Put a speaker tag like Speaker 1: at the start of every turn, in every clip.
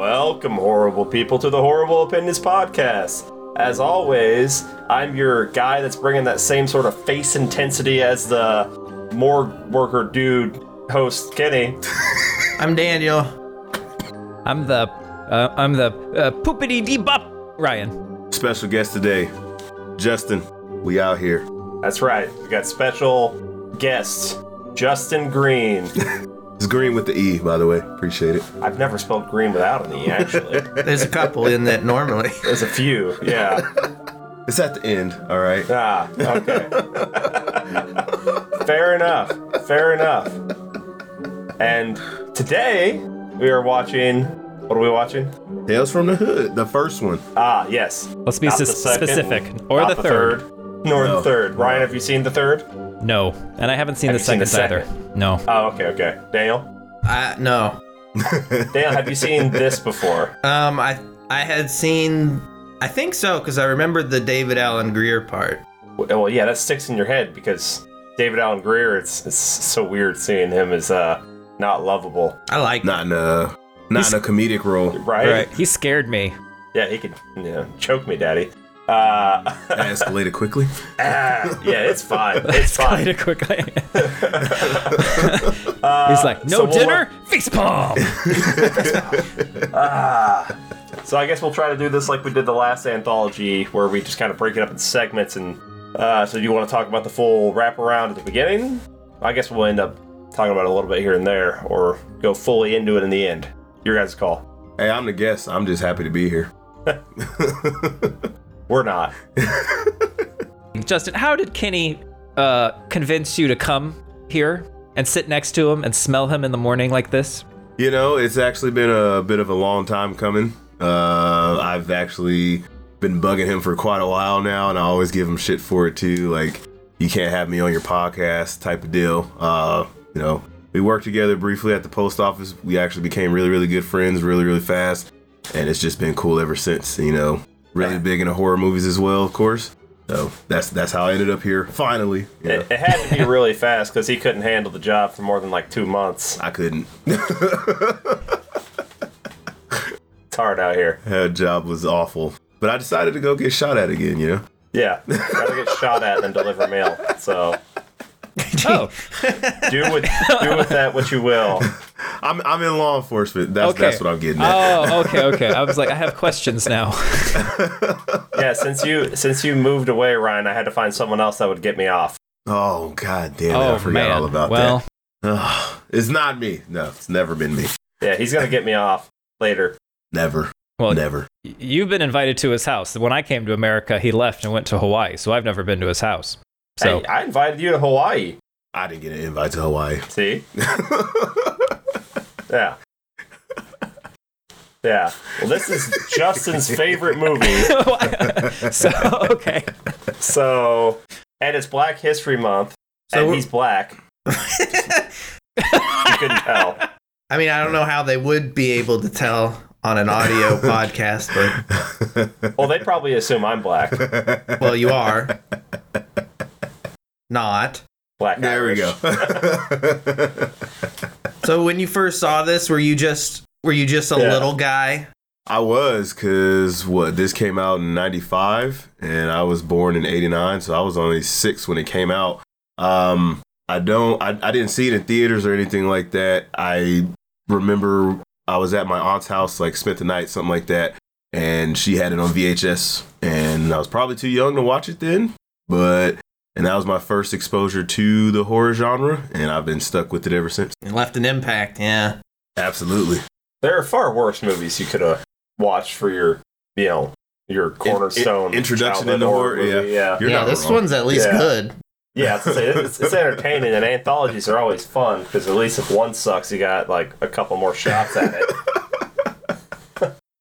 Speaker 1: Welcome, horrible people, to the Horrible Opinions Podcast. As always, I'm your guy that's bringing that same sort of face intensity as the morgue worker dude host, Kenny.
Speaker 2: I'm Daniel.
Speaker 3: I'm the uh, I'm the uh, poopity dee bop Ryan.
Speaker 4: Special guest today, Justin. We out here.
Speaker 1: That's right, we got special guest, Justin Green.
Speaker 4: It's green with the E, by the way. Appreciate it.
Speaker 1: I've never spelled green without an E, actually.
Speaker 2: There's a couple in that normally.
Speaker 1: There's a few, yeah.
Speaker 4: It's at the end, all right?
Speaker 1: Ah, okay. fair enough. Fair enough. And today we are watching. What are we watching?
Speaker 4: Tales from the Hood, the first one.
Speaker 1: Ah, yes.
Speaker 3: Let's be
Speaker 1: Not the
Speaker 3: sus-
Speaker 1: second,
Speaker 3: specific. Or
Speaker 1: not
Speaker 3: the third.
Speaker 1: Nor the
Speaker 4: No.
Speaker 1: third. Ryan, have you seen the third?
Speaker 3: No, and I haven't seen
Speaker 1: Have
Speaker 3: the
Speaker 1: you seen
Speaker 3: seconds
Speaker 1: the
Speaker 3: either. No,
Speaker 1: Oh, okay, okay. Daniel,
Speaker 2: I no.
Speaker 1: Daniel, have you seen this before?
Speaker 2: Um, I I had seen. I think so because I remembered the David Allen Greer part.
Speaker 1: Well, yeah, that sticks in your head because David Allen Greer. It's it's so weird seeing him as uh not lovable,
Speaker 2: I like.
Speaker 4: Not in a not in a comedic role.
Speaker 1: right?
Speaker 3: right? He scared me.
Speaker 1: Yeah, he could you know, choke me, daddy. Uh,
Speaker 4: I escalated quickly.
Speaker 1: Ah, yeah, it's fine. It's
Speaker 3: Kind
Speaker 1: fine.
Speaker 3: of quickly. He's like,
Speaker 1: Uh, so
Speaker 3: no
Speaker 1: we'll-
Speaker 3: dinner, face palm.
Speaker 1: So I guess we'll try to do this like we did the last anthology, where we just kind of break it up in segments. And uh, so, do you want to talk about the full wraparound at the beginning? I guess we'll end up talking about it a little bit here and there, or go fully into it in the end. Your guys' call.
Speaker 4: hey, I'm the guest. I'm just happy to be here.
Speaker 1: We're not.
Speaker 3: Justin, how did Kenny uh, convince you to come here and sit next to him and smell him in the morning like this?
Speaker 4: You know, it's actually been a bit of a long time coming. Uh, I've actually been bugging him for quite a while now, and I always give him shit for it too. Like, you can't have me on your podcast type of deal. Uh, you know, we worked together briefly at the post office. We actually became really, really good friends really, really fast, and it's just been cool ever since. You know, really big into horror movies as well, of course. So that's that's how I ended up here. Finally, you know,
Speaker 1: It, it had to be really fast because he couldn't handle the job for more than like two months.
Speaker 4: I couldn't.
Speaker 1: It's hard out here.
Speaker 4: That job was awful, but I decided to go get shot at again. You know.
Speaker 1: Yeah, gotta get shot at and deliver mail. So
Speaker 3: Oh,
Speaker 1: do with do with that what you will.
Speaker 4: I'm I'm in law enforcement. That's
Speaker 3: okay.
Speaker 4: that's what I'm getting at.
Speaker 3: Oh, okay, okay. I was like, I have questions now.
Speaker 1: Yeah, since you since you moved away, Ryan, I had to find someone else that would get me off.
Speaker 4: oh god damn it!
Speaker 3: oh
Speaker 4: I forgot
Speaker 3: man.
Speaker 4: all about
Speaker 3: well,
Speaker 4: that. Ugh, it's not me. No, it's never been me.
Speaker 1: Yeah, he's gonna get me off later.
Speaker 4: Never.
Speaker 3: well,
Speaker 4: never.
Speaker 3: You've been invited to his house. When I came to America, he left and went to Hawaii, so I've never been to his house. So
Speaker 1: hey, I invited you to Hawaii.
Speaker 4: I didn't get an invite to Hawaii.
Speaker 1: See? Yeah. Yeah. Well, this is Justin's favorite movie.
Speaker 3: so okay.
Speaker 1: So, and it's Black History Month,
Speaker 2: So
Speaker 1: and
Speaker 2: we're-
Speaker 1: he's black. you couldn't tell.
Speaker 2: I mean, I don't know how they would be able to tell on an audio podcast, but
Speaker 1: Well, they probably assume I'm black.
Speaker 2: well, you are. Not.
Speaker 1: Black.
Speaker 4: there we
Speaker 1: Irish.
Speaker 4: go.
Speaker 2: So when you first saw this, were you just were you just a
Speaker 1: Yeah.
Speaker 2: little guy?
Speaker 4: I was cause what this came out in '95, and I was born in '89, so I was only six when it came out. Um, I don't, I, I didn't see it in theaters or anything like that. I remember I was at my aunt's house, like spent the night, something like that, and she had it on VHS, and I was probably too young to watch it then, but and that was my first exposure to the horror genre, and I've been stuck with it ever since.
Speaker 2: It left an impact. Yeah.
Speaker 4: Absolutely.
Speaker 1: There are far worse movies you could have watched for your, you know, your cornerstone
Speaker 4: introduction
Speaker 1: childhood
Speaker 4: into horror,
Speaker 1: movie, yeah.
Speaker 4: You're
Speaker 2: yeah.
Speaker 4: not
Speaker 2: This
Speaker 4: wrong.
Speaker 2: one's at least
Speaker 1: Yeah.
Speaker 2: good.
Speaker 1: Yeah, it's, it's, it's entertaining, and anthologies are always fun because at least if one sucks, you got like a couple more shots at it.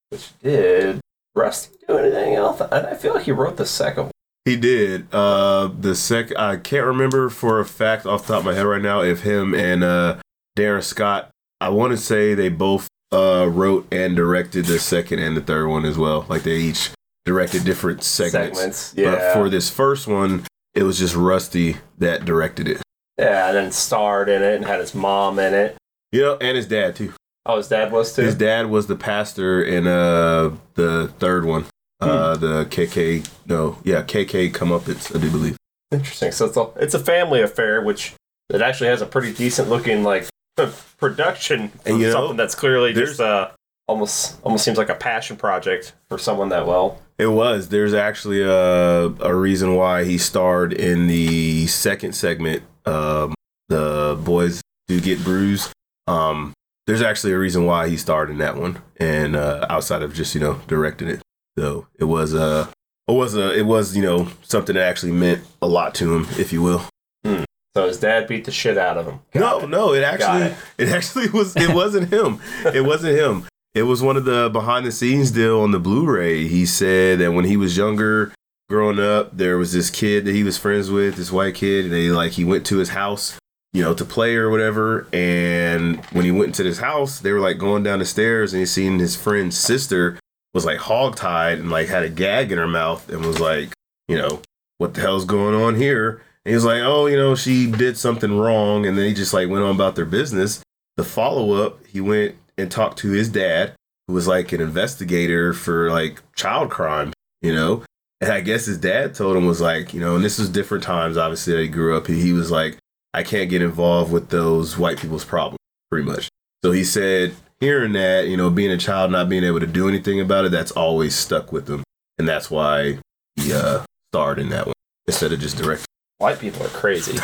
Speaker 1: Which did Rusty do anything else? And I feel like he wrote the second one.
Speaker 4: He did. Uh, the sec I can't remember for a fact off the top of my head right now if him and uh, Darren Scott. I want to say they both uh, wrote and directed the second and the third one as well. Like they each directed different segments.
Speaker 1: Yeah.
Speaker 4: But for this first one, it was just Rusty that directed it.
Speaker 1: yeah, and then starred in it and had his mom in it.
Speaker 4: You know, and his dad too.
Speaker 1: Oh, his dad was too.
Speaker 4: His dad was the pastor in uh the third one. Uh the KK no, yeah, KK come up it's I do believe.
Speaker 1: Interesting. So it's a it's a family affair, which it actually has a pretty decent looking like production for
Speaker 4: And you know,
Speaker 1: something that's clearly just uh
Speaker 4: there's-
Speaker 1: almost almost seems like a passion project for someone that well.
Speaker 4: It was. There's actually a a reason why he starred in the second segment, um the boys do get bruised. Um there's actually a reason why he starred in that one and uh outside of just, you know, directing it. So it was uh it was a it was, you know, something that actually meant a lot to him, if you will.
Speaker 1: So his dad beat the shit out of him.
Speaker 4: No, no, it actually
Speaker 1: it.
Speaker 4: it. actually was it wasn't him. It wasn't him. It was one of the behind the scenes deal on the Blu-ray. He said that when he was younger, growing up, there was this kid that he was friends with, this white kid, and they like he went to his house, you know, to play or whatever. And when he went into this house, they were like going down the stairs and he seen his friend's sister was like hogtied and like had a gag in her mouth and was like, you know, what the hell's going on here? And he was like, oh, you know, she did something wrong. And then he just like went on about their business. The follow up, he went and talked to his dad, who was like an investigator for like child crime, you know? And I guess his dad told him, was like, you know, and this was different times, obviously, that he grew up. He, he was like, I can't get involved with those white people's problems, pretty much. So he said, hearing that, you know, being a child, not being able to do anything about it, that's always stuck with him. And that's why he uh, starred in that one instead of just directing.
Speaker 1: White people are crazy.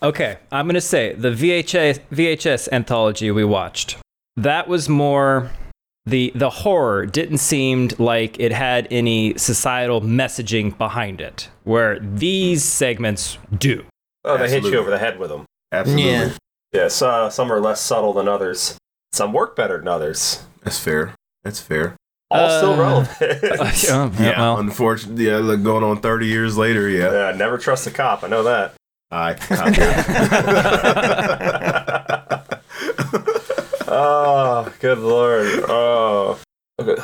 Speaker 3: Okay, I'm gonna say the VHS VHS anthology we watched. That was more the the horror didn't seem like it had any societal messaging behind it, where these segments do.
Speaker 1: oh, they hit
Speaker 4: Absolutely.
Speaker 1: you over the head with them.
Speaker 4: Absolutely.
Speaker 2: Yeah.
Speaker 1: Yeah, so, uh, some are less subtle than others. Some work better than others.
Speaker 4: That's fair. That's fair.
Speaker 1: All still
Speaker 3: Uh,
Speaker 1: relevant.
Speaker 3: Uh, yeah, well,
Speaker 4: Unfortunately, yeah, look, going on 30 years later, yeah.
Speaker 1: yeah, never trust a cop. I know that.
Speaker 4: I copy it.
Speaker 1: Oh, good lord. Oh. Okay.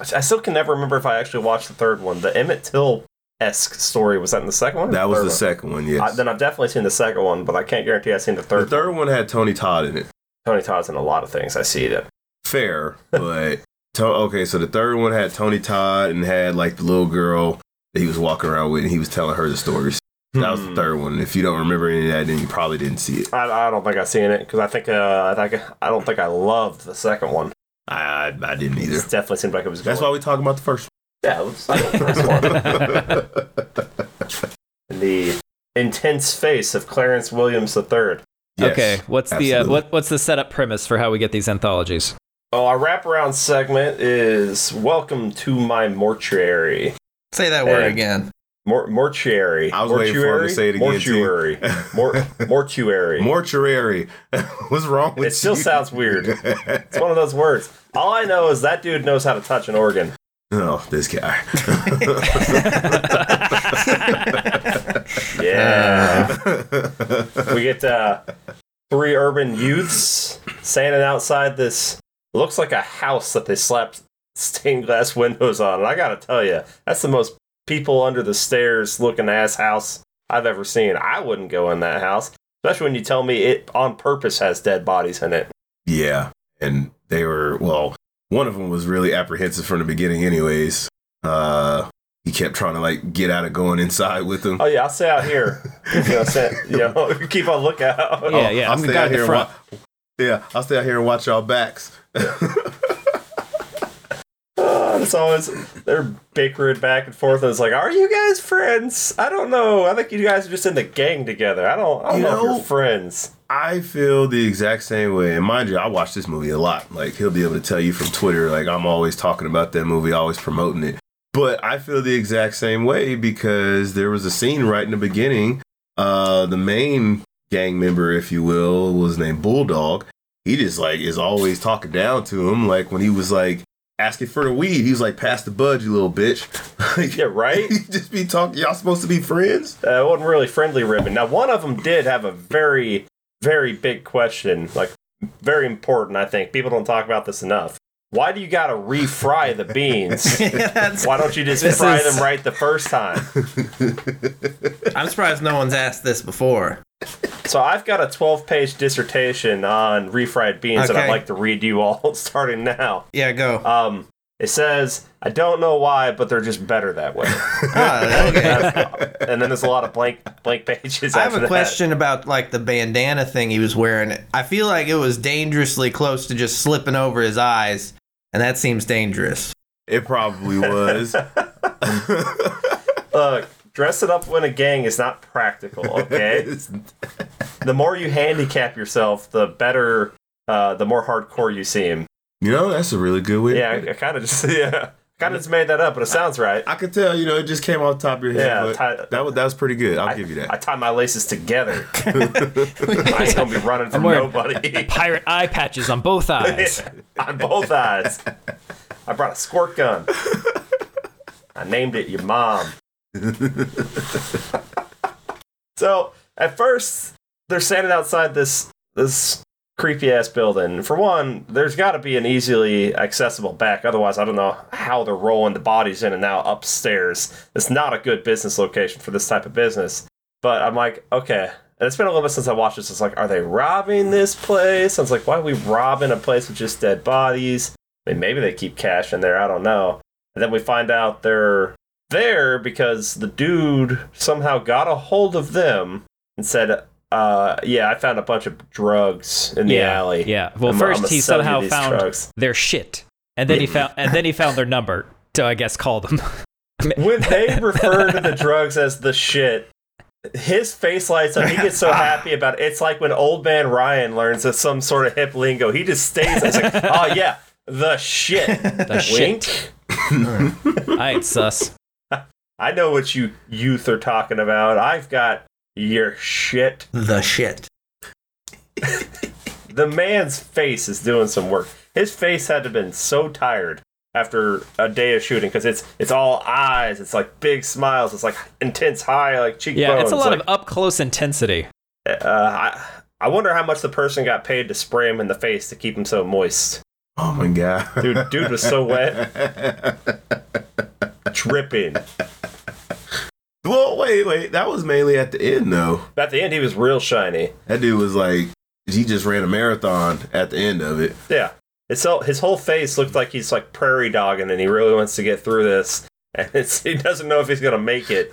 Speaker 1: I still can never remember if I actually watched the third one. The Emmett Till esque story was that in the second one? or
Speaker 4: that was
Speaker 1: third
Speaker 4: the
Speaker 1: one?
Speaker 4: second one, yes.
Speaker 1: I, then I've definitely seen the second one, but I can't guarantee I've seen the
Speaker 4: the
Speaker 1: third.
Speaker 4: third one had Tony Todd in it.
Speaker 1: Tony Todd's in a lot of things. I see that.
Speaker 4: Fair, but to- okay, so the third one had Tony Todd and had like the little girl that he was walking around with and he was telling her the stories. That was the
Speaker 1: Hmm.
Speaker 4: third one. If you don't remember any of that, then you probably didn't see it.
Speaker 1: I, I don't think I've seen it because I think uh, I think I don't think I loved the second one.
Speaker 4: I, I, I didn't either.
Speaker 1: It definitely seemed like it was.
Speaker 4: That's why
Speaker 1: going-
Speaker 4: we talk about the first
Speaker 1: Yeah, it was like the first one.
Speaker 4: one.
Speaker 1: And the intense face of Clarence Williams III.
Speaker 4: Yes.
Speaker 3: okay. What's the uh,
Speaker 4: absolutely.
Speaker 3: what what's the setup premise for how we get these anthologies?
Speaker 1: Oh, our wraparound segment is "Welcome to My Mortuary."
Speaker 2: Say that word
Speaker 1: Hey.
Speaker 2: again.
Speaker 1: Mor- mortuary.
Speaker 4: I was
Speaker 1: mortuary?
Speaker 4: waiting for him to say it again,
Speaker 1: Mortuary. Mor- mortuary.
Speaker 4: Mortuary. What's wrong with
Speaker 1: it still
Speaker 4: you?
Speaker 1: sounds weird. It's one of those words. All I know is that dude knows how to touch an organ.
Speaker 4: oh, this guy.
Speaker 1: Yeah. we get uh, three urban youths standing outside this. Looks like a house that they slapped stained glass windows on. And I gotta tell you, that's the most people under the stairs looking ass house I've ever seen. I wouldn't go in that house, especially when you tell me it on purpose has dead bodies in it.
Speaker 4: yeah, and they were well. One of them was really apprehensive from the beginning, anyways. Uh, he kept trying to like get out of going inside with him.
Speaker 1: Oh yeah, I'll stay out here. You know, stay, you know keep on lookout.
Speaker 3: Yeah, yeah.
Speaker 4: I'll
Speaker 3: the
Speaker 4: stay
Speaker 3: guy at
Speaker 4: out
Speaker 3: the
Speaker 4: here. And
Speaker 3: front.
Speaker 4: wa- yeah, I'll stay out here and watch y'all backs.
Speaker 1: Uh, it's always they're bickering back and forth. And it's like, are you guys friends? I don't know. I think you guys are just in the gang together. I don't. I don't
Speaker 4: You
Speaker 1: know, if
Speaker 4: know-
Speaker 1: you're friends.
Speaker 4: I feel the exact same way. And mind you, I watch this movie a lot. Like he'll be able to tell you from Twitter, like I'm always talking about that movie, always promoting it. But I feel the exact same way because there was a scene right in the beginning. Uh the main gang member, if you will, was named Bulldog. He just like is always talking down to him. Like when he was like asking for the weed, he was like, Pass the bud, you little bitch. Like
Speaker 1: Yeah, right.
Speaker 4: he just be talking y'all supposed to be friends?
Speaker 1: Uh, it wasn't really friendly ribbon. Now, one of them did have a very, very big question, like very important. I think people don't talk about this enough. Why do you gotta refry the beans?
Speaker 2: That's-
Speaker 1: Why don't you just
Speaker 3: This
Speaker 1: fry
Speaker 3: is-
Speaker 1: them right the first time?
Speaker 2: I'm surprised no one's asked this before.
Speaker 1: So I've got a 12-page dissertation on refried beans that I'd
Speaker 2: Okay.
Speaker 1: like to read you all starting now.
Speaker 2: Yeah, go.
Speaker 1: Um, it says, "I don't know why, but they're just better that way."
Speaker 2: Ah, okay.
Speaker 1: and then there's a lot of blank blank pages.
Speaker 2: I have
Speaker 1: after
Speaker 2: a
Speaker 1: that.
Speaker 2: question about like the bandana thing he was wearing. I feel like it was dangerously close to just slipping over his eyes, and that seems dangerous.
Speaker 4: It probably was.
Speaker 1: Look, dressing up when a gang is not practical. Okay, the more you handicap yourself, the better, uh, the more hardcore you seem.
Speaker 4: you know, that's a really good way.
Speaker 1: Yeah, I, kind of just yeah, kind of just made that up, but it sounds right.
Speaker 4: I could tell, you know, it just came off the top of your head.
Speaker 1: Yeah,
Speaker 4: but
Speaker 1: ti-
Speaker 4: that was that was pretty good. I'll
Speaker 1: I,
Speaker 4: give you
Speaker 1: I
Speaker 4: that.
Speaker 1: tie my laces together. I ain't gonna be running from
Speaker 3: wearing-
Speaker 1: nobody
Speaker 3: Pirate eye patches on both eyes.
Speaker 1: on both eyes. I brought a squirt gun. I named it your mom. so at first, they're standing outside this this creepy ass building. For one, there's got to be an easily accessible back. Otherwise, I don't know how they're rolling the bodies in and out upstairs. It's not a good business location for this type of business. But I'm like, okay. And it's been a little bit since I watched this. It's like, are they robbing this place? I was like, why are we robbing a place with just dead bodies? I mean, maybe they keep cash in there. I don't know. And then we find out they're there because the dude somehow got a hold of them and said, uh, yeah, I found a bunch of drugs in the
Speaker 3: yeah,
Speaker 1: alley.
Speaker 3: Yeah. Well,
Speaker 1: I'm-
Speaker 3: first
Speaker 1: I'ma
Speaker 3: he
Speaker 1: sell you
Speaker 3: somehow
Speaker 1: these
Speaker 3: found
Speaker 1: drugs.
Speaker 3: their shit, and then he found and then he found their number to I guess call them.
Speaker 1: when they refer to the drugs as the shit, his face lights up. He gets so happy about it. It's like when old man Ryan learns that some sort of hip lingo. He just stays. there. He's like, oh yeah, the shit.
Speaker 3: The shit.
Speaker 1: Wink.
Speaker 3: I ain't sus.
Speaker 1: I know what you youth are talking about. I've got your shit.
Speaker 2: The shit.
Speaker 1: The man's face is doing some work. His face had to have been so tired after a day of shooting because it's it's all eyes. It's like big smiles. It's like intense high like cheekbones.
Speaker 3: Yeah, it's a lot
Speaker 1: like-
Speaker 3: of up close intensity.
Speaker 1: Uh, I, I wonder how much the person got paid to spray him in the face to keep him so moist.
Speaker 4: Oh my god,
Speaker 1: Dude, dude was so wet, dripping.
Speaker 4: well, wait, wait. That was mainly at the end though.
Speaker 1: At the end, he was real shiny.
Speaker 4: That dude was like, he just ran a marathon at the end of it.
Speaker 1: Yeah, it's so his whole face looked like he's like prairie dogging, and he really wants to get through this. And it's, he doesn't know if he's gonna make it.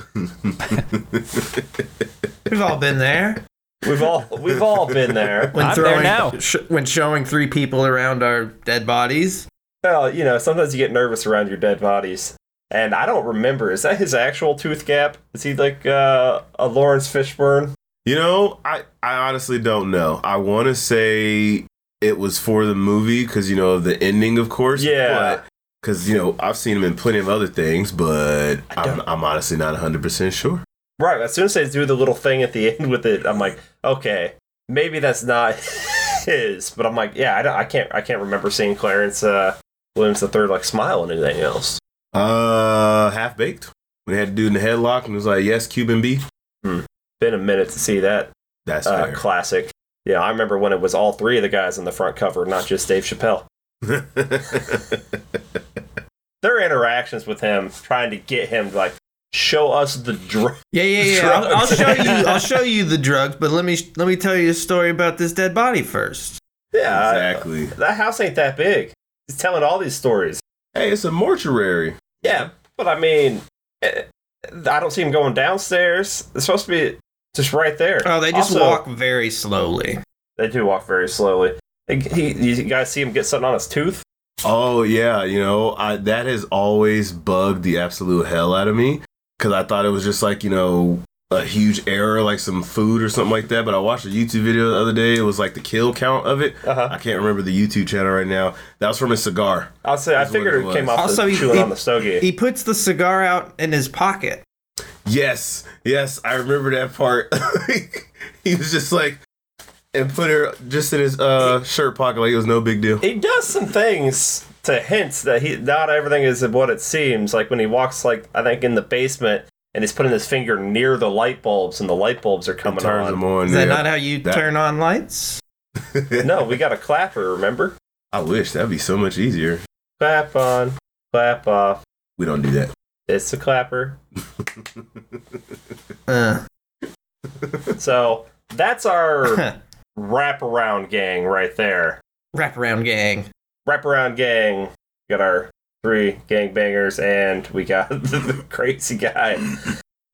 Speaker 2: We've all been there.
Speaker 1: We've all we've all been there.
Speaker 2: When
Speaker 3: I'm there now.
Speaker 2: Sh- when showing three people around our dead bodies.
Speaker 1: Well, you know, sometimes you get nervous around your dead bodies. And I don't remember. Is that his actual tooth gap? Is he like uh, a Lawrence Fishburne?
Speaker 4: You know, I, I honestly don't know. I want to say it was for the movie because, you know, of the ending, of course.
Speaker 1: Yeah.
Speaker 4: Because, you know, I've seen him in plenty of other things, but I'm, I'm honestly not 100% sure.
Speaker 1: Right. As soon as they do the little thing at the end with it, I'm like, okay, maybe that's not his. But I'm like, yeah, I, don't, I can't, I can't remember seeing Clarence uh, Williams the third like smile and anything else.
Speaker 4: Uh, Half Baked. When they had to do in the headlock and it was like, yes, Cuban B.
Speaker 1: Been a minute to see that
Speaker 4: That's
Speaker 1: uh,
Speaker 4: fair.
Speaker 1: classic. Yeah, I remember when it was all three of the guys on the front cover, not just Dave Chappelle. Their interactions with him, trying to get him to like show us the dr-
Speaker 2: Yeah, yeah, yeah. I'll, I'll show you. I'll show you the drugs, but let me let me tell you a story about this dead body first.
Speaker 1: yeah I-
Speaker 4: exactly.
Speaker 1: that house ain't that big. He's telling all these stories.
Speaker 4: Hey, it's a mortuary.
Speaker 1: Yeah, but I mean, eh, I don't see him going downstairs. It's supposed to be just right there.
Speaker 2: Oh, they just
Speaker 1: Also,
Speaker 2: walk very slowly.
Speaker 1: They do walk very slowly. And He, you guys see him get something on his tooth?
Speaker 4: Oh yeah, you know I, that has always bugged the absolute hell out of me because I thought it was just like you know a huge error, like some food or something like that. But I watched a YouTube video the other day. It was like the kill count of it.
Speaker 1: Uh huh.
Speaker 4: I can't remember the YouTube channel right now. That was from a cigar.
Speaker 1: I'll say I
Speaker 4: That's what
Speaker 1: figured
Speaker 4: it
Speaker 1: it came
Speaker 4: was.
Speaker 1: off
Speaker 2: Also,
Speaker 1: the
Speaker 2: he-
Speaker 1: chewing
Speaker 2: he-
Speaker 1: on the stogie.
Speaker 2: He puts the cigar out in his pocket.
Speaker 4: Yes, yes, I remember that part. he was just like and put her just in his uh, shirt pocket like it was no big deal.
Speaker 1: he does some things to hint that he not everything is what it seems. Like when he walks, like I think in the basement, and he's putting his finger near the light bulbs, and the light bulbs are coming
Speaker 4: Turns
Speaker 1: on.
Speaker 4: him on.
Speaker 2: Is that
Speaker 4: yeah.
Speaker 2: not how you
Speaker 4: That-
Speaker 2: turn on lights?
Speaker 1: No, we got a clapper. Remember?
Speaker 4: I wish that'd be so much easier.
Speaker 1: Clap on, clap off.
Speaker 4: We don't do that.
Speaker 1: It's a clapper.
Speaker 2: Uh,
Speaker 1: So That's our wraparound gang right there.
Speaker 2: Wraparound gang.
Speaker 1: Wraparound gang. Got our three gangbangers, and we got the crazy guy.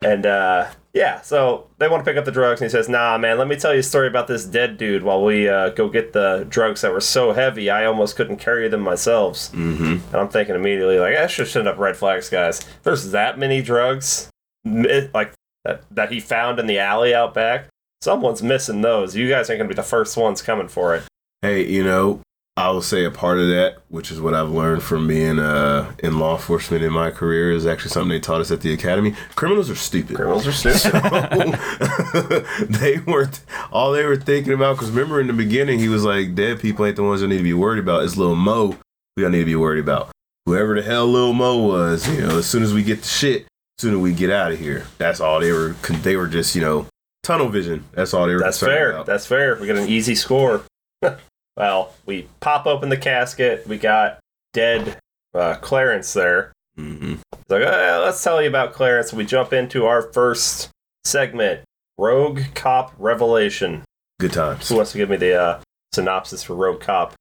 Speaker 1: And uh, yeah, so they want to pick up the drugs, and he says, "Nah, man, let me tell you a story about this dead dude while we uh, go get the drugs that were so heavy I almost couldn't carry them myself."
Speaker 4: Mm-hmm.
Speaker 1: And I'm thinking immediately, like, that should send up red flags, guys. There's that many drugs, mi- like that, that he found in the alley out back. Someone's missing those. You guys ain't gonna be the first ones coming for it.
Speaker 4: Hey, you know, I will say a part of that, which is what I've learned from being uh, in law enforcement in my career, is actually something they taught us at the academy. Criminals are stupid.
Speaker 1: Criminals are stupid.
Speaker 4: they weren't all they were thinking about. Because remember in the beginning, he was like, "Dead people ain't the ones you need to be worried about. It's little Mo we all need to be worried about. Whoever the hell little Mo was, you know, as soon as we get the shit, as soon as we get out of here, that's all they were. They were just you know tunnel vision. That's all they were.
Speaker 1: That's
Speaker 4: concerned
Speaker 1: fair.
Speaker 4: about.
Speaker 1: That's fair. We get an easy score. well, we pop open the casket. We got dead uh, Clarence there.
Speaker 4: hmm
Speaker 1: It's like, "Uh, let's tell you about Clarence. We jump into our first segment Rogue Cop Revelation.
Speaker 4: Good times.
Speaker 1: Who wants to give me the uh, synopsis for Rogue Cop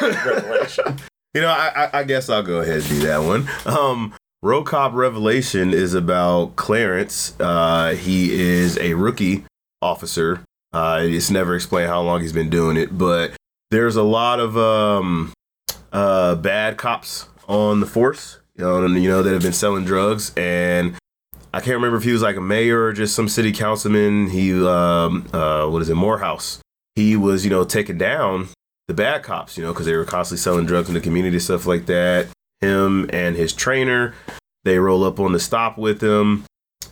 Speaker 1: Revelation?
Speaker 4: You know, I, I, I guess I'll go ahead and do that one. Um, Rocop Revelation is about Clarence. Uh, he is a rookie officer. Uh, it's never explained how long he's been doing it, but there's a lot of um, uh, bad cops on the force, you know, and, you know, that have been selling drugs. And I can't remember if he was like a mayor or just some city councilman. He, um, uh, what is it, Morehouse? He was, you know, taken down the bad cops, you know, because they were constantly selling drugs in the community, stuff like that. Him and his trainer, they roll up on the stop with him,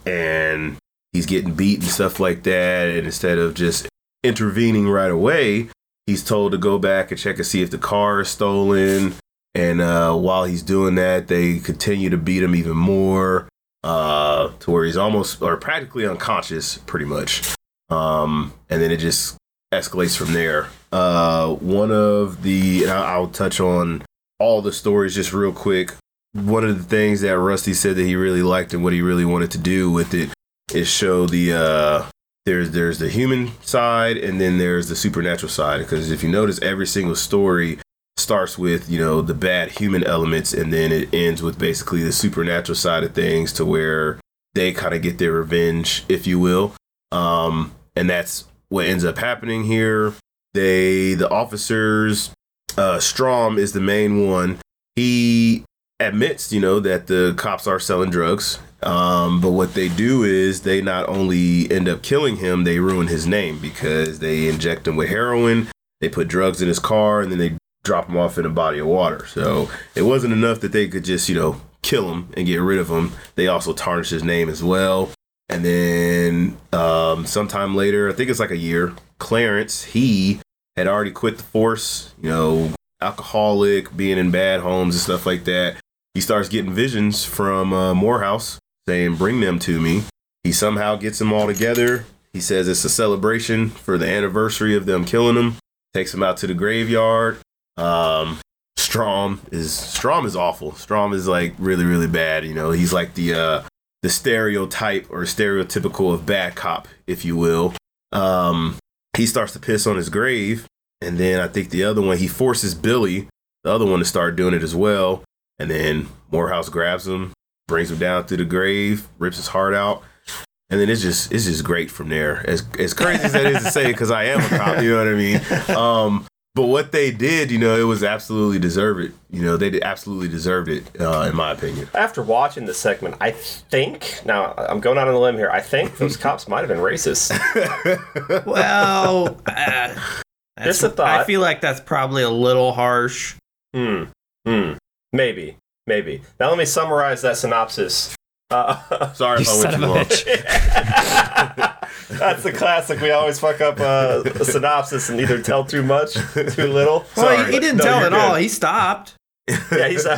Speaker 4: and he's getting beat and stuff like that. And instead of just intervening right away, he's told to go back and check and see if the car is stolen. And uh, while he's doing that, they continue to beat him even more uh, to where he's almost or practically unconscious, pretty much. Um, and then it just escalates from there. Uh, one of the, and I- I'll touch on all the stories just real quick. One of the things that Rusty said that he really liked and what he really wanted to do with it is show the uh, there's there's the human side and then there's the supernatural side because if you notice every single story starts with you know the bad human elements and then it ends with basically the supernatural side of things to where they kind of get their revenge if you will um, and that's what ends up happening here. They, the officers, uh, Strom is the main one. He admits, you know, that the cops are selling drugs. Um, but what they do is they not only end up killing him, they ruin his name because they inject him with heroin, they put drugs in his car, and then they drop him off in a body of water. So it wasn't enough that they could just, you know, kill him and get rid of him. They also tarnished his name as well. And then um, sometime later, I think it's like a year, Clarence, he had already quit the force, you know, alcoholic, being in bad homes and stuff like that. He starts getting visions from uh, Morehouse saying, Bring them to me. He somehow gets them all together. He says it's a celebration for the anniversary of them killing him. Takes him out to the graveyard. Um, Strom is Strom is awful. Strom is like really, really bad. You know, he's like the uh, the stereotype or stereotypical of bad cop, if you will. Um, he starts to piss on his grave, and then I think the other one he forces Billy, the other one, to start doing it as well. And then Morehouse grabs him, brings him down through the grave, rips his heart out, and then it's just it's just great from there. As as crazy as that is to say, because I am a cop, you know what I mean. Um, but what they did, you know, it was absolutely deserved. It, you know, they did absolutely deserved it, uh, in my opinion.
Speaker 1: After watching this segment, I think, now I'm going out on a limb here, I think those cops might have been racist.
Speaker 2: Well, uh,
Speaker 1: Just a thought.
Speaker 2: I feel like that's probably a little harsh.
Speaker 1: Hmm. Hmm. Maybe. Maybe. Now let me summarize that synopsis. Uh,
Speaker 4: Sorry
Speaker 3: You
Speaker 4: if I went
Speaker 3: son of a
Speaker 4: too long.
Speaker 3: bitch.
Speaker 1: that's the classic. We always fuck up uh, a synopsis and either tell too much, too little.
Speaker 2: Well,
Speaker 1: Sorry.
Speaker 2: he, he didn't
Speaker 1: No,
Speaker 2: tell
Speaker 1: you're
Speaker 2: at all.
Speaker 1: good.
Speaker 2: He stopped.
Speaker 1: Yeah, he's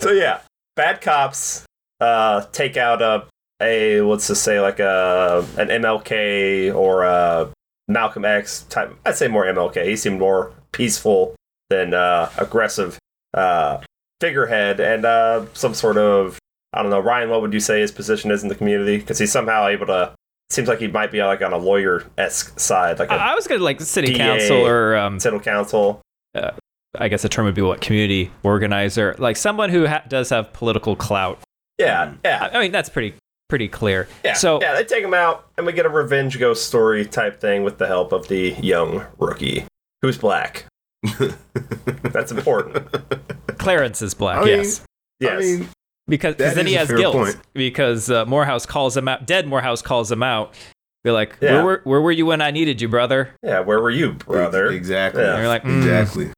Speaker 1: so yeah, bad cops uh, take out a a what's to say like a an MLK or a Malcolm X type. I'd say more MLK. He seemed more peaceful than uh, aggressive uh, figurehead and uh, some sort of I don't know. Ryan, what would you say his position is in the community? Because he's somehow able to seems like he might be like on a lawyer esque side, like
Speaker 3: I,
Speaker 1: a
Speaker 3: I was gonna like city
Speaker 1: DA.
Speaker 3: council or um,
Speaker 1: civil counsel.
Speaker 3: I guess the term would be what community organizer, like someone who ha- does have political clout. Mm.
Speaker 1: Yeah, yeah.
Speaker 3: I, I mean, that's pretty pretty clear.
Speaker 1: Yeah,
Speaker 3: so
Speaker 1: yeah, they take him out, and we get a revenge ghost story type thing with the help of the young rookie who's black. That's important.
Speaker 3: Clarence is black.
Speaker 4: I mean-
Speaker 3: yes,
Speaker 1: Yes,
Speaker 4: I mean,
Speaker 3: because 'cause
Speaker 4: That
Speaker 3: then
Speaker 4: is
Speaker 3: he
Speaker 4: a
Speaker 3: has
Speaker 4: fair
Speaker 3: guilt
Speaker 4: point.
Speaker 3: because uh, Morehouse calls him out. Dead Morehouse calls him out. Be like,
Speaker 1: Yeah.
Speaker 3: where, were, where were you when I needed you, brother?
Speaker 1: yeah. Where were you, brother?
Speaker 4: Exactly.
Speaker 1: Yeah.
Speaker 3: And you're like, mm,
Speaker 4: Exactly.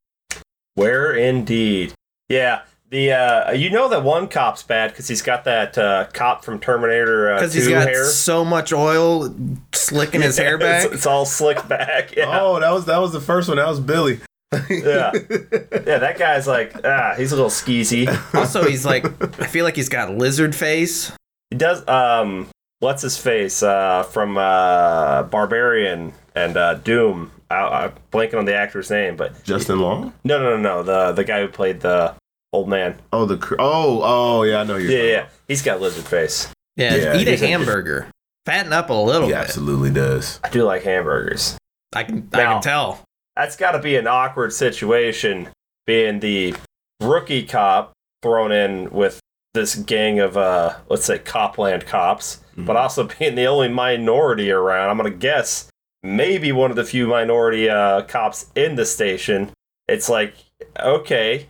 Speaker 1: Where indeed? Yeah. The uh, you know that one cop's bad because he's got that uh, cop from Terminator uh,
Speaker 2: because
Speaker 1: Two
Speaker 2: he's got
Speaker 1: hair.
Speaker 2: so much oil slicking his hair
Speaker 1: Yeah,
Speaker 2: back.
Speaker 1: It's, it's all slicked back. Yeah.
Speaker 4: Oh, that was that was the first one. That was Billy.
Speaker 1: yeah, yeah. That guy's like ah, he's a little skeezy.
Speaker 2: Also, he's like, I feel like he's got lizard face.
Speaker 1: He does um what's his face uh from uh Barbarian and uh Doom. I, I'm blanking on the actor's name, but
Speaker 4: Justin Long.
Speaker 1: no, no, no, no. The the guy who played the old man.
Speaker 4: Oh, the cr- oh oh yeah, I know who
Speaker 1: Yeah,
Speaker 4: you're.
Speaker 1: yeah. yeah. He's got lizard face.
Speaker 2: Yeah,
Speaker 4: Yeah,
Speaker 2: eat a
Speaker 1: he's a-
Speaker 2: hamburger, fatten up a little
Speaker 4: He
Speaker 2: bit.
Speaker 4: absolutely does.
Speaker 1: I do like hamburgers.
Speaker 2: I can I
Speaker 1: Now-
Speaker 2: can tell.
Speaker 1: That's got to be an awkward situation, being the rookie cop thrown in with this gang of uh let's say copland cops, but also being the only minority around. I'm gonna guess maybe one of the few minority uh, cops in the station. It's like okay,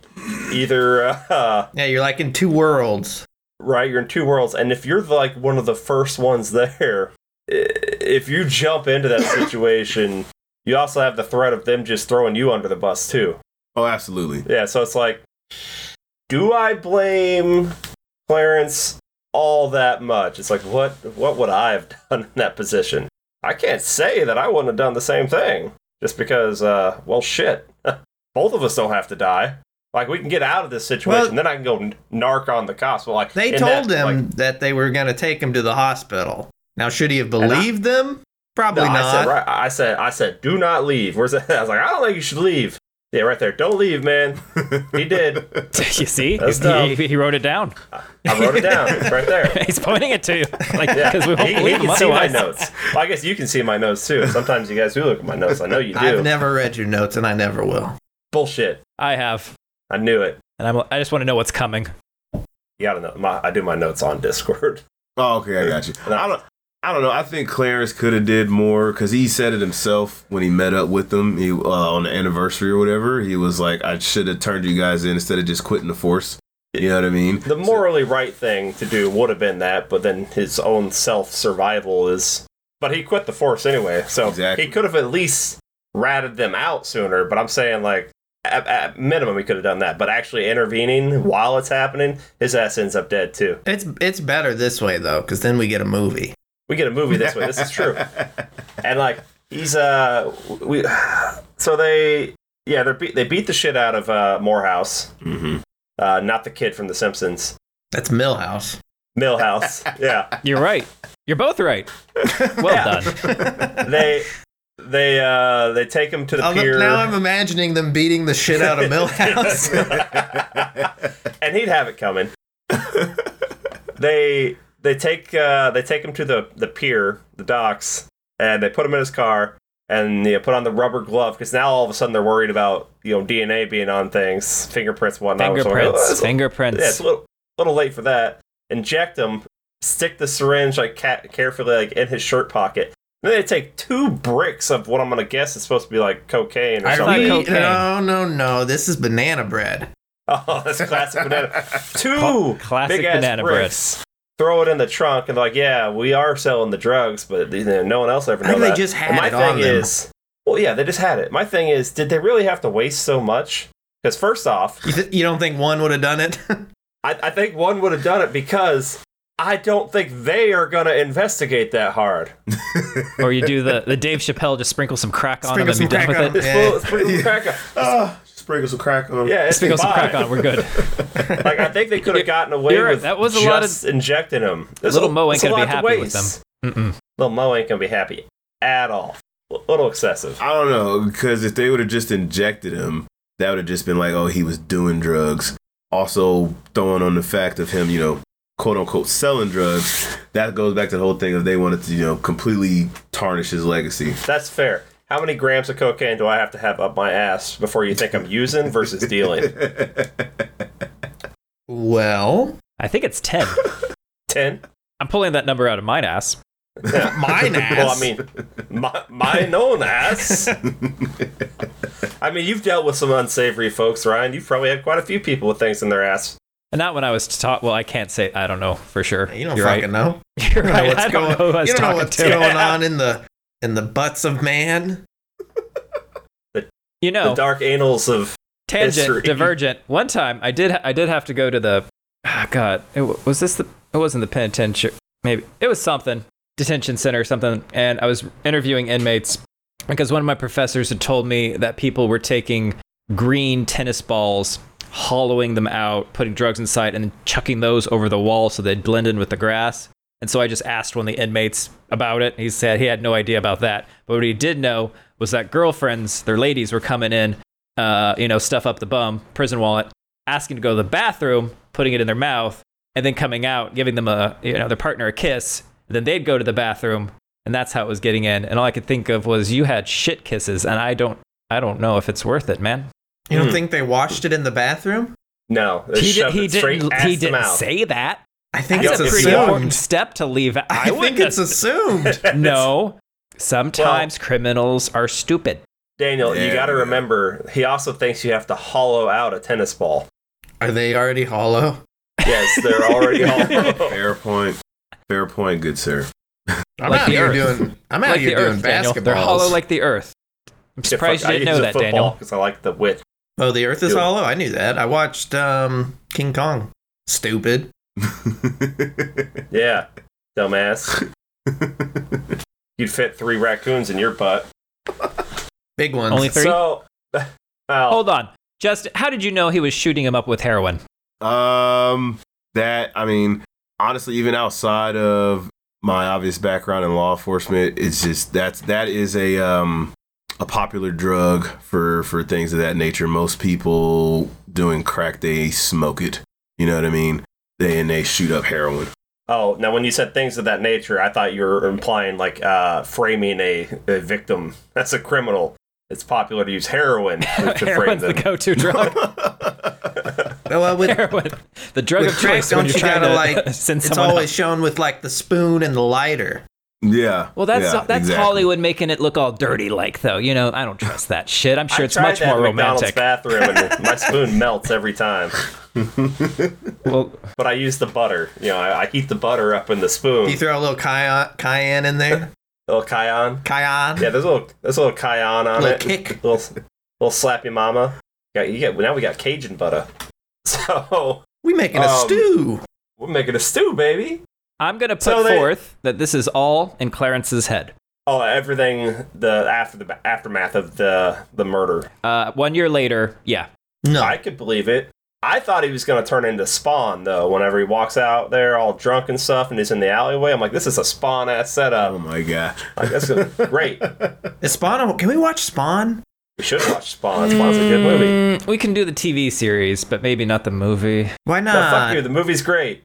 Speaker 1: either uh,
Speaker 2: Yeah, you're like in two worlds.
Speaker 1: right, you're in two worlds, and if you're like one of the first ones there, i- if you jump into that situation, you also have the threat of them just throwing you under the bus too.
Speaker 4: Oh, absolutely.
Speaker 1: Yeah, so it's like, do I blame Clarence all that much? It's like, what what would I have done in that position? I can't say that I wouldn't have done the same thing just because, uh, well, shit. Both of us don't have to die. Like, we can get out of this situation.
Speaker 2: Well-
Speaker 1: then I can go n- narc on the cops. Well, like,
Speaker 2: They
Speaker 1: in
Speaker 2: told
Speaker 1: that,
Speaker 2: him
Speaker 1: like-
Speaker 2: that they were going to take him to the hospital. Now, should he have believed them? Probably
Speaker 1: No, I
Speaker 2: not.
Speaker 1: said, right, I said, I said, do not leave. Where's that? I was like, I don't think you should leave. Yeah, right there. Don't leave, man. He did.
Speaker 3: you see,
Speaker 1: That's
Speaker 3: he, he, he wrote it down.
Speaker 1: I wrote it down. It's right there.
Speaker 3: He's pointing it to you, like
Speaker 1: Yeah,
Speaker 3: because we won't
Speaker 1: he, he
Speaker 3: believe him
Speaker 1: can see my
Speaker 3: otherwise.
Speaker 1: notes. Well, I guess you can see my notes too. Sometimes you guys do look at my notes. I know you do.
Speaker 2: I've never read your notes, and I never will.
Speaker 1: Bullshit.
Speaker 3: I have,
Speaker 1: I knew it.
Speaker 3: and I'm, I just want to know what's coming.
Speaker 1: You gotta know. My, I do my notes on Discord.
Speaker 4: Oh, okay, I got you. I don't. I don't know. I think Clarence could have did more because he said it himself when he met up with them he, uh, on the anniversary or whatever. He was like, "I should have turned you guys in instead of just quitting the force." You know what I mean?
Speaker 1: The morally right thing to do would have been that, but then his own self survival is. But he quit the force anyway, so
Speaker 4: Exactly.
Speaker 1: he could have at least ratted them out sooner. But I'm saying like. At, at minimum, he could have done that, but actually intervening while it's happening, his ass ends up dead too.
Speaker 2: It's it's better this way though, because then we get a movie.
Speaker 1: We get a movie this way. This is true. and like he's uh we so they yeah they beat they beat the shit out of uh Morehouse,
Speaker 2: Mm-hmm.
Speaker 4: hmm
Speaker 1: uh not the kid from The Simpsons,
Speaker 2: That's Millhouse.
Speaker 1: Millhouse. yeah,
Speaker 3: You're right. You're both right. Well done.
Speaker 1: they they uh they take him to the
Speaker 2: I'm-
Speaker 1: pier.
Speaker 2: Oh, now I'm imagining them beating the shit out of Millhouse.
Speaker 1: and he'd have it coming. they they take uh, they take him to the the pier, the docks, and they put him in his car and you know, put on the rubber glove because now all of a sudden they're worried about you know DNA being on things, fingerprints, and whatnot. So we're like, "Oh,
Speaker 3: Fingerprints.
Speaker 1: it's a- yeah, it's
Speaker 3: Fingerprints.
Speaker 1: a little, little late for that. Inject him, stick the syringe like ca- carefully like in his shirt pocket. And then they take two bricks of what I'm gonna guess is supposed to be like cocaine or
Speaker 2: I
Speaker 1: something.
Speaker 2: re-
Speaker 3: cocaine.
Speaker 2: no, no, no. This is banana bread.
Speaker 1: Oh, that's classic banana. Two
Speaker 3: Cla- classic
Speaker 1: big-ass
Speaker 3: banana
Speaker 1: bricks. Throw it in the trunk and they're like, yeah, we are selling the drugs, but you know, no one else ever
Speaker 2: I
Speaker 1: knows
Speaker 2: think they
Speaker 1: that.
Speaker 2: just had
Speaker 1: And my
Speaker 2: it
Speaker 1: thing
Speaker 2: on them.
Speaker 1: is, well, yeah, they just had it. My thing is, did they really have to waste so much? Because first off,
Speaker 2: You, th- you don't think one would have done it?
Speaker 1: I, I think one would have done it because I don't think they are going to investigate that hard.
Speaker 3: Or you do the, the Dave Chappelle, just sprinkle some crack on
Speaker 2: Sprinkle
Speaker 3: them and be
Speaker 2: some
Speaker 3: done with
Speaker 2: crack on
Speaker 3: it.
Speaker 1: It's
Speaker 2: Yeah.
Speaker 1: full- it's full of crack on-
Speaker 4: Ah, sprinkle some crack on.
Speaker 1: Yeah, it's
Speaker 3: Sprinkle some
Speaker 1: fine.
Speaker 3: crack on. We're good.
Speaker 1: Like I think they could have gotten away
Speaker 3: You're right,
Speaker 1: with
Speaker 3: that was a
Speaker 1: just
Speaker 3: lot
Speaker 1: injecting him. There's
Speaker 3: Little
Speaker 1: a-
Speaker 3: Mo ain't
Speaker 1: there's a
Speaker 3: gonna be
Speaker 1: lot
Speaker 3: happy with
Speaker 1: waste.
Speaker 3: Mm-mm.
Speaker 1: Little Mo ain't gonna be happy at all. A little excessive.
Speaker 4: I don't know because if they would have just injected him, that would have just been like, oh, he was doing drugs. Also throwing on the fact of him, you know, quote unquote selling drugs, that goes back to the whole thing of they wanted to, you know, completely tarnish his legacy.
Speaker 1: That's fair. How many grams of cocaine do I have to have up my ass before you think I'm using versus dealing?
Speaker 2: Well,
Speaker 3: I think it's 10.
Speaker 1: Ten?
Speaker 3: I'm pulling that number out of my ass.
Speaker 2: mine ass.
Speaker 1: Well, I mean, my, my known ass. I mean, you've dealt with some unsavory folks, Ryan. You've probably had quite a few people with things in their ass.
Speaker 3: And not when I was taught. Well, I can't say. I don't know for sure.
Speaker 2: you don't
Speaker 3: You're
Speaker 2: fucking
Speaker 3: right.
Speaker 2: know.
Speaker 3: You're
Speaker 2: You
Speaker 3: right.
Speaker 2: don't know
Speaker 3: I don't know
Speaker 2: what's going.
Speaker 3: who I was
Speaker 2: you don't know
Speaker 3: talking
Speaker 2: what's
Speaker 3: to.
Speaker 2: going on in the in the butts of man.
Speaker 3: You know,
Speaker 1: The dark anals of
Speaker 3: tangent,
Speaker 1: history.
Speaker 3: divergent. One time, I did. I did have to go to the. ah, God, it, wa- was this the? It wasn't the penitentiary. Maybe it was something detention center or something. And I was interviewing inmates because one of my professors had told me that people were taking green tennis balls, hollowing them out, putting drugs inside, and then chucking those over the wall so they'd blend in with the grass. And so I just asked one of the inmates about it. He said he had no idea about that. But what he did know was that girlfriends, their ladies, were coming in, uh, you know, stuff up the bum, prison wallet, asking to go to the bathroom, putting it in their mouth, and then coming out, giving them a, you know, their partner a kiss. then they'd go to the bathroom, and that's how it was getting in. And all I could think of was you had shit kisses, and I don't, I don't know if it's worth it, man.
Speaker 2: You don't
Speaker 1: Hmm.
Speaker 2: think they washed it in the bathroom?
Speaker 1: no. They
Speaker 3: He, did,
Speaker 1: shoved
Speaker 3: he
Speaker 1: it straight
Speaker 3: didn't,
Speaker 1: ass
Speaker 3: he
Speaker 1: to
Speaker 3: didn't
Speaker 1: mouth.
Speaker 3: say that.
Speaker 2: I think
Speaker 3: That's a
Speaker 2: it's
Speaker 3: pretty important
Speaker 2: assumed.
Speaker 3: step to leave. out.
Speaker 2: I, think
Speaker 3: wouldn't
Speaker 2: it's
Speaker 3: have-
Speaker 2: assumed.
Speaker 3: no. Sometimes criminals are stupid.
Speaker 1: Daniel, you
Speaker 4: Yeah,
Speaker 1: got to
Speaker 4: yeah.
Speaker 1: remember, he also thinks you have to hollow out a tennis ball.
Speaker 2: Are they already hollow?
Speaker 1: Yes, they're already hollow.
Speaker 4: Fair point. Fair point, good sir.
Speaker 2: I'm
Speaker 3: Like
Speaker 2: out
Speaker 3: the
Speaker 2: here
Speaker 3: Earth.
Speaker 2: doing. I'm out here doing
Speaker 3: Daniel.
Speaker 2: basketballs.
Speaker 3: They're hollow like the earth. I'm surprised you didn't know that, Daniel.
Speaker 1: Because I like the width.
Speaker 2: oh, the Earth is
Speaker 1: Dude.
Speaker 2: hollow. I knew that. I watched um, King Kong. Stupid.
Speaker 1: Yeah, dumbass. You'd fit three raccoons in your butt.
Speaker 2: Big ones.
Speaker 3: Only Three?
Speaker 1: So, oh, well,
Speaker 3: Hold on. Just how did you know he was shooting him up with heroin?
Speaker 4: Um, that I mean, honestly, even outside of my obvious background in law enforcement, it's just that's that is a um a popular drug for for things of that nature. Most people doing crack, they smoke it. You know what I mean? They and they shoot up heroin.
Speaker 1: oh, now when you said things of that nature, I thought you were implying like uh, framing a, a victim as a criminal. It's popular to use heroin to, to frame
Speaker 3: Heroin's the
Speaker 1: them.
Speaker 3: go-to drug.
Speaker 2: well, with,
Speaker 3: heroin, the drug
Speaker 2: with
Speaker 3: of
Speaker 2: crack,
Speaker 3: choice when
Speaker 2: don't
Speaker 3: you're
Speaker 2: you
Speaker 3: trying
Speaker 2: gotta
Speaker 3: to
Speaker 2: like?
Speaker 3: send
Speaker 2: it's
Speaker 3: someone.
Speaker 2: always shown with like the spoon and the lighter.
Speaker 4: yeah.
Speaker 3: Well, that's
Speaker 4: yeah,
Speaker 3: that's
Speaker 4: exactly.
Speaker 3: Hollywood making it look all dirty, like though. You know, I don't trust that shit. I'm sure
Speaker 1: I
Speaker 3: it's
Speaker 1: tried
Speaker 3: much
Speaker 1: that
Speaker 3: more
Speaker 1: in McDonald's
Speaker 3: romantic.
Speaker 1: bathroom, and my spoon melts every time.
Speaker 3: Well,
Speaker 1: But I use the butter. You know, I, I heat the butter up in the spoon.
Speaker 2: You throw a little cayenne, cayenne in there.
Speaker 1: little cayenne.
Speaker 2: Cayenne.
Speaker 1: Yeah, there's a little there's a little cayenne on
Speaker 2: Little
Speaker 1: it.
Speaker 2: kick.
Speaker 1: Little little slappy mama. Got you get now we got Cajun butter. So
Speaker 2: We making a
Speaker 1: Um,
Speaker 2: stew.
Speaker 1: we're making a stew, baby.
Speaker 3: I'm gonna put
Speaker 1: So they-
Speaker 3: forth that this is all in Clarence's head.
Speaker 1: Oh, everything the after the aftermath of the the murder.
Speaker 3: Uh, one year later, yeah,
Speaker 2: No,
Speaker 1: I could believe it. I thought he was gonna turn into Spawn though. Whenever he walks out there all drunk and stuff, and he's in the alleyway, I'm like, this is a Spawn ass
Speaker 4: Oh
Speaker 1: setup.
Speaker 4: my god.
Speaker 1: Like that's gonna, great.
Speaker 2: is Spawn. a- Can we watch Spawn?
Speaker 1: We should watch Spawn. Spawn's a good movie.
Speaker 3: Mm, we can do the TV series, but maybe not the movie.
Speaker 2: Why not?
Speaker 1: No, fuck you. The movie's great.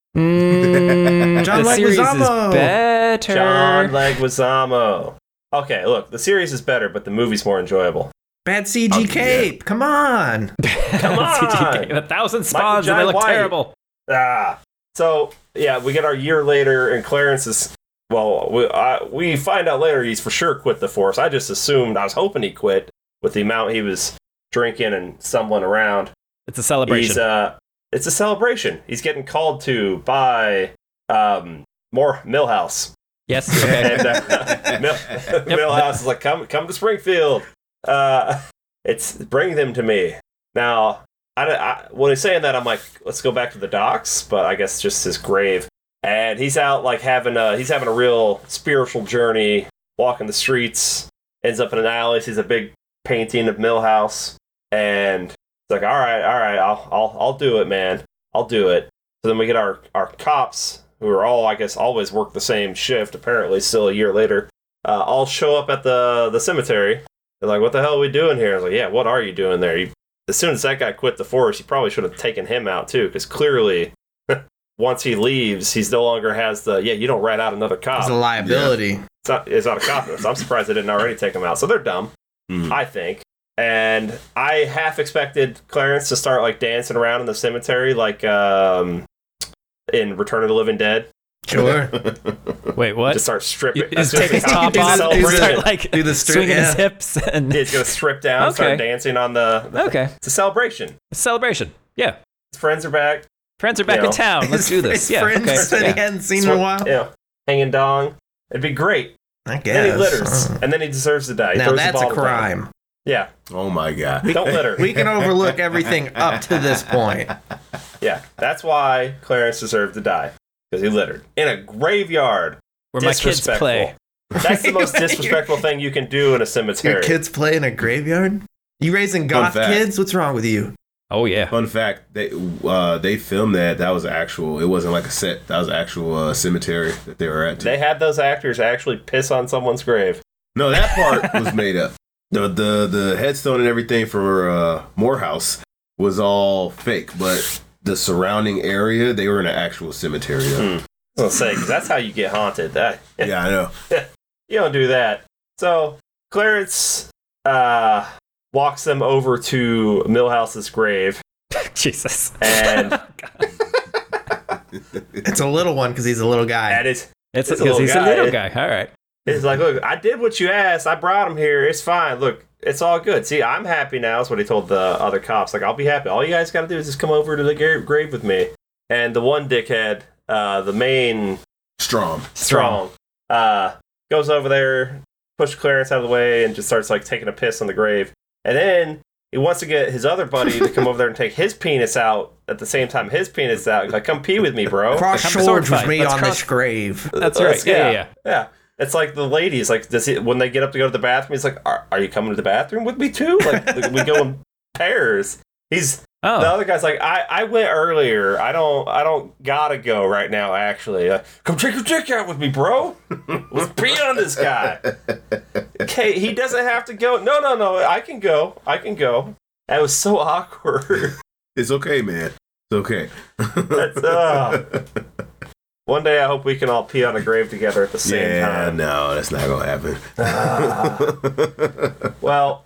Speaker 3: Mm,
Speaker 2: John
Speaker 3: the series
Speaker 2: Leguizamo.
Speaker 3: is better.
Speaker 1: John Leguizamo. Okay, look, the series is better, but the movie's more enjoyable.
Speaker 2: Bad CG
Speaker 1: Oh,
Speaker 4: I'll do that.
Speaker 2: cape. Come on.
Speaker 1: Come
Speaker 3: CGI
Speaker 1: on!
Speaker 3: gave a thousand spawns and
Speaker 1: Jai
Speaker 3: they look
Speaker 1: White.
Speaker 3: terrible.
Speaker 1: ah, so yeah, we get our year later, and Clarence is. Well, we I, we find out later he's for sure quit the force. I just assumed I was hoping he quit with the amount he was drinking and stumbling around.
Speaker 3: It's a
Speaker 1: He's
Speaker 3: celebration.
Speaker 1: uh, it's a celebration. He's getting called to by um more Millhouse.
Speaker 3: yes. Okay.
Speaker 1: and uh, Mill, Millhouse is like, come, come to Springfield. Uh, it's bring them to me now. I, don't- I, when he's saying that, I'm like, let's go back to the docks, but I guess just his grave. And he's out like having a he's having a real spiritual journey, walking the streets. Ends up in an alley, sees a big painting of Millhouse, and it's like, all right, all right, I'll I'll I'll do it, man. I'll do it. So then we get our, our cops, who are all, I guess, always work the same shift, apparently, still a year later, uh, all show up at the, the cemetery. They're like, what the hell are we doing here? I was like, yeah, what are you doing there? You, as soon as that guy quit the force, you probably should have taken him out, too, because clearly once he leaves, he's no longer has the yeah. You don't rat out another cop.
Speaker 2: It's a liability.
Speaker 1: it's not it's not a confidence. I'm surprised they didn't already take him out. So they're dumb,
Speaker 4: Mhm.
Speaker 1: I think. And I half expected Clarence to start like dancing around in the cemetery, like um, in Return of the Living Dead,
Speaker 2: Sure.
Speaker 3: Wait, what?
Speaker 1: to start stripping.
Speaker 3: Is
Speaker 1: as soon as
Speaker 3: take his
Speaker 1: the cop
Speaker 3: top
Speaker 1: gets
Speaker 3: off and
Speaker 1: celebrated,
Speaker 3: start like
Speaker 2: Do the stri-
Speaker 3: swinging his
Speaker 2: yeah.
Speaker 3: hips and
Speaker 1: He's gonna strip down,
Speaker 3: Okay.
Speaker 1: start dancing on the.
Speaker 3: okay,
Speaker 1: It's a celebration.
Speaker 3: celebration. Yeah,
Speaker 1: His friends are back.
Speaker 3: friends are back
Speaker 1: You know.
Speaker 3: in town. Oh, Let's do this.
Speaker 2: His
Speaker 3: Yeah,
Speaker 2: friends
Speaker 3: okay.
Speaker 2: said
Speaker 3: yeah.
Speaker 2: he hadn't seen
Speaker 1: Sw-
Speaker 2: in a while.
Speaker 1: Yeah, hanging dong. It'd be great.
Speaker 2: I guess.
Speaker 1: Then he litters,
Speaker 2: Uh,
Speaker 1: and then he deserves to die. He
Speaker 2: now
Speaker 1: throws the
Speaker 2: that's a
Speaker 1: bottle down.
Speaker 2: crime.
Speaker 1: Yeah,
Speaker 4: Oh my god.
Speaker 1: don't litter.
Speaker 2: We can overlook everything up to this point.
Speaker 1: Yeah, that's why Clarence deserved to die because he littered in a graveyard.
Speaker 3: Where my kids
Speaker 1: Disrespectful.
Speaker 3: play.
Speaker 1: That's the most disrespectful thing you can do in a
Speaker 2: Your
Speaker 1: cemetery.
Speaker 2: kids play in a graveyard? You raising
Speaker 4: Fun
Speaker 2: goth
Speaker 4: fact.
Speaker 2: kids? What's wrong with you?
Speaker 3: Oh yeah.
Speaker 4: Fun fact: they uh, they filmed that. That was actual. It wasn't like a set. That was actual uh, cemetery that they were at.
Speaker 1: They had those actors actually piss on someone's grave.
Speaker 4: No, that part was made up. The the the headstone and everything for uh, Morehouse was all fake, but the surrounding area they were in an actual cemetery.
Speaker 1: Hmm. I
Speaker 4: though.
Speaker 1: was gonna say 'cause that's how you get haunted. That-
Speaker 4: Yeah, I know.
Speaker 1: you don't do that. So Clarence uh, walks them over to Millhouse's grave,
Speaker 3: Jesus.
Speaker 1: and
Speaker 2: It's a little one because he's a little guy.
Speaker 1: that is It's
Speaker 3: It's
Speaker 1: a
Speaker 3: because
Speaker 1: little
Speaker 3: he's
Speaker 1: guy.
Speaker 3: a little guy. All right.
Speaker 1: It's like, look, I did what you asked. I brought him here. It's fine. Look, it's all good. See, I'm happy now. Is what he told the other cops. Like, I'll be happy. All you guys got to do is just come over to the gra- grave with me. And the one dickhead, uh, the main
Speaker 4: Strong.
Speaker 1: strong, uh, goes over there, push Clarence out of the way, and just starts like taking a piss on the grave. And then he wants to get his other buddy to come over there and take his penis out at the same time. His penis out. He's Like, come pee with me, bro.
Speaker 2: Cross
Speaker 3: Have a sword
Speaker 2: swords with
Speaker 3: fight.
Speaker 2: me
Speaker 3: Let's
Speaker 2: on
Speaker 3: cross-
Speaker 2: this grave.
Speaker 3: That's
Speaker 1: Let's-
Speaker 3: right. Yeah, yeah, yeah.
Speaker 1: yeah. It's like the ladies, like does he, when they get up to go to the bathroom, he's like, "Are, are you coming to the bathroom with me too?" Like we go in pairs. He's
Speaker 3: Oh,
Speaker 1: the other guy's like, "I I went earlier. I don't I don't gotta go right now. Actually, uh, come check your dick out with me, bro. Let's pee on this guy. Okay, he doesn't have to go. No, no, no. I can go. I can go." That was so awkward.
Speaker 4: It's okay, man. It's okay.
Speaker 1: That's uh, one day I hope we can all pee on a grave together at the same
Speaker 4: yeah,
Speaker 1: time.
Speaker 4: no, that's not gonna happen.
Speaker 1: Well.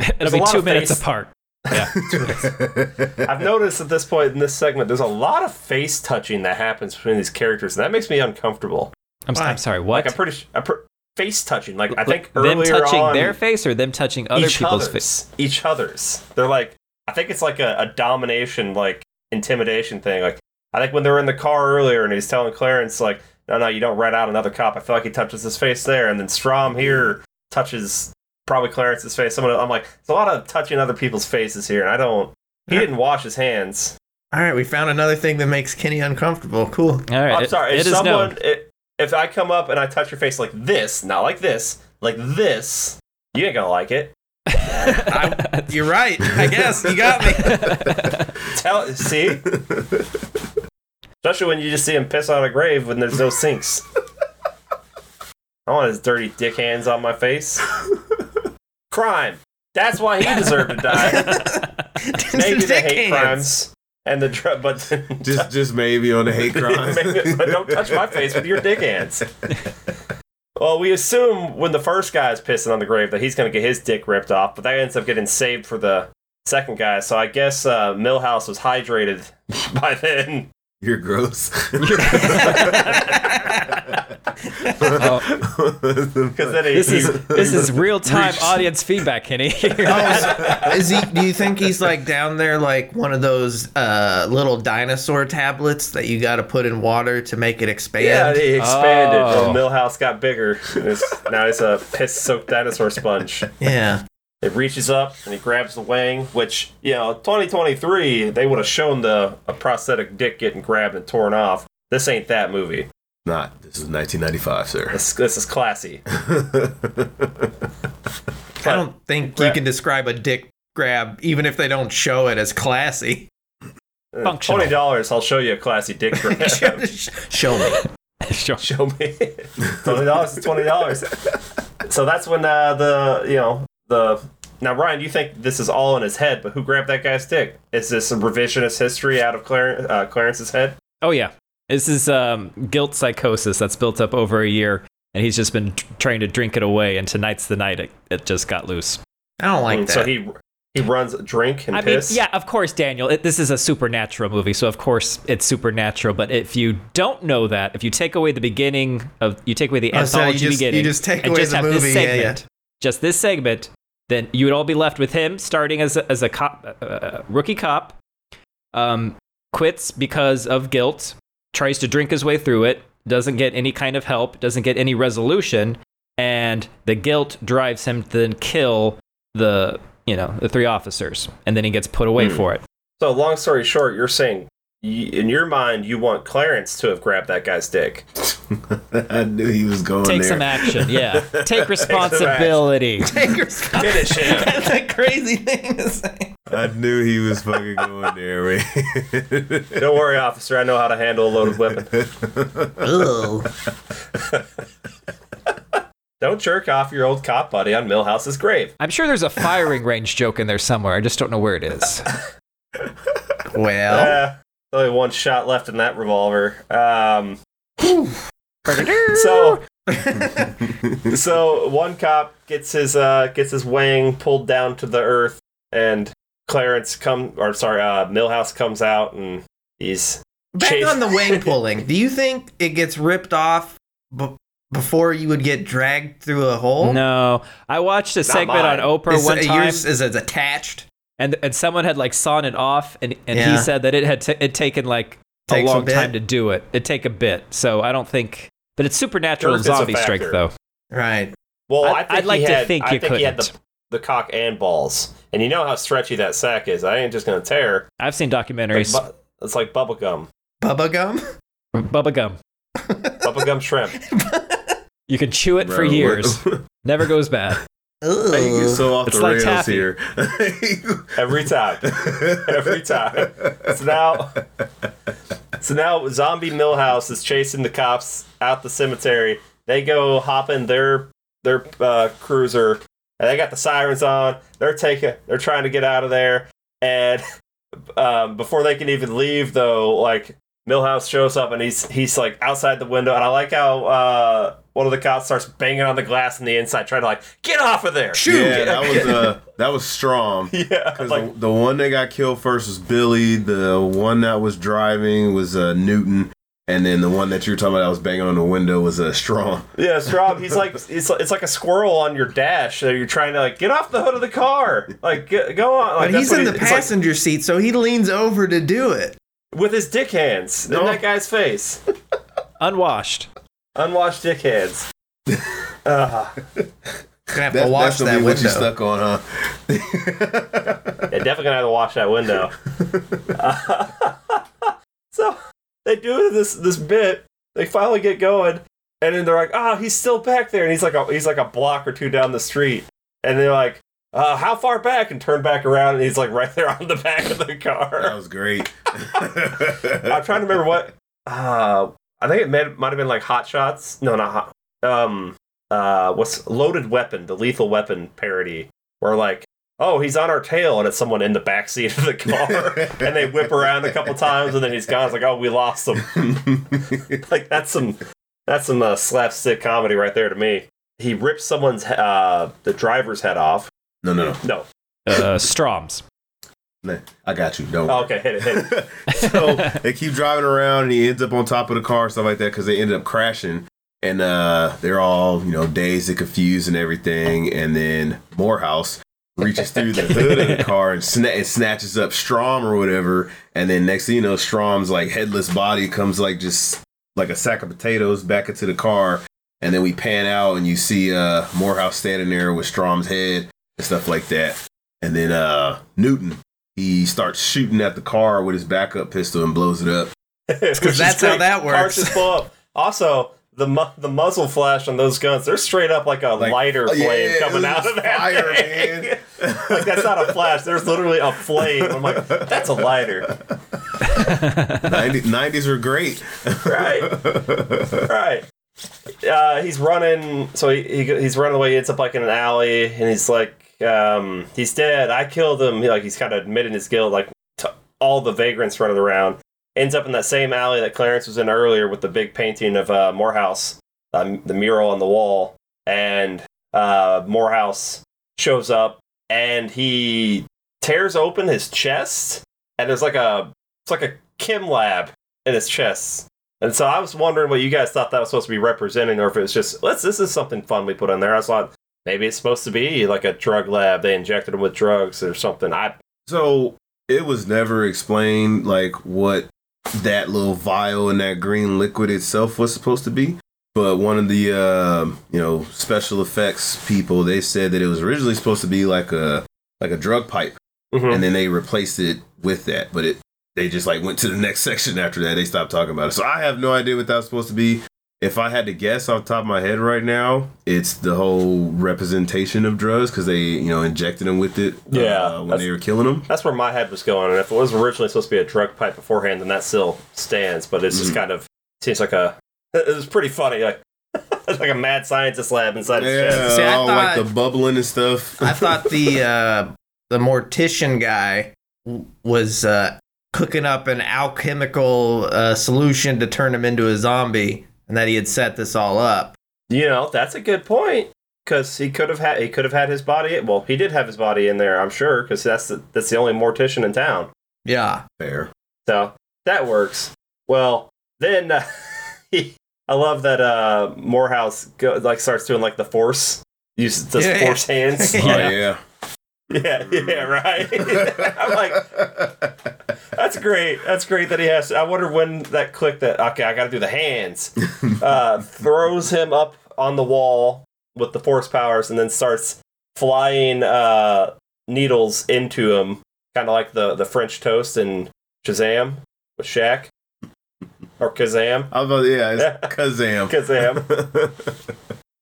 Speaker 3: it'll
Speaker 1: a
Speaker 3: be
Speaker 1: lot
Speaker 3: two
Speaker 1: of
Speaker 3: minutes
Speaker 1: face.
Speaker 3: apart. Yeah.
Speaker 1: I've noticed at this point in this segment, there's a lot of face touching that happens between these characters, and that makes me uncomfortable.
Speaker 3: I'm,
Speaker 2: Why?
Speaker 3: I'm sorry. What?
Speaker 1: Like I'm pretty, i pr- face touching. Like I
Speaker 3: L-
Speaker 1: think
Speaker 3: them
Speaker 1: earlier
Speaker 3: touching
Speaker 1: on,
Speaker 3: their face or them touching other
Speaker 1: each
Speaker 3: people's
Speaker 1: other's,
Speaker 3: face.
Speaker 1: each other's. They're like, I think it's like a, a domination, like intimidation thing. Like I think when they were in the car earlier, and he's telling Clarence, like, no, no, you don't rat out another cop. I feel like he touches his face there, and then Strom here touches probably Clarence's face. Someone, I'm like, there's a lot of touching other people's faces here, and I don't. He didn't wash his hands.
Speaker 2: All right, we found another thing that makes Kenny uncomfortable. Cool.
Speaker 3: All right.
Speaker 1: I'm
Speaker 3: it-
Speaker 1: sorry.
Speaker 3: it
Speaker 1: if
Speaker 3: is
Speaker 1: someone,
Speaker 3: known.
Speaker 1: i- if I come up and I touch your face like this, not like this, like this, you ain't gonna like it.
Speaker 2: I, you're right. I guess you got me.
Speaker 1: Tell, see, especially when you just see him piss on a grave when there's no sinks. I want his dirty dick hands on my face. Crime. That's why he deserved to die. Maybe the
Speaker 2: Dick
Speaker 1: hate
Speaker 2: hands.
Speaker 1: crimes and the drug, but
Speaker 4: just just maybe on the hate crime.
Speaker 1: Maybe- but don't touch my face with your dick hands. Well, we assume when the first guy's pissing on the grave that he's going to get his dick ripped off, but that ends up getting saved for the second guy. So I guess uh, Millhouse was hydrated by then.
Speaker 4: You're gross.
Speaker 3: Oh,
Speaker 1: Because then he,
Speaker 3: this
Speaker 1: he-
Speaker 3: is this is real time
Speaker 4: Reached.
Speaker 3: audience feedback, Kenny.
Speaker 2: Oh, is, is he? Do you think he's like down there, like one of those uh, little dinosaur tablets that you got to put in water to make it expand?
Speaker 1: yeah, he expanded.
Speaker 3: Oh.
Speaker 1: The Millhouse got bigger. and it's- now he's a piss-soaked dinosaur sponge.
Speaker 2: Yeah.
Speaker 1: It reaches up and he grabs the wang, which you know, 2023 they would have shown the a prosthetic dick getting grabbed and torn off. This ain't that movie.
Speaker 4: Not. This is 1995, sir.
Speaker 1: This, this is classy.
Speaker 2: I don't think you can describe a dick grab, even if they don't show it, as classy.
Speaker 1: Uh,
Speaker 3: Functional.
Speaker 1: Twenty dollars, I'll show you a classy dick grab.
Speaker 2: show, show me.
Speaker 3: Sure.
Speaker 1: show me. twenty dollars is twenty dollars. So that's when uh, the you know the now Ryan, you think this is all in his head, but who grabbed that guy's dick? Is this a revisionist history out of Clar- uh, Clarence's head?
Speaker 3: Oh yeah. This is um, guilt psychosis that's built up over a year, and he's just been t- trying to drink it away. And tonight's the night it, it just got loose.
Speaker 2: I don't like
Speaker 1: Mm,
Speaker 2: that.
Speaker 1: So he he runs drink and
Speaker 3: I mean,
Speaker 1: piss.
Speaker 3: yeah, of course, Daniel. It, this is a supernatural movie, so of course it's supernatural. But if you don't know that, if you take away the beginning of, you take away the
Speaker 2: Oh, so you
Speaker 3: anthology
Speaker 2: just-
Speaker 3: beginning,
Speaker 2: you just take
Speaker 3: and
Speaker 2: away
Speaker 3: just
Speaker 2: the
Speaker 3: have
Speaker 2: movie,
Speaker 3: this
Speaker 2: yeah, yeah.
Speaker 3: segment, just this segment, then you would all be left with him starting as a, as a cop, uh, uh, rookie cop, um, quits because of guilt, tries to drink his way through it, doesn't get any kind of help, doesn't get any resolution, and the guilt drives him to then kill the you know the three officers, and then he gets put away for it.
Speaker 1: So long story short, you're saying y in your mind you want Clarence to have grabbed that guy's dick.
Speaker 4: I knew he was going
Speaker 3: Take
Speaker 4: there.
Speaker 3: some action, yeah. Take responsibility.
Speaker 2: Take your spot.
Speaker 1: Finish him.
Speaker 2: That's a crazy thing to say.
Speaker 4: I knew he was fucking going there, man.
Speaker 1: Don't worry, officer. I know how to handle a loaded weapon.
Speaker 2: Ugh.
Speaker 1: Don't jerk off your old cop buddy on Millhouse's grave.
Speaker 3: I'm sure there's a firing range joke in there somewhere. I just don't know where it is.
Speaker 2: Well,
Speaker 1: Yeah, only one shot left in that revolver. Um, so, so one cop gets his uh, gets his wang pulled down to the earth, and Clarence come or sorry, uh, Millhouse comes out and he's
Speaker 2: back
Speaker 1: Chase-
Speaker 2: on the wing pulling. Do you think it gets ripped off b- before you would get dragged through a hole?
Speaker 3: No, I watched a segment
Speaker 1: mine.
Speaker 3: on Oprah
Speaker 2: Is-
Speaker 3: one time,
Speaker 2: Yours is it's attached.
Speaker 3: and and someone had like sawn it off, and, and
Speaker 2: Yeah.
Speaker 3: he said that it had t- it taken like a
Speaker 2: Takes a
Speaker 3: long
Speaker 2: bit.
Speaker 3: time to do it. It take a bit, so I don't think. But it's supernatural
Speaker 1: Sure, it's a
Speaker 3: zombie
Speaker 1: factor.
Speaker 3: strength, though.
Speaker 2: Right.
Speaker 1: well.
Speaker 3: I-
Speaker 1: I, think
Speaker 3: I'd like
Speaker 1: he
Speaker 3: to
Speaker 1: had,
Speaker 3: think
Speaker 1: I
Speaker 3: you
Speaker 1: think he had the,
Speaker 3: couldn't.
Speaker 1: the cock and balls, and you know how stretchy that sack is. I ain't just gonna tear.
Speaker 3: I've seen
Speaker 1: Like
Speaker 3: documentaries.
Speaker 1: bu- it's like bubble gum,
Speaker 2: Bubba gum?
Speaker 3: Bubba gum.
Speaker 1: bubble gum shrimp.
Speaker 3: You can chew it for
Speaker 4: Bro, what-
Speaker 3: years. Never goes bad.
Speaker 4: Why you get
Speaker 2: Ugh.
Speaker 4: so off
Speaker 3: It's
Speaker 4: the
Speaker 3: like
Speaker 4: rails
Speaker 3: taffy.
Speaker 4: here.
Speaker 1: Every time. Every time. So now So now Zombie Millhouse is chasing the cops out the cemetery. They go hop in their their uh, cruiser and they got the sirens on. They're taking they're trying to get out of there. And um, before they can even leave though, like Millhouse shows up and he's he's like outside the window and I like how uh, one of the cops starts banging on the glass on the inside, trying to like get off of there.
Speaker 2: Shoot!
Speaker 4: Yeah, that was uh, that was strong.
Speaker 1: Yeah,
Speaker 4: Because
Speaker 1: like
Speaker 4: the, the one that got killed first was Billy. The one that was driving was uh, Newton, and then the one that you were talking about that was banging on the window was uh, Strong.
Speaker 1: Yeah, Straub, he's like it's it's like a squirrel on your dash. So you're trying to like get off the hood of the car, like get, go on. Like,
Speaker 2: But
Speaker 1: that's
Speaker 2: he's
Speaker 1: what
Speaker 2: in
Speaker 1: he-
Speaker 2: the
Speaker 1: it's like
Speaker 2: passenger seat, so he leans over to do it.
Speaker 1: with his dick hands
Speaker 4: No.
Speaker 1: in that guy's face,
Speaker 3: Unwashed.
Speaker 1: unwashed dick hands. uh,
Speaker 2: Gonna have
Speaker 4: That,
Speaker 2: to
Speaker 4: that's
Speaker 2: wash
Speaker 4: gonna
Speaker 2: that
Speaker 4: be what you
Speaker 2: window.
Speaker 4: stuck on, huh?
Speaker 1: yeah, definitely gonna have to wash that window. so they do this this bit. They finally get going, and then they're like, "Ah, he's still back there," and he's like a he's like a block or two down the street, and they're like. Uh, how far back? And turn back around, and he's like right there on the back of the car.
Speaker 4: That was great.
Speaker 1: I'm trying to remember what. Uh, I think it may, might have been like Hot Shots. No, not Hot. Um, uh, what's Loaded Weapon, the Lethal Weapon parody, where like, oh, he's on our tail, and it's someone in the backseat of the car, and they whip around a couple times, and then he's gone. It's like, oh, we lost him. like that's some that's some uh, slapstick comedy right there to me. He rips someone's he- uh, the driver's head off.
Speaker 4: no, no, no.
Speaker 1: No,
Speaker 3: Uh, Stroms.
Speaker 4: Nah, I got you. Don't.
Speaker 1: oh, okay, hit it, hit it.
Speaker 4: so they keep driving around, and he ends up on top of the car, stuff like that, because they ended up crashing. And uh, they're all, you know, dazed and confused and everything. And then Morehouse reaches through the hood of the car and, sna- and snatches up Strom or whatever. And then next thing you know, Strom's like headless body comes like just like a sack of potatoes back into the car. And then we pan out and you see uh, Morehouse standing there with Strom's head and stuff like that. And then uh, Newton, he starts shooting at the car with his backup pistol and blows it up.
Speaker 1: Which is
Speaker 2: that's how
Speaker 1: great.
Speaker 2: that
Speaker 1: Cars
Speaker 2: works.
Speaker 1: just blow up. Also, the mu- the muzzle flash on those guns, they're straight up like a
Speaker 4: Like,
Speaker 1: lighter
Speaker 4: oh, yeah,
Speaker 1: flame
Speaker 4: yeah,
Speaker 1: coming
Speaker 4: it
Speaker 1: out
Speaker 4: was
Speaker 1: of that
Speaker 4: fire,
Speaker 1: thing.
Speaker 4: man.
Speaker 1: like that's not a flash. There's literally a flame. I'm like, that's a lighter,
Speaker 4: 90, 90s were great.
Speaker 1: right? Right. Uh, he's running, so he, he he's running away. He ends up like in an alley, and he's like, um, he's dead. I killed him. He, like he's kind of admitting his guilt, like to all the vagrants running around. ends up in that same alley that Clarence was in earlier with the big painting of uh, Morehouse, um, the mural on the wall, and uh, Morehouse shows up and he tears open his chest, and there's like a it's like a chem lab in his chest. And so I was wondering what you guys thought that was supposed to be representing, or if it was just let's this is something fun we put in there. I thought maybe it's supposed to be like a drug lab. They injected him with drugs or something. I
Speaker 4: So it was never explained like what that little vial and that green liquid itself was supposed to be. But one of the um, you know special effects people they said that it was originally supposed to be like a like a drug pipe,
Speaker 1: Mhm.
Speaker 4: and then they replaced it with that. But it they just like went to the next section after that. They stopped talking about it. So I have no idea what that was supposed to be. If I had to guess off the top of my head right now, it's the whole representation of drugs because they you know injected them with it.
Speaker 1: Yeah,
Speaker 4: uh, when
Speaker 1: that's-
Speaker 4: they were killing them.
Speaker 1: that's where my head was going. And if it was originally supposed to be a drug pipe beforehand, then that still stands. But it's just kind of seems like a it it was pretty funny. Like it's like a mad scientist lab inside his
Speaker 4: Yeah,
Speaker 1: chest.
Speaker 2: See, I
Speaker 4: all like
Speaker 2: thought-
Speaker 4: the bubbling and stuff.
Speaker 2: I thought the uh, the mortician guy w- was uh, cooking up an alchemical uh, solution to turn him into a zombie, and that he had set this all up.
Speaker 1: You know, that's a good point. Because he could have had he could have had his body. Well, he did have his body in there, I'm sure. Because that's the, that's the only mortician in town.
Speaker 2: Yeah,
Speaker 4: Fair.
Speaker 1: So that works. Well, then uh, he, I love that uh, Morehouse go, like starts doing like the force uses does
Speaker 2: Yeah.
Speaker 1: force hands.
Speaker 4: Oh, yeah.
Speaker 1: yeah, yeah, right. I'm like, that's great. That's great that he has. I wonder when that click that okay, I got to do the hands. Uh, throws him up on the wall with the force powers, and then starts flying uh, needles into him, kind of like the the French toast in Shazam with Shaq or Kazam.
Speaker 4: I thought, yeah, it's Kazam.
Speaker 1: Kazam.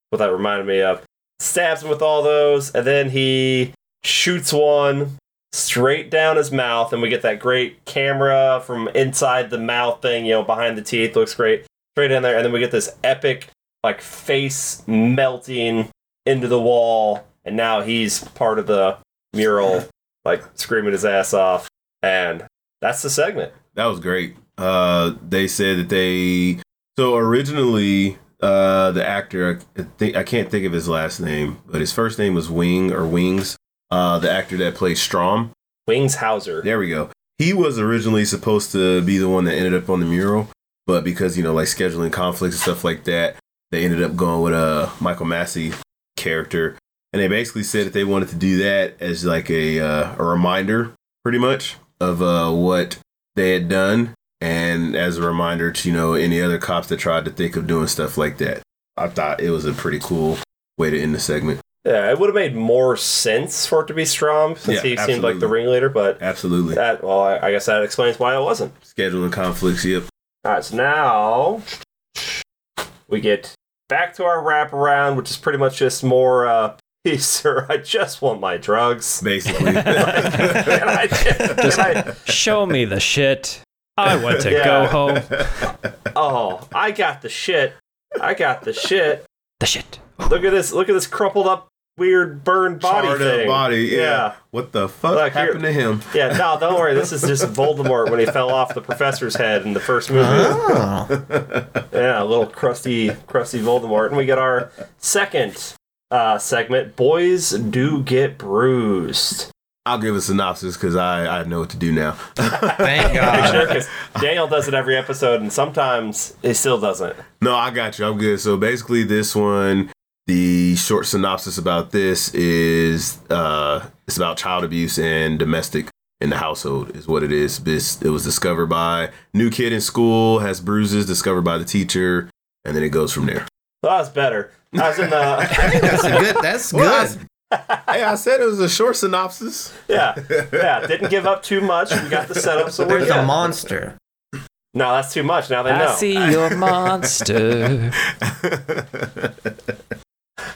Speaker 1: What that reminded me of. Stabs him with all those, and then he shoots one straight down his mouth, and we get that great camera from inside the mouth thing, you know, behind the teeth. Looks great. Straight in there, and then we get this epic, like, face melting into the wall, and now he's part of the mural, like, screaming his ass off. And that's the segment.
Speaker 4: that was great. Uh, they said that they so originally uh, the actor I think I can't think of his last name, but his first name was Wing or Wings. Uh, the actor that plays Strom.
Speaker 1: Wings Hauser.
Speaker 4: There we go. He was originally supposed to be the one that ended up on the mural, but because you know, like scheduling conflicts and stuff like that, they ended up going with a Michael Massey character, and they basically said that they wanted to do that as like a uh, a reminder, pretty much, of uh, what they had done, and as a reminder to you know any other cops that tried to think of doing stuff like that. I thought it was a pretty cool way to end the segment.
Speaker 1: Yeah, it would have made more sense for it to be Strom since
Speaker 4: Yeah,
Speaker 1: he seemed like the
Speaker 4: absolutely.
Speaker 1: ringleader, but
Speaker 4: Absolutely,
Speaker 1: that, well, I, I guess that explains why it wasn't.
Speaker 4: scheduling conflicts. Yep.
Speaker 1: All right, so now we get back to our wraparound, which is pretty much just more, uh, hey, sir, I just want my drugs.
Speaker 4: Basically,
Speaker 1: And I just- and I-
Speaker 3: Show me the shit. I want to go
Speaker 1: Yeah.
Speaker 3: home.
Speaker 1: oh, I got the shit. I got the shit.
Speaker 3: The shit.
Speaker 1: Look at this. Look at this crumpled up, weird, burned body
Speaker 4: Charred up
Speaker 1: thing.
Speaker 4: body, yeah.
Speaker 1: Yeah.
Speaker 4: What the fuck
Speaker 1: Like, here-
Speaker 4: happened to him?
Speaker 1: Yeah, no, don't worry. This is just Voldemort when he fell off the professor's head in the first movie.
Speaker 2: oh,
Speaker 1: Yeah, a little crusty, crusty Voldemort. And we get our second uh, segment Boys Do Get Bruised.
Speaker 4: I'll give a synopsis because I, I know what to do now.
Speaker 2: thank God.
Speaker 1: Sure, 'cause Daniel does it every episode, and sometimes he still doesn't.
Speaker 4: No, I got you. I'm good. So basically, this one, the short synopsis about this is uh, it's about child abuse and domestic in the household is what it is. This it was discovered by new kid in school has bruises discovered by the teacher, and then it goes from there.
Speaker 1: Well, that's better. I was in the.
Speaker 2: That's a good. That's
Speaker 4: Well, I-
Speaker 2: good.
Speaker 4: hey, I said it was a short synopsis.
Speaker 1: Yeah, yeah, didn't give up too much. We got the setup, so we're
Speaker 2: There's a
Speaker 1: good.
Speaker 2: monster.
Speaker 1: No, that's too much. Now they
Speaker 3: I
Speaker 1: know.
Speaker 3: see your monster.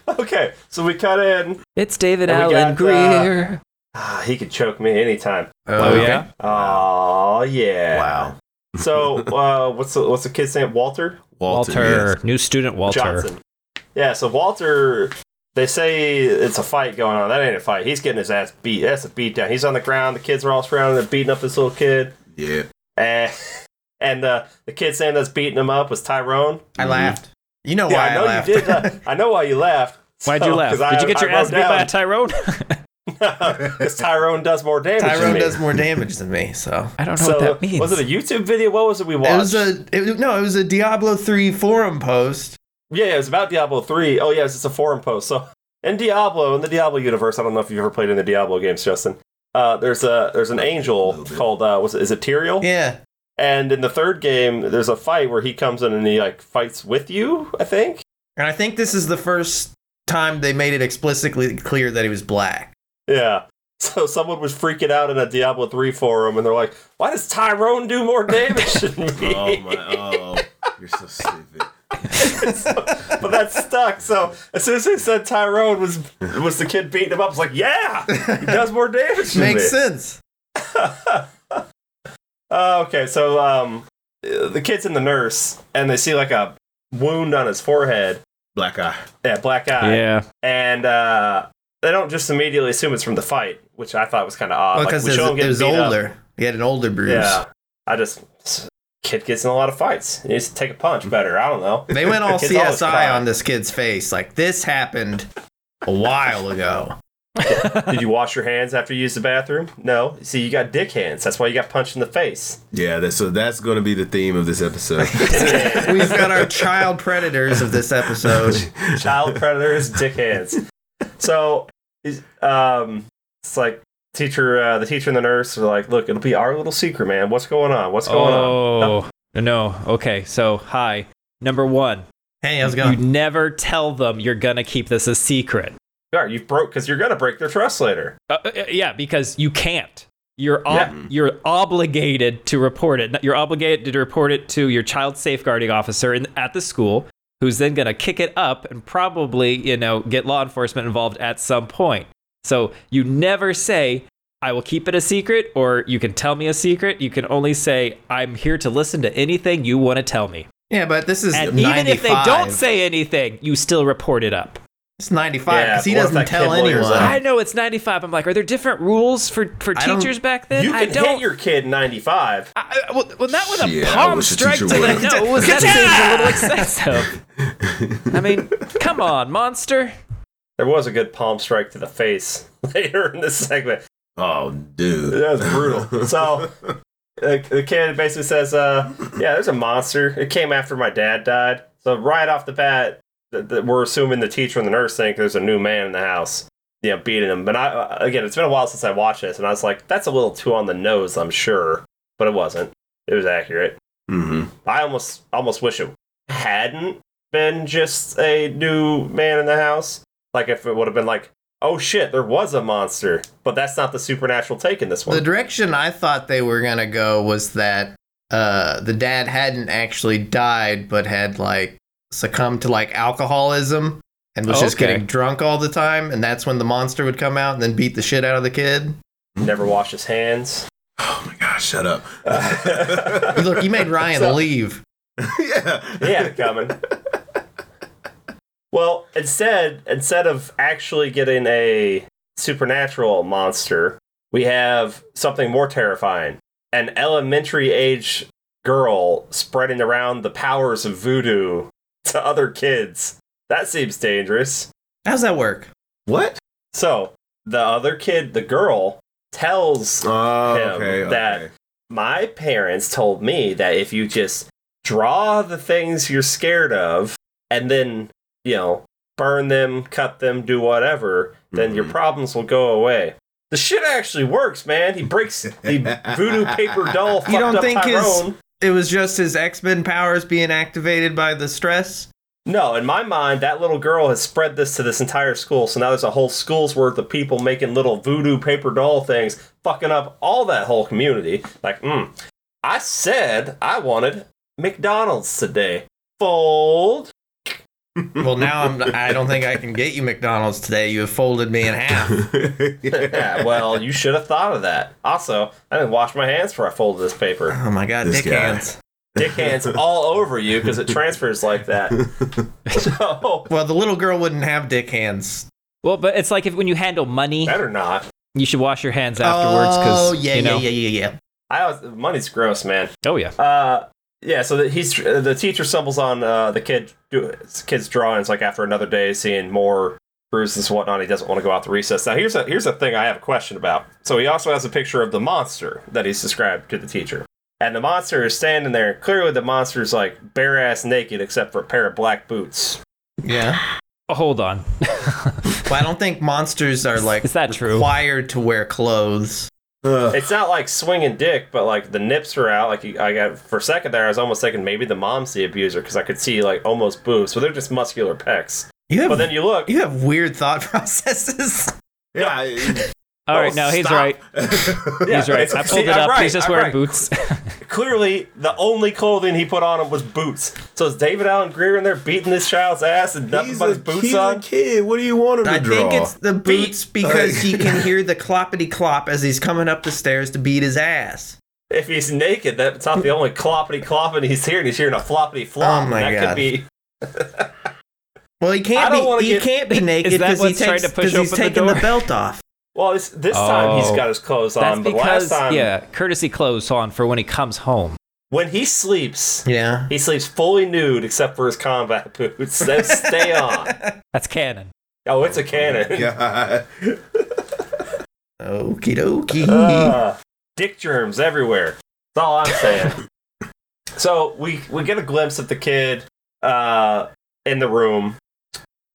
Speaker 1: Okay, so we cut in.
Speaker 3: It's David
Speaker 1: And we
Speaker 3: Allen
Speaker 1: got, uh,
Speaker 3: Greer.
Speaker 1: Ah, he could choke me anytime.
Speaker 3: oh,
Speaker 2: Okay.
Speaker 3: yeah?
Speaker 1: Oh yeah.
Speaker 4: Wow,
Speaker 1: So uh, what's the, what's the kid's name? Walter.
Speaker 3: Walter.
Speaker 4: yes.
Speaker 3: New student Walter.
Speaker 1: Johnson. Yeah, so Walter, they say it's a fight going on. That ain't a fight. He's getting his ass beat. That's a beat down. He's on the ground. The kids are all surrounding him, beating up this little kid.
Speaker 4: Yeah.
Speaker 1: And And uh, the kid saying that's beating him up was Tyrone.
Speaker 2: I laughed. You know
Speaker 1: Yeah,
Speaker 2: why
Speaker 1: I know
Speaker 2: I laughed.
Speaker 1: you did. uh, I know why you laughed.
Speaker 3: Why'd
Speaker 1: So-
Speaker 3: you laugh?
Speaker 1: 'cause
Speaker 3: Did
Speaker 1: I-
Speaker 3: you get your
Speaker 1: I
Speaker 3: ass beat by a
Speaker 1: wrote
Speaker 3: Tyrone?
Speaker 1: down- 'cause Tyrone does more damage. than
Speaker 2: Tyrone
Speaker 1: me.
Speaker 2: does more damage than me, so.
Speaker 3: I don't know
Speaker 1: So
Speaker 3: what that means.
Speaker 1: was it a YouTube video? What was it we watched?
Speaker 2: It was a it, no. It was a Diablo three forum post.
Speaker 1: Yeah, it was about Diablo 3. Oh, yeah, it's just a forum post. So, in Diablo, in the Diablo universe, I don't know if you've ever played any of the Diablo games, Justin. Uh, there's a there's an angel
Speaker 4: little bit.
Speaker 1: called uh, was it, is it Tyrael?
Speaker 2: Yeah,
Speaker 1: And in the third game, there's a fight where he comes in and he like fights with you. I think.
Speaker 2: and I think this is the first time they made it explicitly clear that he was black.
Speaker 1: Yeah. So someone was freaking out in a Diablo 3 forum, and they're like, "Why does Tyrone do more damage than me?"
Speaker 4: Oh my! Oh, you're so stupid.
Speaker 1: but that stuck. So as soon as they said Tyrone was was the kid beating him up, I was like, "Yeah, he does more damage." than me."
Speaker 2: Makes sense.
Speaker 1: Uh, okay, so um, uh, the kid's in the nurse, and they see like a wound on his forehead.
Speaker 4: Black eye.
Speaker 1: Yeah, black eye.
Speaker 3: yeah.
Speaker 1: And uh, they don't just immediately assume it's from the fight, which I thought was kind of odd. Like,
Speaker 2: Because
Speaker 1: we show him
Speaker 2: it
Speaker 1: getting
Speaker 2: was
Speaker 1: beat up.
Speaker 2: older. He had an older bruise.
Speaker 1: Yeah, I just kid gets in a lot of fights. He needs to take a punch better. I don't know.
Speaker 2: They went all
Speaker 1: Kids always cry.
Speaker 2: CSI on this kid's face. Like this happened a while ago.
Speaker 1: Did you wash your hands after you used the bathroom? No. See, you got dick hands. That's why you got punched in the face.
Speaker 4: Yeah. That, so that's going to be the theme of this episode.
Speaker 2: We've got our child predators of this episode.
Speaker 1: child predators, dickheads. So, is- um, it's like teacher, uh, the teacher and the nurse are like, "Look, it'll be our little secret, man. What's going on? What's going on?"
Speaker 3: Oh no. Okay. So hi. Number one,
Speaker 2: Hey, how's it
Speaker 3: you
Speaker 2: going?
Speaker 3: never tell them you're gonna keep this a secret.
Speaker 1: Yeah, you broke because you're gonna break their trust later.
Speaker 3: Uh, uh, yeah, because you can't. You're ob-
Speaker 1: Yeah.
Speaker 3: you're obligated to report it. You're obligated to report it to your child safeguarding officer in, at the school, who's then going to kick it up and probably you know get law enforcement involved at some point. So you never say I will keep it a secret, or you can tell me a secret. You can only say I'm here to listen to anything you want to tell me.
Speaker 2: Yeah, but this is
Speaker 3: And
Speaker 2: 95.
Speaker 3: even if they don't say anything, you still report it up.
Speaker 2: it's 95
Speaker 1: Yeah,
Speaker 2: because he
Speaker 1: what if
Speaker 2: doesn't
Speaker 1: that kid
Speaker 2: tell
Speaker 1: lawyers
Speaker 2: anyone.
Speaker 1: up?
Speaker 3: I know it's 95. I'm like, are there different rules for for
Speaker 2: Uh-huh. I don't-
Speaker 3: teachers back then?
Speaker 1: you
Speaker 3: I
Speaker 1: can
Speaker 3: don't.
Speaker 1: hit your kid 95.
Speaker 3: I, I- well, well, not with a
Speaker 4: Yeah, I
Speaker 3: palm
Speaker 4: wish a
Speaker 3: strike to
Speaker 4: teacher
Speaker 3: the
Speaker 4: would've.
Speaker 3: no. Was that seems a little excessive? I mean, come on, monster.
Speaker 1: There was a good palm strike to the face later in this segment.
Speaker 4: oh, dude.
Speaker 1: That was brutal. So the, the kid basically says, uh, "Yeah, there's a monster. It came after my dad died." So right off the bat, th- th- we're assuming the teacher and the nurse think there's a new man in the house. Yeah, beating him. But I uh, again, it's been a while since I watched this, and I was like, "That's a little too on the nose," I'm sure, but it wasn't. It was accurate.
Speaker 4: hmm
Speaker 1: I almost almost wish it hadn't been just a new man in the house. Like if it would have been like, "Oh shit, there was a monster," but that's not the supernatural take in this one.
Speaker 2: The direction I thought they were gonna go was that uh, the dad hadn't actually died, but had like succumbed to like alcoholism and was
Speaker 3: Oh,
Speaker 2: just
Speaker 3: okay.
Speaker 2: getting drunk all the time, and that's when the monster would come out and then beat the shit out of the kid.
Speaker 1: Never wash his hands.
Speaker 4: Oh my God! Shut up.
Speaker 2: Look, you made Ryan leave.
Speaker 4: yeah.
Speaker 1: They had it coming. well, instead, instead of actually getting a supernatural monster, we have something more terrifying: an elementary age girl spreading around the powers of voodoo to other kids. That seems dangerous.
Speaker 2: How's that work?
Speaker 4: What?
Speaker 1: So the other kid, the girl, tells
Speaker 4: Oh,
Speaker 1: Him,
Speaker 4: okay.
Speaker 1: that-
Speaker 4: okay.
Speaker 1: my parents told me that if you just draw the things you're scared of and then, you know, burn them, cut them, do whatever, then your
Speaker 4: Mhm.
Speaker 1: problems will go away. The shit actually works, man. He breaks the voodoo paper doll fucked
Speaker 2: You don't
Speaker 1: up
Speaker 2: think his-
Speaker 1: Tyrone.
Speaker 2: It was just his X Men powers being activated by the stress.
Speaker 1: No, in my mind, that little girl has spread this to this entire school, so now there's a whole school's worth of people making little voodoo paper doll things, fucking up all that whole community. Like, mm, I said I wanted McDonald's today. Fold.
Speaker 2: Well, now I'm. I don't think I can get you McDonald's today. You have folded me in half.
Speaker 1: Yeah, well, you should have thought of that. Also, I didn't wash my hands before I folded this paper.
Speaker 2: Oh my God,
Speaker 4: This
Speaker 2: dick
Speaker 4: guy.
Speaker 2: hands.
Speaker 1: Dick hands all over you because it transfers like that. So,
Speaker 2: Well, the little girl wouldn't have dick hands.
Speaker 3: Well, but it's like if when you handle money,
Speaker 1: better not.
Speaker 3: you should wash your hands afterwards.
Speaker 2: Oh
Speaker 3: 'cause,
Speaker 2: yeah,
Speaker 3: you know,
Speaker 2: yeah, yeah, yeah, yeah.
Speaker 1: I was money's gross, man.
Speaker 3: Oh yeah.
Speaker 1: Uh, yeah. So that he's uh, the teacher stumbles on uh, the kid do kid's drawings like after another day, seeing more bruises and whatnot. He doesn't want to go out to recess. Now here's a here's a thing I have a question about. So he also has a picture of the monster that he's described to the teacher. And the monster is standing there. Clearly, the monster's like bare ass naked except for a pair of black boots.
Speaker 2: Yeah.
Speaker 3: Oh, Hold on.
Speaker 2: But I don't think monsters are like
Speaker 3: Is that true?
Speaker 2: required to wear clothes.
Speaker 4: Ugh.
Speaker 1: It's not like swinging dick, but like the nips are out. Like you- I got for a second there, I was almost thinking maybe the mom's the abuser because I could see like almost boobs, but they're just muscular pecs.
Speaker 2: You have
Speaker 1: But then you look,
Speaker 2: you have weird thought processes.
Speaker 4: Yeah. I-
Speaker 3: All right,
Speaker 4: oh,
Speaker 3: no, he's
Speaker 4: stop.
Speaker 3: right.
Speaker 1: Yeah,
Speaker 3: He's right.
Speaker 1: it's-
Speaker 3: I
Speaker 1: see,
Speaker 3: pulled it
Speaker 1: I'm
Speaker 3: up.
Speaker 1: right,
Speaker 3: he's just
Speaker 1: I'm
Speaker 3: wearing
Speaker 1: right.
Speaker 3: boots.
Speaker 1: Clearly, the only clothing he put on him was boots. So is David Allen Greer in there beating this child's ass and nothing
Speaker 4: He's
Speaker 1: but
Speaker 4: a,
Speaker 1: his boots
Speaker 4: he's a
Speaker 1: on?
Speaker 4: kid. What do you want him to
Speaker 2: I
Speaker 4: draw?
Speaker 2: think it's the boots because he can hear the cloppity clop as he's coming up the stairs to beat his ass.
Speaker 1: If he's naked, that's not the only cloppity clopping he's hearing. He's hearing a floppity flop.
Speaker 2: Oh my
Speaker 1: that
Speaker 2: God.
Speaker 1: could be.
Speaker 2: Well, he
Speaker 1: I
Speaker 2: can't
Speaker 1: don't wanna
Speaker 2: be. He
Speaker 1: get-
Speaker 2: can't be naked
Speaker 3: that
Speaker 2: because he
Speaker 3: what's trying
Speaker 2: takes
Speaker 3: to push
Speaker 2: because he's
Speaker 3: open the
Speaker 2: taking the,
Speaker 3: door?
Speaker 2: belt off.
Speaker 1: Well, this, this time he's
Speaker 3: Oh.
Speaker 1: got his clothes
Speaker 3: That's
Speaker 1: on, but last
Speaker 3: because
Speaker 1: time
Speaker 3: yeah, courtesy clothes on for when he comes home.
Speaker 1: when he sleeps,
Speaker 2: Yeah.
Speaker 1: he sleeps fully nude except for his combat boots. Those stay on.
Speaker 3: That's canon.
Speaker 1: Oh, it's a cannon.
Speaker 4: God.
Speaker 2: Okie
Speaker 1: Uh,
Speaker 2: dokie.
Speaker 1: Ah, dick germs everywhere. That's all I'm saying. so we we get a glimpse of the kid uh, in the room,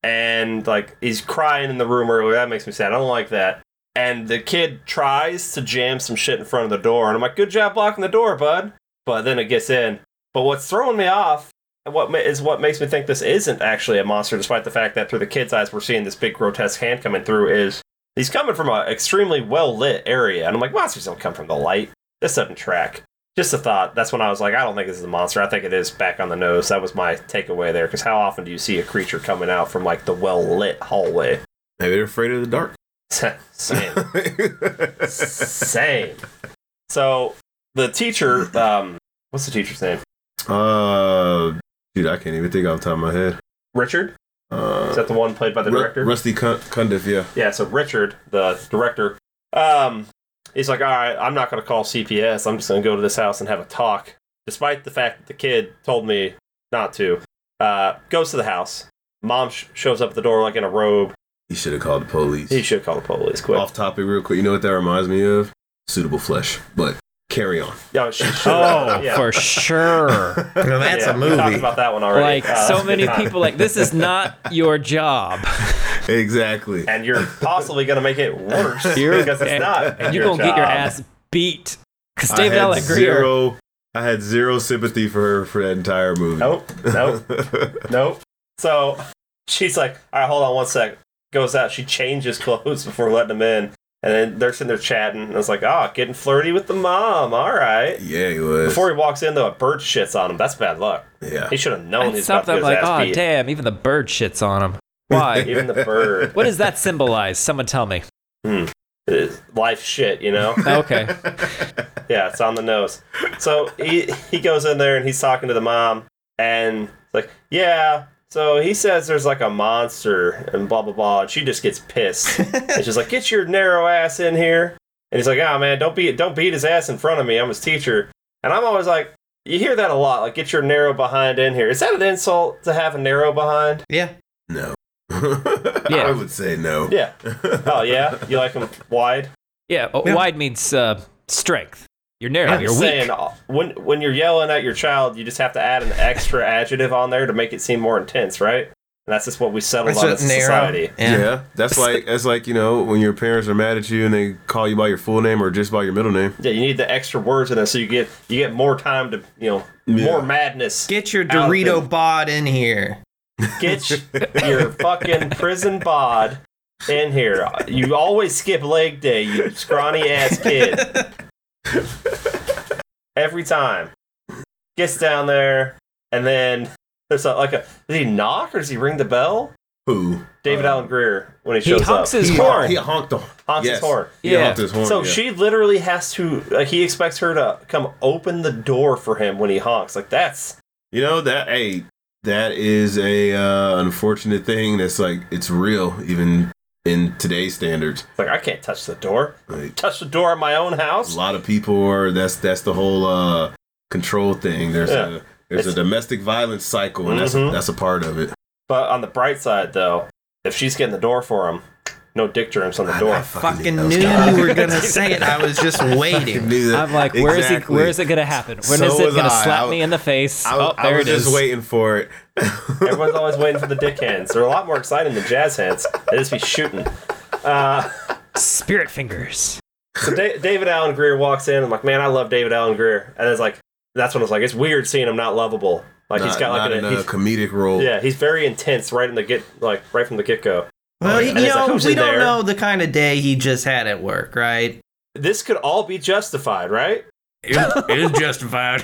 Speaker 1: and like he's crying in the room earlier. That makes me sad. I don't like that. And the kid tries to jam some shit in front of the door, and I'm like, "Good job blocking the door, bud." But then it gets in. But what's throwing me off, and what ma- is what makes me think this isn't actually a monster, despite the fact that through the kid's eyes we're seeing this big grotesque hand coming through, is he's coming from an extremely well lit area, and I'm like, monsters don't come from the light. This doesn't track. Just a thought. That's when I was like, I don't think this is a monster. I think it is back on the nose. That was my takeaway there. Because how often do you see a creature coming out from like the well lit hallway?
Speaker 4: Maybe they're afraid of the dark.
Speaker 1: Same. Same. So the teacher, um, what's the teacher's name?
Speaker 4: uh, dude, I can't even think off the top of my head.
Speaker 1: Richard?
Speaker 4: Uh,
Speaker 1: Is that the one played by the
Speaker 4: Ru-
Speaker 1: director?
Speaker 4: Rusty Cun- Cundiff, yeah.
Speaker 1: yeah, so Richard, the director, um, he's like, all right, I'm not going to call CPS. I'm just going to go to this house and have a talk. Despite the fact that the kid told me not to, uh, goes to the house. Mom sh- shows up at the door like in a robe.
Speaker 4: He should have called the police.
Speaker 1: He should call the police quick.
Speaker 4: off topic, real quick. You know what that reminds me of? Suitable flesh, but carry on.
Speaker 1: Yeah, she should.
Speaker 3: Oh,
Speaker 1: yeah.
Speaker 3: for sure.
Speaker 2: Now that's
Speaker 1: Yeah,
Speaker 2: a
Speaker 1: We talked
Speaker 2: movie.
Speaker 1: about that one already.
Speaker 3: like
Speaker 1: Uh,
Speaker 3: so many
Speaker 1: yeah.
Speaker 3: people like this is not your job.
Speaker 4: Exactly.
Speaker 1: And you're possibly going to make it worse
Speaker 3: You're-
Speaker 1: because it's not.
Speaker 3: You're gonna get your
Speaker 1: job.
Speaker 3: ass beat. Cause
Speaker 4: I
Speaker 3: David
Speaker 4: had
Speaker 3: Allen Greer.
Speaker 4: zero. I had zero sympathy for her for that entire movie.
Speaker 1: Nope, nope. Nope. So she's like, all right, hold on one sec. Goes out. She changes clothes before letting him in. And then they're sitting there chatting. And it's like, oh, getting flirty with the mom. All right.
Speaker 4: yeah, he was.
Speaker 1: Before he walks in, though, a bird shits on him. That's bad luck.
Speaker 4: yeah.
Speaker 1: He should have known
Speaker 3: And
Speaker 1: he's about to get
Speaker 3: something
Speaker 1: his
Speaker 3: like,
Speaker 1: ass
Speaker 3: oh
Speaker 1: beat.
Speaker 3: damn, even the bird shits on him. Why?
Speaker 1: Even the bird.
Speaker 3: what does that symbolize? Someone tell me.
Speaker 1: It's life shit, you know?
Speaker 3: Okay.
Speaker 1: Yeah, it's on the nose. So he he goes in there and he's talking to the mom and it's like, yeah. So he says there's like a monster and blah blah blah. And she just gets pissed. and she's like, get your narrow ass in here. And he's like, oh man, don't beat don't beat his ass in front of me. I'm his teacher. And I'm always like, you hear that a lot. Like, get your narrow behind in here. Is that an insult to have a narrow behind?
Speaker 2: yeah.
Speaker 4: No. I would say no.
Speaker 1: Yeah. Oh yeah. You like him wide?
Speaker 3: Yeah, oh,
Speaker 2: Yeah.
Speaker 3: wide means uh, strength. You're narrow.
Speaker 1: I'm
Speaker 3: you're weak.
Speaker 1: saying uh, when when you're yelling at your child, you just have to add an extra adjective on there to make it seem more intense, right? And that's just what we settled
Speaker 2: That's
Speaker 1: on
Speaker 2: a
Speaker 1: as a
Speaker 2: narrow-
Speaker 1: society.
Speaker 4: Yeah.
Speaker 2: Yeah.
Speaker 4: that's like that's like you know when your parents are mad at you and they call you by your full name or just by your middle name.
Speaker 1: Yeah, you need the extra words in there so you get you get more time to you know
Speaker 4: Yeah.
Speaker 1: more madness. Get,
Speaker 2: Get your
Speaker 1: Out of
Speaker 2: Dorito
Speaker 1: it.
Speaker 2: bod in here.
Speaker 1: y- your fucking prison bod in here. You always skip leg day, you scrawny ass kid. Every time gets down there, and then there's a, like a does he knock or does he ring the bell?
Speaker 4: Who? Uh,
Speaker 1: David Allen Greer when he
Speaker 3: Uh, he
Speaker 1: shows
Speaker 3: honks
Speaker 1: up.
Speaker 3: his
Speaker 4: He,
Speaker 3: horn.
Speaker 4: he honked on.
Speaker 1: Honks his horn.
Speaker 4: He
Speaker 3: Yeah.
Speaker 4: honked his horn.
Speaker 1: so
Speaker 4: yeah.
Speaker 1: she literally has to. Like, he expects her to come open the door for him when he honks. Like that's
Speaker 4: You know that hey, that is a uh, unfortunate thing. That's like it's real, even in today's standards.
Speaker 1: It's like I can't touch the door.
Speaker 4: Like,
Speaker 1: Touch the door of my own
Speaker 4: a
Speaker 1: house.
Speaker 4: lot of people are that's that's the whole uh, control thing. There's
Speaker 1: Yeah.
Speaker 4: a there's
Speaker 1: It's-
Speaker 4: a domestic violence cycle, and that's
Speaker 1: Mhm.
Speaker 4: a, that's a part of it.
Speaker 1: But on the bright side, though, if she's getting the door for him, no dick germs on the door.
Speaker 2: Fucking
Speaker 4: those
Speaker 2: knew
Speaker 4: guys.
Speaker 2: you were gonna say it. I was just
Speaker 4: I
Speaker 2: waiting.
Speaker 4: knew that.
Speaker 3: I'm like, where is
Speaker 4: Exactly.
Speaker 3: it? Where is it gonna happen? When is
Speaker 4: So
Speaker 3: it
Speaker 4: was
Speaker 3: gonna
Speaker 4: I.
Speaker 3: slap
Speaker 4: I-
Speaker 3: me in the face?
Speaker 4: I,
Speaker 3: oh,
Speaker 4: I
Speaker 3: there
Speaker 4: was
Speaker 3: it is.
Speaker 4: just waiting for it.
Speaker 1: Everyone's always waiting for the dick hands. They're a lot more exciting than jazz hands. They just be shooting.
Speaker 3: Spirit fingers.
Speaker 1: So da- David Allen Greer walks in. I'm like, man, I love David Allen Greer. And it's like, that's when I was like, it's weird seeing him not lovable. Like he's
Speaker 4: Not-
Speaker 1: got like
Speaker 4: not
Speaker 1: an,
Speaker 4: in a
Speaker 1: he's-
Speaker 4: comedic role.
Speaker 1: yeah, he's very intense right in the get like right from the get go.
Speaker 2: Well, you
Speaker 1: And it's like,
Speaker 2: know,
Speaker 1: who's
Speaker 2: we
Speaker 1: in
Speaker 2: don't
Speaker 1: there?
Speaker 2: know the kind of day he just had at work, right?
Speaker 1: This could all be justified, right?
Speaker 2: It was justified.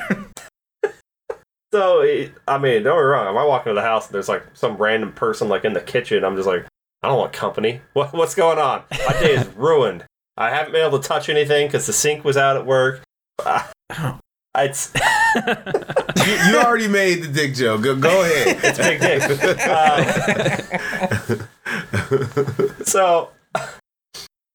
Speaker 1: So it- I mean, don't get me wrong. If I walk into the house and there's like some random person like in the kitchen, I'm just like, I don't want company. What, what's going on? My day is ruined. I haven't been able to touch anything because the sink was out at work. Ah. it's
Speaker 4: you, you already made the dick joke. Go, go ahead.
Speaker 1: it's big dick. Uh, so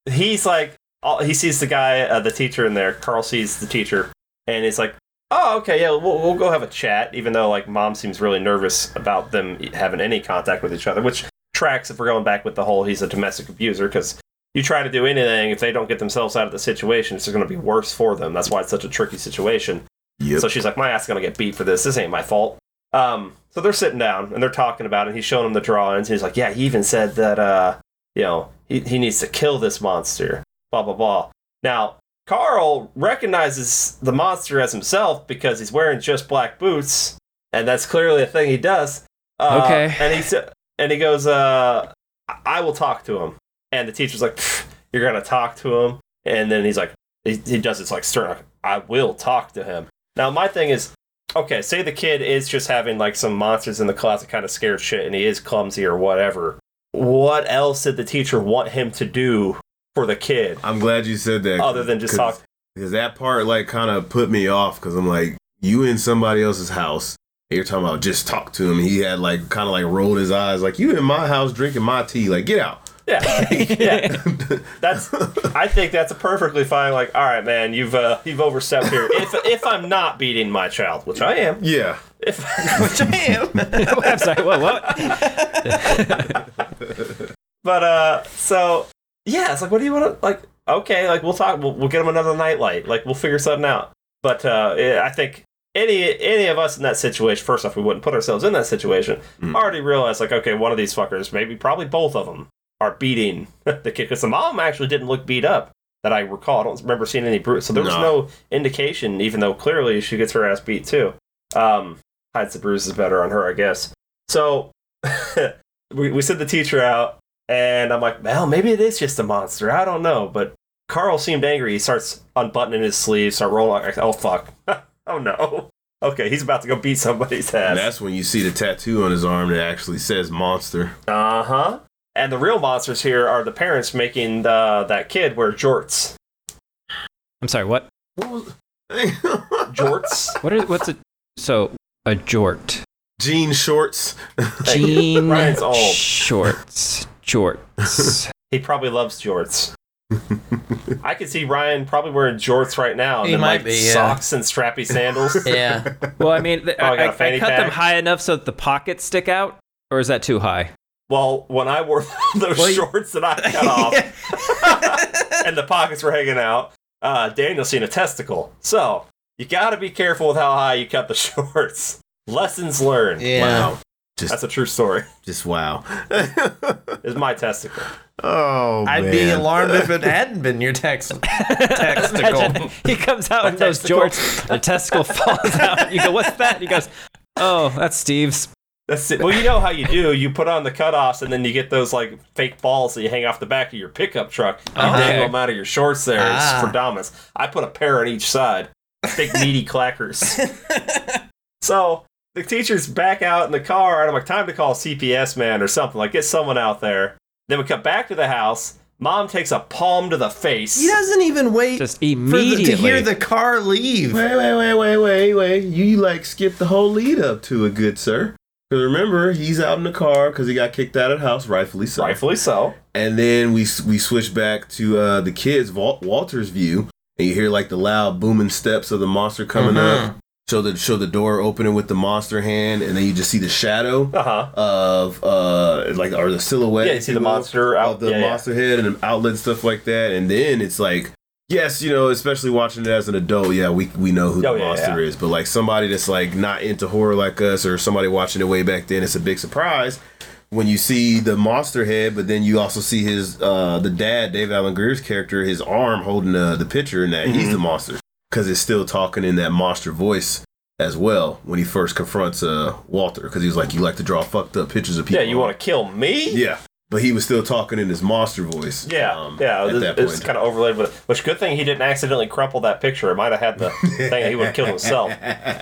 Speaker 1: he's like all- he sees the guy uh, the teacher in there carl sees the teacher and he's like oh okay yeah we'll, we'll go have a chat even though like mom seems really nervous about them having any contact with each other which tracks if we're going back with the whole he's a domestic abuser because you try to do anything if they don't get themselves out of the situation it's going to be worse for them that's why it's such a tricky situation
Speaker 4: Yep.
Speaker 1: so she's like, my ass is gonna get beat for this. This ain't my fault. Um, so they're sitting down and they're talking about it. He's showing him the drawings. He's like, yeah, he even said that, uh, you know, he, he needs to kill this monster. Blah blah blah. Now Carl recognizes the monster as himself because he's wearing just black boots, and that's clearly a thing he does. Uh,
Speaker 3: Okay.
Speaker 1: And he sa- and he goes, uh, I-, I will talk to him. And the teacher's like, "Pfft, you're gonna talk to him. And then he's like, he, he does this like stern, like, I will talk to him. Now my thing is, okay, say the kid is just having like some monsters in the closet, kind of scared shit, and he is clumsy or whatever. What else did the teacher want him to do for the kid
Speaker 4: I'm glad you said that.
Speaker 1: other than just talk?
Speaker 4: Because that part like kind of put me off because I'm like, you in somebody else's house. and You're talking about just talk to him. He had like kind of like rolled his eyes, like you in my house drinking my tea. Like get out.
Speaker 1: Yeah, yeah. That's. I think that's a perfectly fine. Like, all right, man, you've uh, you've overstepped here. If if I'm not beating my child, which I am,
Speaker 4: yeah.
Speaker 1: if
Speaker 3: I'm sorry. What? What?
Speaker 1: But uh, so yeah, it's like, what do you want to like? Okay, like we'll talk. We'll, we'll get him another nightlight. Like we'll figure something out. But uh, yeah, I think any any of us in that situation, first off, we wouldn't put ourselves in that situation. Already realized like, okay, one of these fuckers, maybe probably both of them, are beating the kid because the mom actually didn't look beat up that I recall. I don't remember seeing any bruise, so there was
Speaker 4: No.
Speaker 1: no indication. Even though clearly she gets her ass beat too. Um, hides the bruises better on her, I guess. So we we sent the teacher out. And I'm like, well, maybe it is just a monster. I don't know. But Carl seemed angry. He starts unbuttoning his sleeves, start rolling. Like, oh fuck. oh no. Okay, he's about to go beat somebody's
Speaker 4: And
Speaker 1: ass.
Speaker 4: that's when you see the tattoo on his arm that actually says monster.
Speaker 1: Uh huh. And the real monsters here are the parents making the, that kid wear jorts.
Speaker 3: I'm sorry. What?
Speaker 4: What was
Speaker 1: Jorts.
Speaker 3: What are? What's a? So a jort.
Speaker 4: jean shorts?
Speaker 3: Jean
Speaker 1: Ryan's old.
Speaker 3: shorts. Jorts.
Speaker 1: he probably loves jorts. I could see Ryan probably wearing jorts right now. And
Speaker 2: He
Speaker 1: then,
Speaker 2: might
Speaker 1: like,
Speaker 2: be, yeah.
Speaker 1: socks and strappy sandals.
Speaker 2: yeah.
Speaker 3: well, I mean, th-
Speaker 1: Oh, I got
Speaker 3: I,
Speaker 1: a
Speaker 3: I, I
Speaker 1: fanny
Speaker 3: cut them
Speaker 1: pack.
Speaker 3: high enough so that the pockets stick out, or is that too high?
Speaker 1: Well, when I wore those
Speaker 2: Well, you-
Speaker 1: shorts that I cut off, and the pockets were hanging out. Uh, Daniel seen a testicle. So you got to be careful with how high you cut the shorts. Lessons learned.
Speaker 2: Yeah.
Speaker 4: Wow. Just
Speaker 1: That's a true story.
Speaker 4: just wow.
Speaker 1: It's my testicle.
Speaker 4: oh,
Speaker 2: I'd
Speaker 4: man.
Speaker 2: be alarmed if it hadn't been your text texticle.
Speaker 3: Imagine he comes out in those
Speaker 1: testicle.
Speaker 3: jorts, the testicle falls out. You go, what's that? And he goes, oh, that's Steve's.
Speaker 1: That's it. Well, you know how you do. You put on the cutoffs, and then you get those like fake balls that you hang off the back of your pickup truck. You
Speaker 3: Okay.
Speaker 1: dangle them out of your shorts. There,
Speaker 2: Oh, Ah.
Speaker 1: it's for dominance. I put a pair on each side. Big meaty clackers. so the teacher's back out in the car, and I'm like, time to call CPS man or something. Like, get someone out there. Then we come back to the house. Mom takes a palm to the face.
Speaker 2: He doesn't even wait
Speaker 3: Just
Speaker 2: for the,
Speaker 3: immediately.
Speaker 2: to hear the car leave.
Speaker 4: Wait, wait, wait, wait, wait, wait. You like skipped the whole lead up to it, good sir. Because remember, he's out in the car because he got kicked out of the house, rightfully so.
Speaker 1: Rightfully so.
Speaker 4: And then we we switch back to uh, the kids, Wal- Walter's view, and you hear like the loud booming steps of the monster coming up. Show the show the door opening with the monster hand, and then you just see the shadow
Speaker 1: Uh huh.
Speaker 4: of uh like or the silhouette.
Speaker 1: Yeah, you see
Speaker 4: if
Speaker 1: the
Speaker 4: will,
Speaker 1: monster out-
Speaker 4: of the
Speaker 1: yeah, yeah.
Speaker 4: monster head and the outlet stuff like that, and then it's like. Yes, you know, especially watching it as an adult, yeah, we we know who
Speaker 1: Oh,
Speaker 4: the
Speaker 1: yeah,
Speaker 4: monster is. But like somebody that's like not into horror like us, or somebody watching it way back then, it's a big surprise when you see the monster head. But then you also see his uh the dad, Dave Allen Greer's character, his arm holding uh, the picture, and that
Speaker 1: Mm-hmm.
Speaker 4: he's the monster because it's still talking in that monster voice as well when he first confronts uh, Walter because he was like, "You like to draw fucked up pictures of people."
Speaker 1: Yeah, you want to kill me?
Speaker 4: Yeah, but he was still talking in his monster voice.
Speaker 1: Yeah,
Speaker 4: um,
Speaker 1: yeah,
Speaker 4: At
Speaker 1: this-
Speaker 4: that
Speaker 1: this is
Speaker 4: point,
Speaker 1: kind of overlaid with it. Which good thing he didn't accidentally crumple that picture. It might have had the thing that he would have killed himself.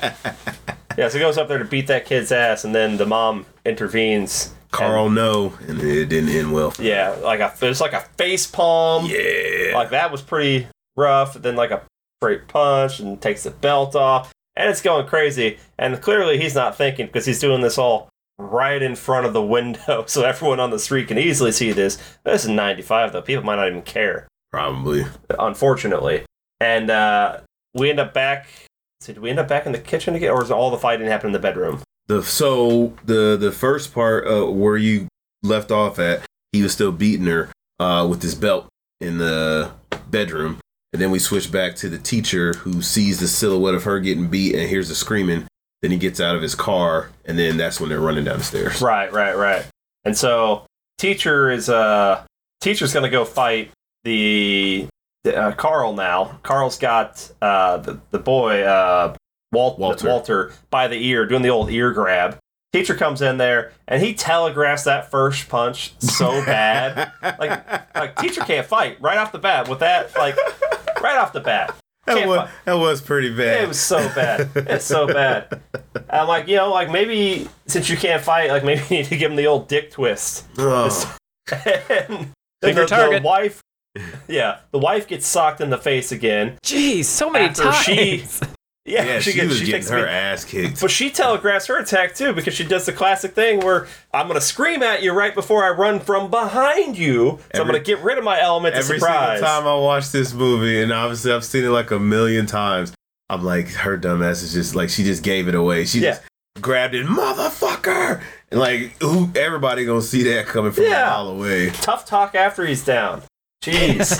Speaker 1: yeah, so he goes up there to beat that kid's ass, and then the mom intervenes.
Speaker 4: Carl, no, and it didn't end well.
Speaker 1: Yeah, like a it's like a face palm.
Speaker 4: Yeah,
Speaker 1: Like that was pretty rough. Then like a straight punch and takes the belt off, and it's going crazy. And clearly he's not thinking because he's doing this all right in front of the window, so everyone on the street can easily see this. This is '95 though; people might not even care.
Speaker 4: probably.
Speaker 1: unfortunately. And uh, we end up back. So did we end up back in the kitchen again, or is all the fighting happen in the bedroom?
Speaker 4: The so the the first part uh, where you left off at, he was still beating her uh, with his belt in the bedroom, and then we switch back to the teacher who sees the silhouette of her getting beat and hears the screaming. Then he gets out of his car, and then that's when they're running down the stairs.
Speaker 1: Right, right, right. And so teacher is uh teacher's gonna go fight the uh, Carl now. Carl's got uh the, the boy uh Walt,
Speaker 4: Walter.
Speaker 1: Walter. by the ear doing the old ear grab. Teacher comes in there and he telegraphs that first punch so bad. like, like teacher can't fight right off the bat with that. Like right off the bat.
Speaker 4: That
Speaker 1: Can't
Speaker 4: was,
Speaker 1: fight.
Speaker 4: that was pretty bad.
Speaker 1: It was so bad. It's so bad. I'm like, you know, like maybe since you can't fight, like maybe you need to give him the old dick twist.
Speaker 4: Oh,
Speaker 1: and
Speaker 3: Pick
Speaker 1: the,
Speaker 3: your target.
Speaker 1: the wife, yeah, the wife gets socked in the face again.
Speaker 3: Jeez, so many
Speaker 1: After
Speaker 3: times.
Speaker 1: she- Yeah,
Speaker 4: yeah, she,
Speaker 1: gets
Speaker 4: was getting
Speaker 1: takes
Speaker 4: her
Speaker 1: me-
Speaker 4: ass kicked.
Speaker 1: But she telegraphs her attack too because she does the classic thing where I'm gonna scream at you right before I run from behind you, so I'm
Speaker 4: Every-
Speaker 1: gonna get rid of my element of
Speaker 4: Every
Speaker 1: surprise.
Speaker 4: single time I watch this movie, and obviously I've seen it like a million times, I'm like, her dumb ass is just like she just gave it away. She
Speaker 1: Yeah.
Speaker 4: just grabbed it, motherfucker. And like, who? Everybody gonna see that coming from a
Speaker 1: Yeah.
Speaker 4: mile away.
Speaker 1: Tough talk after he's down. Jeez.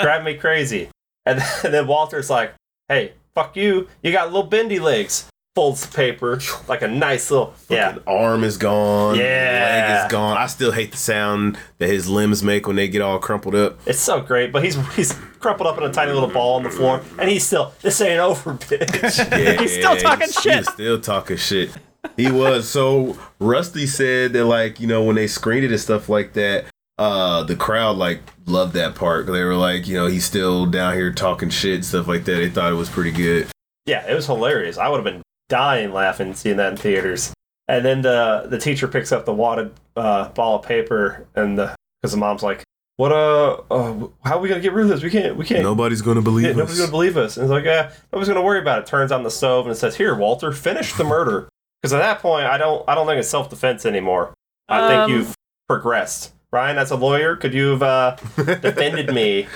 Speaker 1: drive me crazy. And then, and then Walter's like, hey, fuck you. You got little bendy legs. Folds the paper like a nice little. Yeah.
Speaker 4: Fucking arm is gone.
Speaker 1: Yeah.
Speaker 4: Leg is gone. I still hate the sound that his limbs make when they get all crumpled up.
Speaker 1: It's so great, but he's he's crumpled up in a tiny little ball on the floor, and he's still, this ain't over, bitch.
Speaker 4: Yeah,
Speaker 3: He's still talking
Speaker 4: he
Speaker 3: shit.
Speaker 4: was still talking shit. He was. So Rusty said that like, you know, when they screened it and stuff like that, uh the crowd like loved that part. They were like, you know, he's still down here talking shit and stuff like that. They thought it was pretty good.
Speaker 1: yeah, it was hilarious. I would have been dying laughing seeing that in theaters. And then the the teacher picks up the wadded uh, ball of paper, and the because the mom's like, "What uh, uh, how are we gonna get rid of this? We can't, we can't
Speaker 4: Nobody's gonna
Speaker 1: Yeah,
Speaker 4: believe
Speaker 1: nobody's
Speaker 4: us.
Speaker 1: gonna believe us. And it's like, yeah, nobody's gonna worry about it. Turns on the stove and says, "Here, Walter, finish the murder." Because at that point, I don't, I don't think it's self defense anymore. I
Speaker 3: Um,
Speaker 1: think you've progressed, Ryan. As a lawyer, could you have uh, defended me?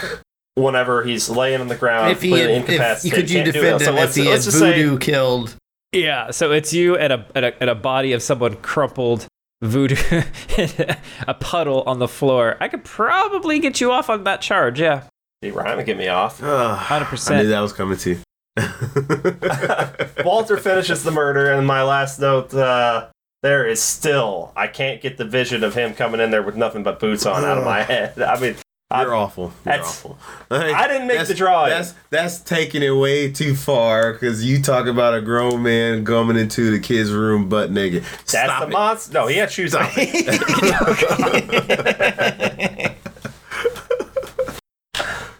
Speaker 1: Whenever he's laying on the ground,
Speaker 2: if he had,
Speaker 1: completely
Speaker 2: if,
Speaker 1: incapacitated,
Speaker 2: could you
Speaker 1: can't do
Speaker 2: defend
Speaker 1: it. So
Speaker 2: him if
Speaker 1: let's,
Speaker 2: he had
Speaker 1: let's just say-
Speaker 2: voodoo killed?
Speaker 3: Yeah, so it's you at a at a, at a body of someone crumpled voodoo a puddle on the floor. I could probably get you off on that charge. Yeah,
Speaker 1: See, Ryan would get me off.
Speaker 4: Ah,
Speaker 3: hundred
Speaker 4: I knew
Speaker 3: percent.
Speaker 4: that was coming to you.
Speaker 1: Walter finishes the murder, and my last note uh, there is still I can't get the vision of him coming in there with nothing but boots on out of my head. I mean, I-
Speaker 4: You're awful. You're
Speaker 1: that's-
Speaker 4: awful. Like,
Speaker 1: I didn't make
Speaker 4: that's-
Speaker 1: the drawing.
Speaker 4: That's that's taking it way too far because you talk about a grown man coming into the kid's room butt naked.
Speaker 1: that's
Speaker 4: Stop
Speaker 1: the monster. No, he had shoes on.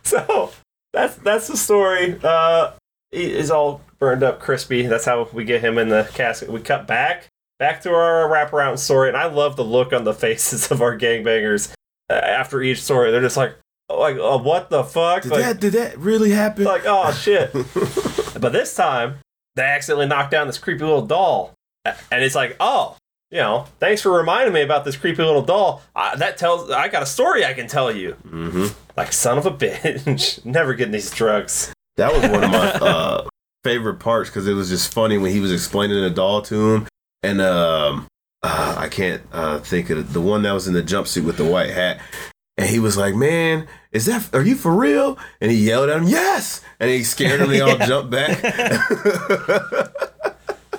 Speaker 1: so that's that's the story. Uh, he is all burned up, crispy. That's how we get him in the casket. We cut back back to our wraparound story, and I love the look on the faces of our gangbangers uh, after each story. They're just like, like, uh, what the fuck?
Speaker 4: Did
Speaker 1: Like,
Speaker 4: that did that really happen?
Speaker 1: like, oh shit. but this time, they accidentally knocked down this creepy little doll. A- And it's like, oh, you know, thanks for reminding me about this creepy little doll. I, that tells I got a story I can tell you.
Speaker 4: Mm-hmm.
Speaker 1: Like son of a bitch, never getting these drugs.
Speaker 4: That was one of my uh, favorite parts because it was just funny when he was explaining the doll to him, and um, uh, I can't uh, think of it, the one that was in the jumpsuit with the white hat, and he was like, "Man, is that are you for real?" And he yelled at him, "Yes!" And he scared him. They all jumped back.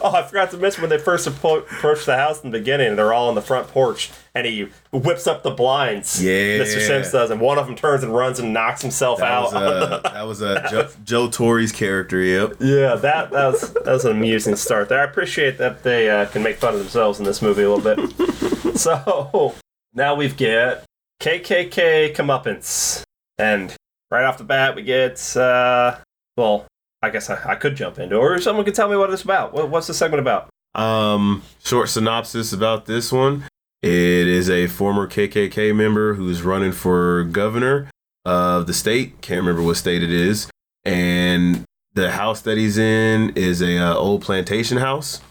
Speaker 1: Oh, I forgot to mention when they first appro- approach the house in the beginning, they're all on the front porch, and he whips up the blinds.
Speaker 4: Yeah.
Speaker 1: Mr. Sims does, and one of them turns and runs and knocks himself
Speaker 4: that,
Speaker 1: out.
Speaker 4: was, uh, that was uh, Joe, Joe Torre's character. Yep.
Speaker 1: yeah, that that was that was an amusing start there. I appreciate that they uh, can make fun of themselves in this movie a little bit. so now we've got KKK comeuppance, and right off the bat we get uh, well. I guess I, I could jump into, it, or someone could tell me what it's about. What, what's the segment about?
Speaker 4: Um, short synopsis about this one. It is a former KKK member who's running for governor of the state. Can't remember what state it is. And the house that he's in is a uh, old plantation house.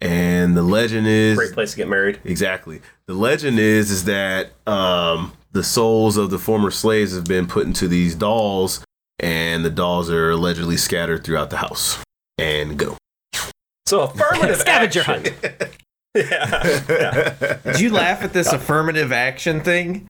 Speaker 4: And the legend is
Speaker 1: Great place to get married.
Speaker 4: Exactly. The legend is is that um, the souls of the former slaves have been put into these dolls, and the dolls are allegedly scattered throughout the house. And go.
Speaker 1: So affirmative
Speaker 3: Scavenger
Speaker 1: action. yeah,
Speaker 2: Did you laugh at this affirmative action thing?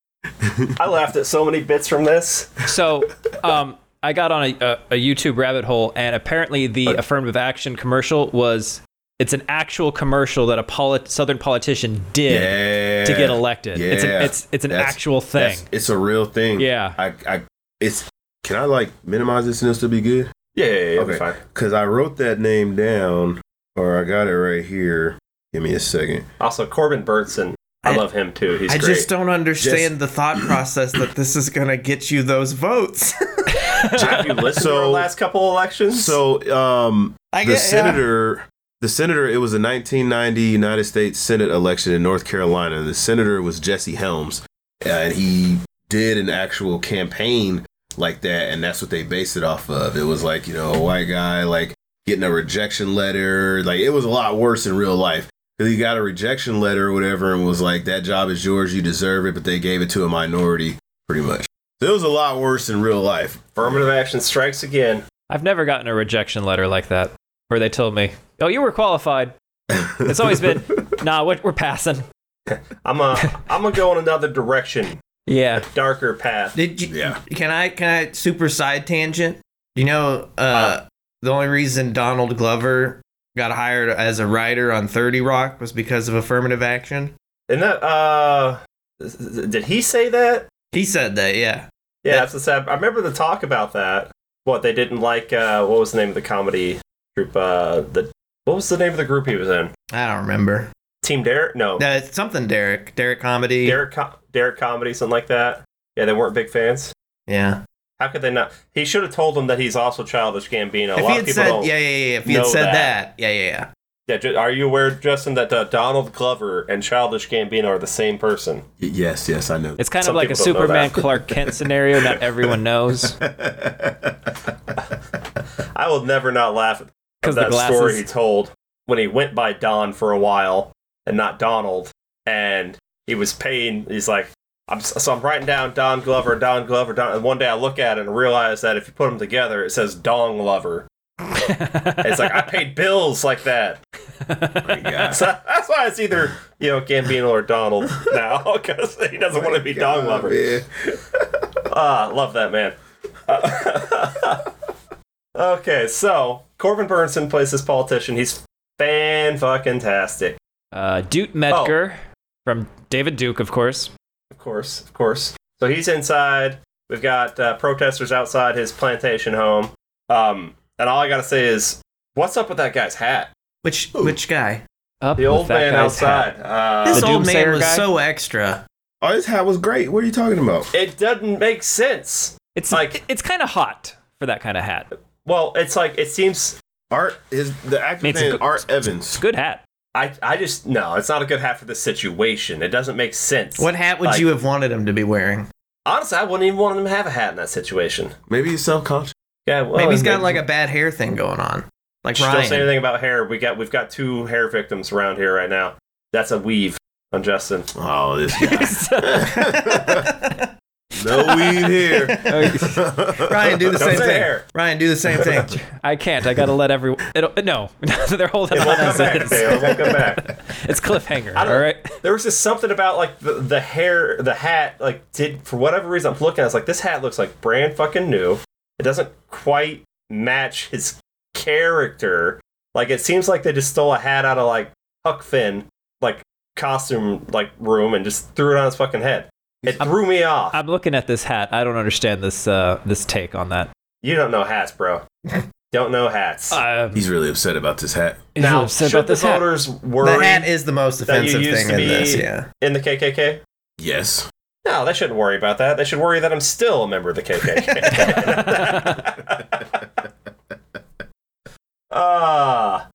Speaker 1: I laughed at so many bits from this.
Speaker 3: So, um, I got on a, a, a YouTube rabbit hole, and apparently the affirmative action commercial was it's an actual commercial that a polit- Southern politician did
Speaker 4: Yeah.
Speaker 3: to get elected. It's an,
Speaker 4: Yeah.
Speaker 3: it's, it's an
Speaker 4: That's-
Speaker 3: actual thing.
Speaker 4: That's- It's a real thing.
Speaker 3: Yeah.
Speaker 4: I, I, it's. Can I like minimize this and it'll still be good?
Speaker 1: Yeah, yeah, yeah.
Speaker 4: Okay.
Speaker 1: Okay. Fine.
Speaker 4: Cause I wrote that name down, or I got it right here. Give me a second.
Speaker 1: Also, Corbin Burnson. I,
Speaker 2: I-
Speaker 1: love him too. He's
Speaker 2: I
Speaker 1: great.
Speaker 2: just don't understand the thought process that this is gonna get you those votes.
Speaker 1: Have you listened to our
Speaker 4: So-
Speaker 1: last couple elections?
Speaker 4: So, um,
Speaker 2: I
Speaker 4: the
Speaker 2: get- yeah.
Speaker 4: senator the senator it was a 1990 united states senate election in north carolina the senator was jesse helms and he did an actual campaign like that and that's what they based it off of it was like you know a white guy like getting a rejection letter like it was a lot worse in real life because he got a rejection letter or whatever and was like that job is yours you deserve it but they gave it to a minority pretty much so it was a lot worse in real life
Speaker 1: affirmative action strikes again.
Speaker 3: I've never gotten a rejection letter like that where they told me, oh, you were qualified. It's always been, nah, we're, we're passing.
Speaker 1: I'm a. I'm gonna go in another direction,
Speaker 3: Yeah.
Speaker 1: darker path.
Speaker 2: Did you?
Speaker 4: Yeah.
Speaker 2: Can I? Can I super side tangent? You know, uh, the only reason Donald Glover got hired as a writer on Thirty Rock was because of affirmative action.
Speaker 1: And that. Uh, did he say that?
Speaker 2: He said that. Yeah.
Speaker 1: Yeah,
Speaker 2: Yeah.
Speaker 1: that's the sad. I remember the talk about that. What they didn't like. Uh, what was the name of the comedy group? Uh, the what was the name of the group he was in?
Speaker 2: I don't remember.
Speaker 1: Team Derek? No,
Speaker 2: No, it's something Derek. Derek comedy.
Speaker 1: Derek, co- Derek comedy, something like that. Yeah, they weren't big fans.
Speaker 2: Yeah.
Speaker 1: How could they not? He should have told them that he's also childish Gambino. A
Speaker 2: if
Speaker 1: lot
Speaker 2: he
Speaker 1: of
Speaker 2: had
Speaker 1: people
Speaker 2: said,
Speaker 1: don't.
Speaker 2: yeah, yeah, yeah. If he had
Speaker 1: know
Speaker 2: said
Speaker 1: that.
Speaker 2: that, yeah, yeah, yeah.
Speaker 1: Yeah, ju- are you aware, Justin, that uh, Donald Glover and childish Gambino are the same person?
Speaker 4: Y- yes yes i know
Speaker 3: It's kind
Speaker 1: Some
Speaker 3: of like a
Speaker 1: people don't know
Speaker 3: Superman
Speaker 1: that.
Speaker 3: Clark Kent scenario. Not everyone knows.
Speaker 1: I will never not laugh at
Speaker 3: 'Cause the
Speaker 1: that story
Speaker 3: glasses.
Speaker 1: he told when he went by Don for a while and not Donald, and he was paying. He's like, I'm s- so I'm writing down Don Glover, Don Glover, Don. And one day I look at it and realize that if you put them together, it says Dong Lover. It's like I paid bills like that.
Speaker 4: Yeah.
Speaker 1: So that's why it's either you know Gambino or Donald now because he doesn't want to be Dong Lover.
Speaker 4: Yeah.
Speaker 1: Ah, love that man. Uh, okay, so Corbin Burnson plays this politician. He's fan fucking tastic.
Speaker 3: Uh, Dute
Speaker 1: Oh.
Speaker 3: Medgar from David Duke, of course.
Speaker 1: Of course, of course. So he's inside. We've got uh, protesters outside his plantation home. Um, and all I gotta say is, what's up with that guy's hat?
Speaker 2: Which
Speaker 4: Ooh.
Speaker 2: which guy?
Speaker 3: Up
Speaker 1: The old
Speaker 3: with
Speaker 1: man
Speaker 3: that guy's hat.
Speaker 1: outside. Uh,
Speaker 2: this
Speaker 3: the
Speaker 2: old man
Speaker 3: doomsayer
Speaker 2: was
Speaker 3: guy?
Speaker 2: so extra.
Speaker 4: Oh, his hat was great. What are you talking about?
Speaker 1: it doesn't make sense.
Speaker 3: It's
Speaker 1: Like-
Speaker 3: like it's kind of hot for that kind of hat.
Speaker 1: Well, it's like it seems
Speaker 4: Art is the actor
Speaker 3: Means a
Speaker 4: name is
Speaker 3: good-
Speaker 4: Art Evans.
Speaker 3: Good hat.
Speaker 1: I, I just no, it's not a good hat for the situation. It doesn't make sense.
Speaker 2: What hat would
Speaker 1: Like-
Speaker 2: you have wanted him to be wearing?
Speaker 1: Honestly, I wouldn't even want him to have a hat in that situation.
Speaker 4: Maybe he's self conscious.
Speaker 1: Yeah, well,
Speaker 2: Maybe he's got like a bad hair thing going on, like
Speaker 1: Don't say
Speaker 2: Ryan.
Speaker 1: anything about hair. We got we've got two hair victims around here right now. That's a weave on Justin.
Speaker 4: Oh, this guy. no weed here.
Speaker 2: Ryan, do
Speaker 1: Don't
Speaker 2: the
Speaker 1: say
Speaker 2: same thing.
Speaker 1: hair.
Speaker 2: Ryan, do the same thing.
Speaker 3: I can't. I gotta let everyone. It'll, no, they're holding
Speaker 1: It
Speaker 3: on.
Speaker 1: won't come
Speaker 3: as
Speaker 1: back.
Speaker 3: is.
Speaker 1: Dale. It won't come back.
Speaker 3: It's cliffhanger.
Speaker 1: I don't-
Speaker 3: All right.
Speaker 1: There was just something about like the, the hair, the hat, like did for whatever reason I'm looking. I was like, this hat looks like brand fucking new. It doesn't quite match his character. Like it seems like they just stole a hat out of like Huck Finn, like costume like room, and just threw it on his fucking head. It threw me off.
Speaker 3: I'm looking at this hat. I don't understand this uh, this take on that.
Speaker 1: you don't know hats, bro. don't know hats.
Speaker 3: Um,
Speaker 4: He's really upset about this hat.
Speaker 3: he's
Speaker 1: Uh, now,
Speaker 3: really upset
Speaker 1: should
Speaker 3: about this
Speaker 1: the
Speaker 3: hat.
Speaker 1: voters worry
Speaker 2: The hat is the most
Speaker 1: That you
Speaker 2: offensive
Speaker 1: used
Speaker 2: thing
Speaker 1: to
Speaker 2: in
Speaker 1: be-
Speaker 2: this. Yeah.
Speaker 1: in the KKK?
Speaker 4: Yes.
Speaker 1: No, they shouldn't worry about that. They should worry that I'm still a member of the KKK. Ah,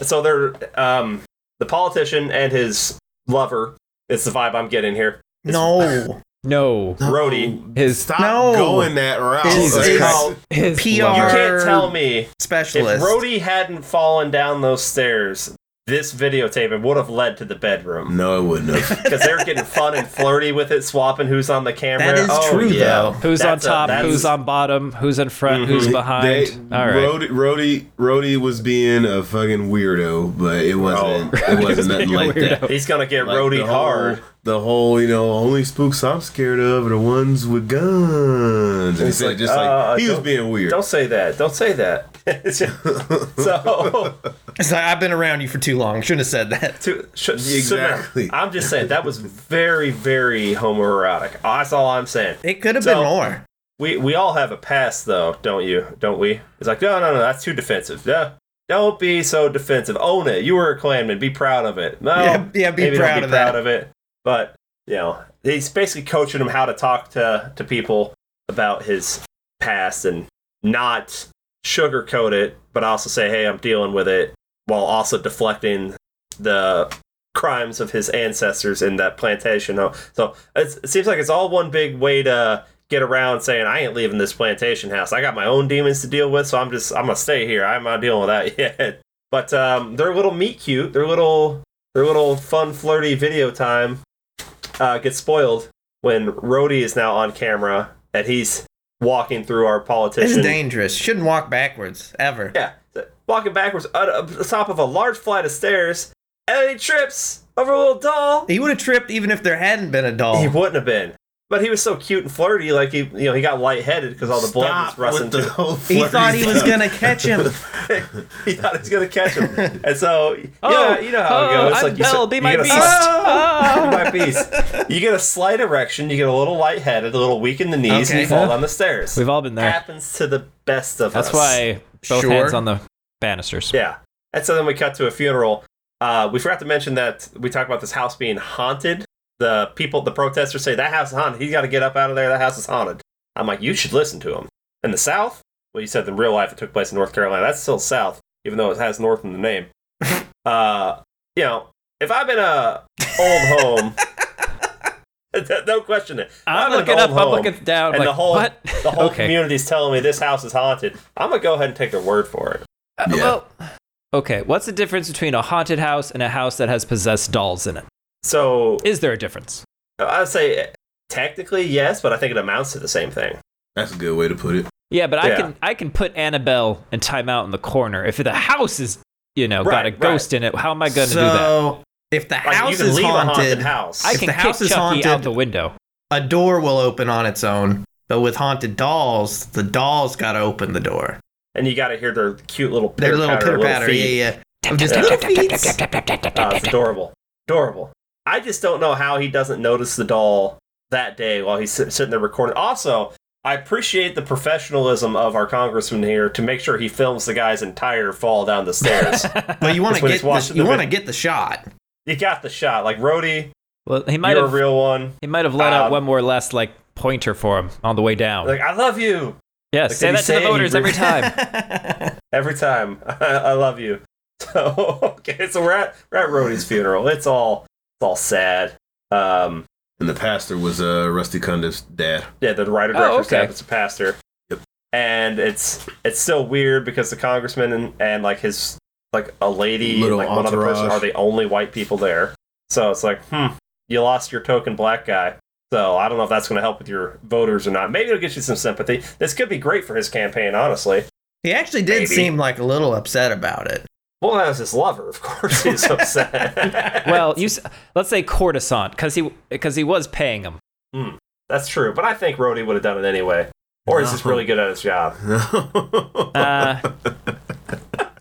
Speaker 1: so they're um, the politician and his lover. It's the vibe I'm getting here.
Speaker 2: No.
Speaker 3: No.
Speaker 1: Rhodey.
Speaker 3: His
Speaker 4: Stop
Speaker 2: No.
Speaker 4: going that route.
Speaker 2: His-
Speaker 4: Like,
Speaker 2: his-
Speaker 1: Now,
Speaker 3: his
Speaker 2: PR
Speaker 1: you
Speaker 3: lover.
Speaker 1: can't tell me if
Speaker 2: Specialist.
Speaker 1: Rhodey hadn't fallen down those stairs, this videotape would have led to the bedroom
Speaker 4: no, it wouldn't have.
Speaker 1: because they're getting fun and flirty with it, swapping who's on the camera.
Speaker 2: that is
Speaker 1: Oh,
Speaker 2: true,
Speaker 1: yeah.
Speaker 2: though.
Speaker 3: Who's
Speaker 1: That's a-
Speaker 3: on top?
Speaker 1: that's- Mm-hmm.
Speaker 3: who's on bottom? Who's in front? Who's
Speaker 4: They-
Speaker 3: behind? All right.
Speaker 4: Rhodey, Rhodey, Rhodey was being a fucking weirdo, but it wasn't. It
Speaker 3: Rhodey was
Speaker 4: wasn't nothing
Speaker 3: being a
Speaker 4: like that.
Speaker 3: weirdo.
Speaker 1: He's gonna get
Speaker 4: Like,
Speaker 1: Rhodey
Speaker 4: the whole-
Speaker 1: hard.
Speaker 4: The whole, you know, only spooks I'm scared of are the ones with guns. And it's like, just like
Speaker 1: uh,
Speaker 4: he was
Speaker 1: don't-
Speaker 4: being weird.
Speaker 1: Don't say that. Don't say that. It's just- so,
Speaker 2: It's like, I've been around you for too long. Shouldn't have said that.
Speaker 1: to, sh-
Speaker 4: Exactly.
Speaker 1: so now, I'm just saying that was very, very homoerotic. That's all I'm saying.
Speaker 2: It could have
Speaker 1: So-
Speaker 2: been more.
Speaker 1: We we all have a past though, don't you? Don't we? It's like no, no, no. That's too defensive. No, don't be so defensive. Own it. You were a Klanman. Be proud of it. No,
Speaker 2: Yeah, yeah, be
Speaker 1: maybe
Speaker 2: proud
Speaker 1: don't be proud
Speaker 2: of that.
Speaker 1: of it. But you know, he's basically coaching him how to talk to to people about his past and not sugarcoat it, but also say, "Hey, I'm dealing with it," while also deflecting the crimes of his ancestors in that plantation. ho- So it's, it seems like it's all one big way to get around saying, "I ain't leaving this plantation house. I got my own demons to deal with, so I'm just I'm gonna stay here. I'm not dealing with that yet." But um, their little meet cute, their little their little fun flirty video time uh, gets spoiled when Rhodey is now on camera and he's walking through our
Speaker 2: This
Speaker 1: politician.
Speaker 2: is dangerous. Shouldn't walk backwards, ever.
Speaker 1: Yeah, walking backwards on uh, the top of a large flight of stairs, and he trips over a little doll.
Speaker 2: He would have tripped even if there hadn't been a doll.
Speaker 1: He wouldn't have been, but he was so cute and flirty. Like he, you know, he got lightheaded because all the blood was
Speaker 4: Stop
Speaker 1: rushing.
Speaker 4: with the
Speaker 1: to
Speaker 4: whole
Speaker 2: He thought he
Speaker 4: flirty
Speaker 2: was
Speaker 4: stuff.
Speaker 2: going to catch him.
Speaker 1: he thought he was gonna catch him, and so you
Speaker 3: Oh,
Speaker 1: know, you know how
Speaker 3: oh,
Speaker 1: it goes.
Speaker 3: I'm
Speaker 1: like you
Speaker 3: Belle,
Speaker 1: said,
Speaker 3: be
Speaker 1: you
Speaker 3: my
Speaker 1: get a
Speaker 3: beast. Ah.
Speaker 1: slight- my beast. You get a slight erection, you get a little lightheaded, a little weak in the knees, and
Speaker 2: Okay.
Speaker 1: you fall down the stairs.
Speaker 3: We've all been there.
Speaker 1: Happens to the best of
Speaker 3: That's
Speaker 1: us.
Speaker 3: why both
Speaker 2: Sure.
Speaker 3: hands on the banisters.
Speaker 1: Yeah. And so then we cut to a funeral. Uh, we forgot to mention that we talked about this house being haunted. The people, the protesters say, that house is haunted. He's got to get up out of there. That house is haunted. I'm like, you should listen to him. In the South, well, you said in real life it took place in North Carolina. That's still South, even though it has North in the name. uh, you know, if I'm in a old home, don't question it. If
Speaker 3: I'm,
Speaker 1: in an
Speaker 3: looking
Speaker 1: old
Speaker 3: up. I'm
Speaker 1: home,
Speaker 3: looking down.
Speaker 1: and
Speaker 3: like,
Speaker 1: the whole
Speaker 3: what?
Speaker 1: the whole
Speaker 3: okay.
Speaker 1: community's telling me this house is haunted. I'm gonna go ahead and take their word for it.
Speaker 3: Uh,
Speaker 4: Yeah.
Speaker 3: Well, okay. What's the difference between a haunted house and a house that has possessed dolls in it?
Speaker 1: So
Speaker 3: Is there a difference?
Speaker 1: I'd say technically yes, but I think it amounts to the same thing.
Speaker 4: That's a good way to put it.
Speaker 3: Yeah, but I
Speaker 1: Yeah.
Speaker 3: can I can put Annabelle and Time Out in the corner. If the house is you know got
Speaker 1: Right,
Speaker 3: a ghost in it, how am I going to
Speaker 2: so,
Speaker 3: do that?
Speaker 2: if the
Speaker 1: Like
Speaker 2: house
Speaker 1: you can
Speaker 2: is
Speaker 1: leave a
Speaker 2: haunted,
Speaker 1: haunted house.
Speaker 3: I
Speaker 2: if
Speaker 3: can
Speaker 2: the
Speaker 3: kick
Speaker 2: house is
Speaker 3: Chucky out
Speaker 2: haunted-
Speaker 3: the window.
Speaker 2: a door will open on its own. But with haunted dolls, the dolls got to open the door.
Speaker 1: and you got to hear their cute little
Speaker 2: Their
Speaker 1: pitter
Speaker 2: little
Speaker 1: patter,
Speaker 2: pitter patter. Yeah,
Speaker 1: feet.
Speaker 2: yeah. I'm just
Speaker 1: tap,
Speaker 2: little feets.
Speaker 1: Uh, it's adorable, adorable. I just don't know how he doesn't notice the doll that day while he's sit- sitting there recording. Also, I appreciate the professionalism of our congressman here to make sure he films the guy's entire fall down the stairs.
Speaker 2: But you want
Speaker 1: That's
Speaker 2: to
Speaker 1: when
Speaker 2: get
Speaker 1: it's watching
Speaker 2: the, you
Speaker 1: the
Speaker 2: want to
Speaker 1: vid-
Speaker 2: get the shot.
Speaker 1: you got the shot, like Rhodey.
Speaker 3: Well, he
Speaker 1: Uh,
Speaker 3: might
Speaker 1: You're a
Speaker 3: have
Speaker 1: real one.
Speaker 3: he might have let out
Speaker 1: um,
Speaker 3: one more last like pointer for him on the way down.
Speaker 1: Like I love you.
Speaker 3: yeah,
Speaker 1: did
Speaker 3: say
Speaker 1: he
Speaker 3: that to
Speaker 1: say
Speaker 3: the
Speaker 1: it? He
Speaker 3: voters every
Speaker 1: breathed-
Speaker 3: time.
Speaker 1: Every time, I love you. So okay, so we're at we're at Rhodey's funeral. It's all it's all sad. Um,
Speaker 4: And the pastor was uh, Rusty Cundiff's dad.
Speaker 1: yeah, the writer
Speaker 3: Oh,
Speaker 1: director
Speaker 3: okay.
Speaker 1: staff is a pastor, and it's it's still weird because the congressman and, and like his like a lady,
Speaker 4: Little
Speaker 1: like one other person,
Speaker 4: entourage.
Speaker 1: are the only white people there. So it's like, hmm, you lost your token black guy. So I don't know if that's going to help with your voters or not. Maybe it'll get you some sympathy. This could be great for his campaign, honestly.
Speaker 2: He actually did
Speaker 1: Maybe.
Speaker 2: seem like a little upset about it.
Speaker 1: Well, that was his lover, of course. He's upset.
Speaker 3: Well, you s- let's say courtesan because he because he was paying him.
Speaker 1: that's true. But I think Rhodey would have done it anyway. Or is just really good at his job?
Speaker 3: Uh,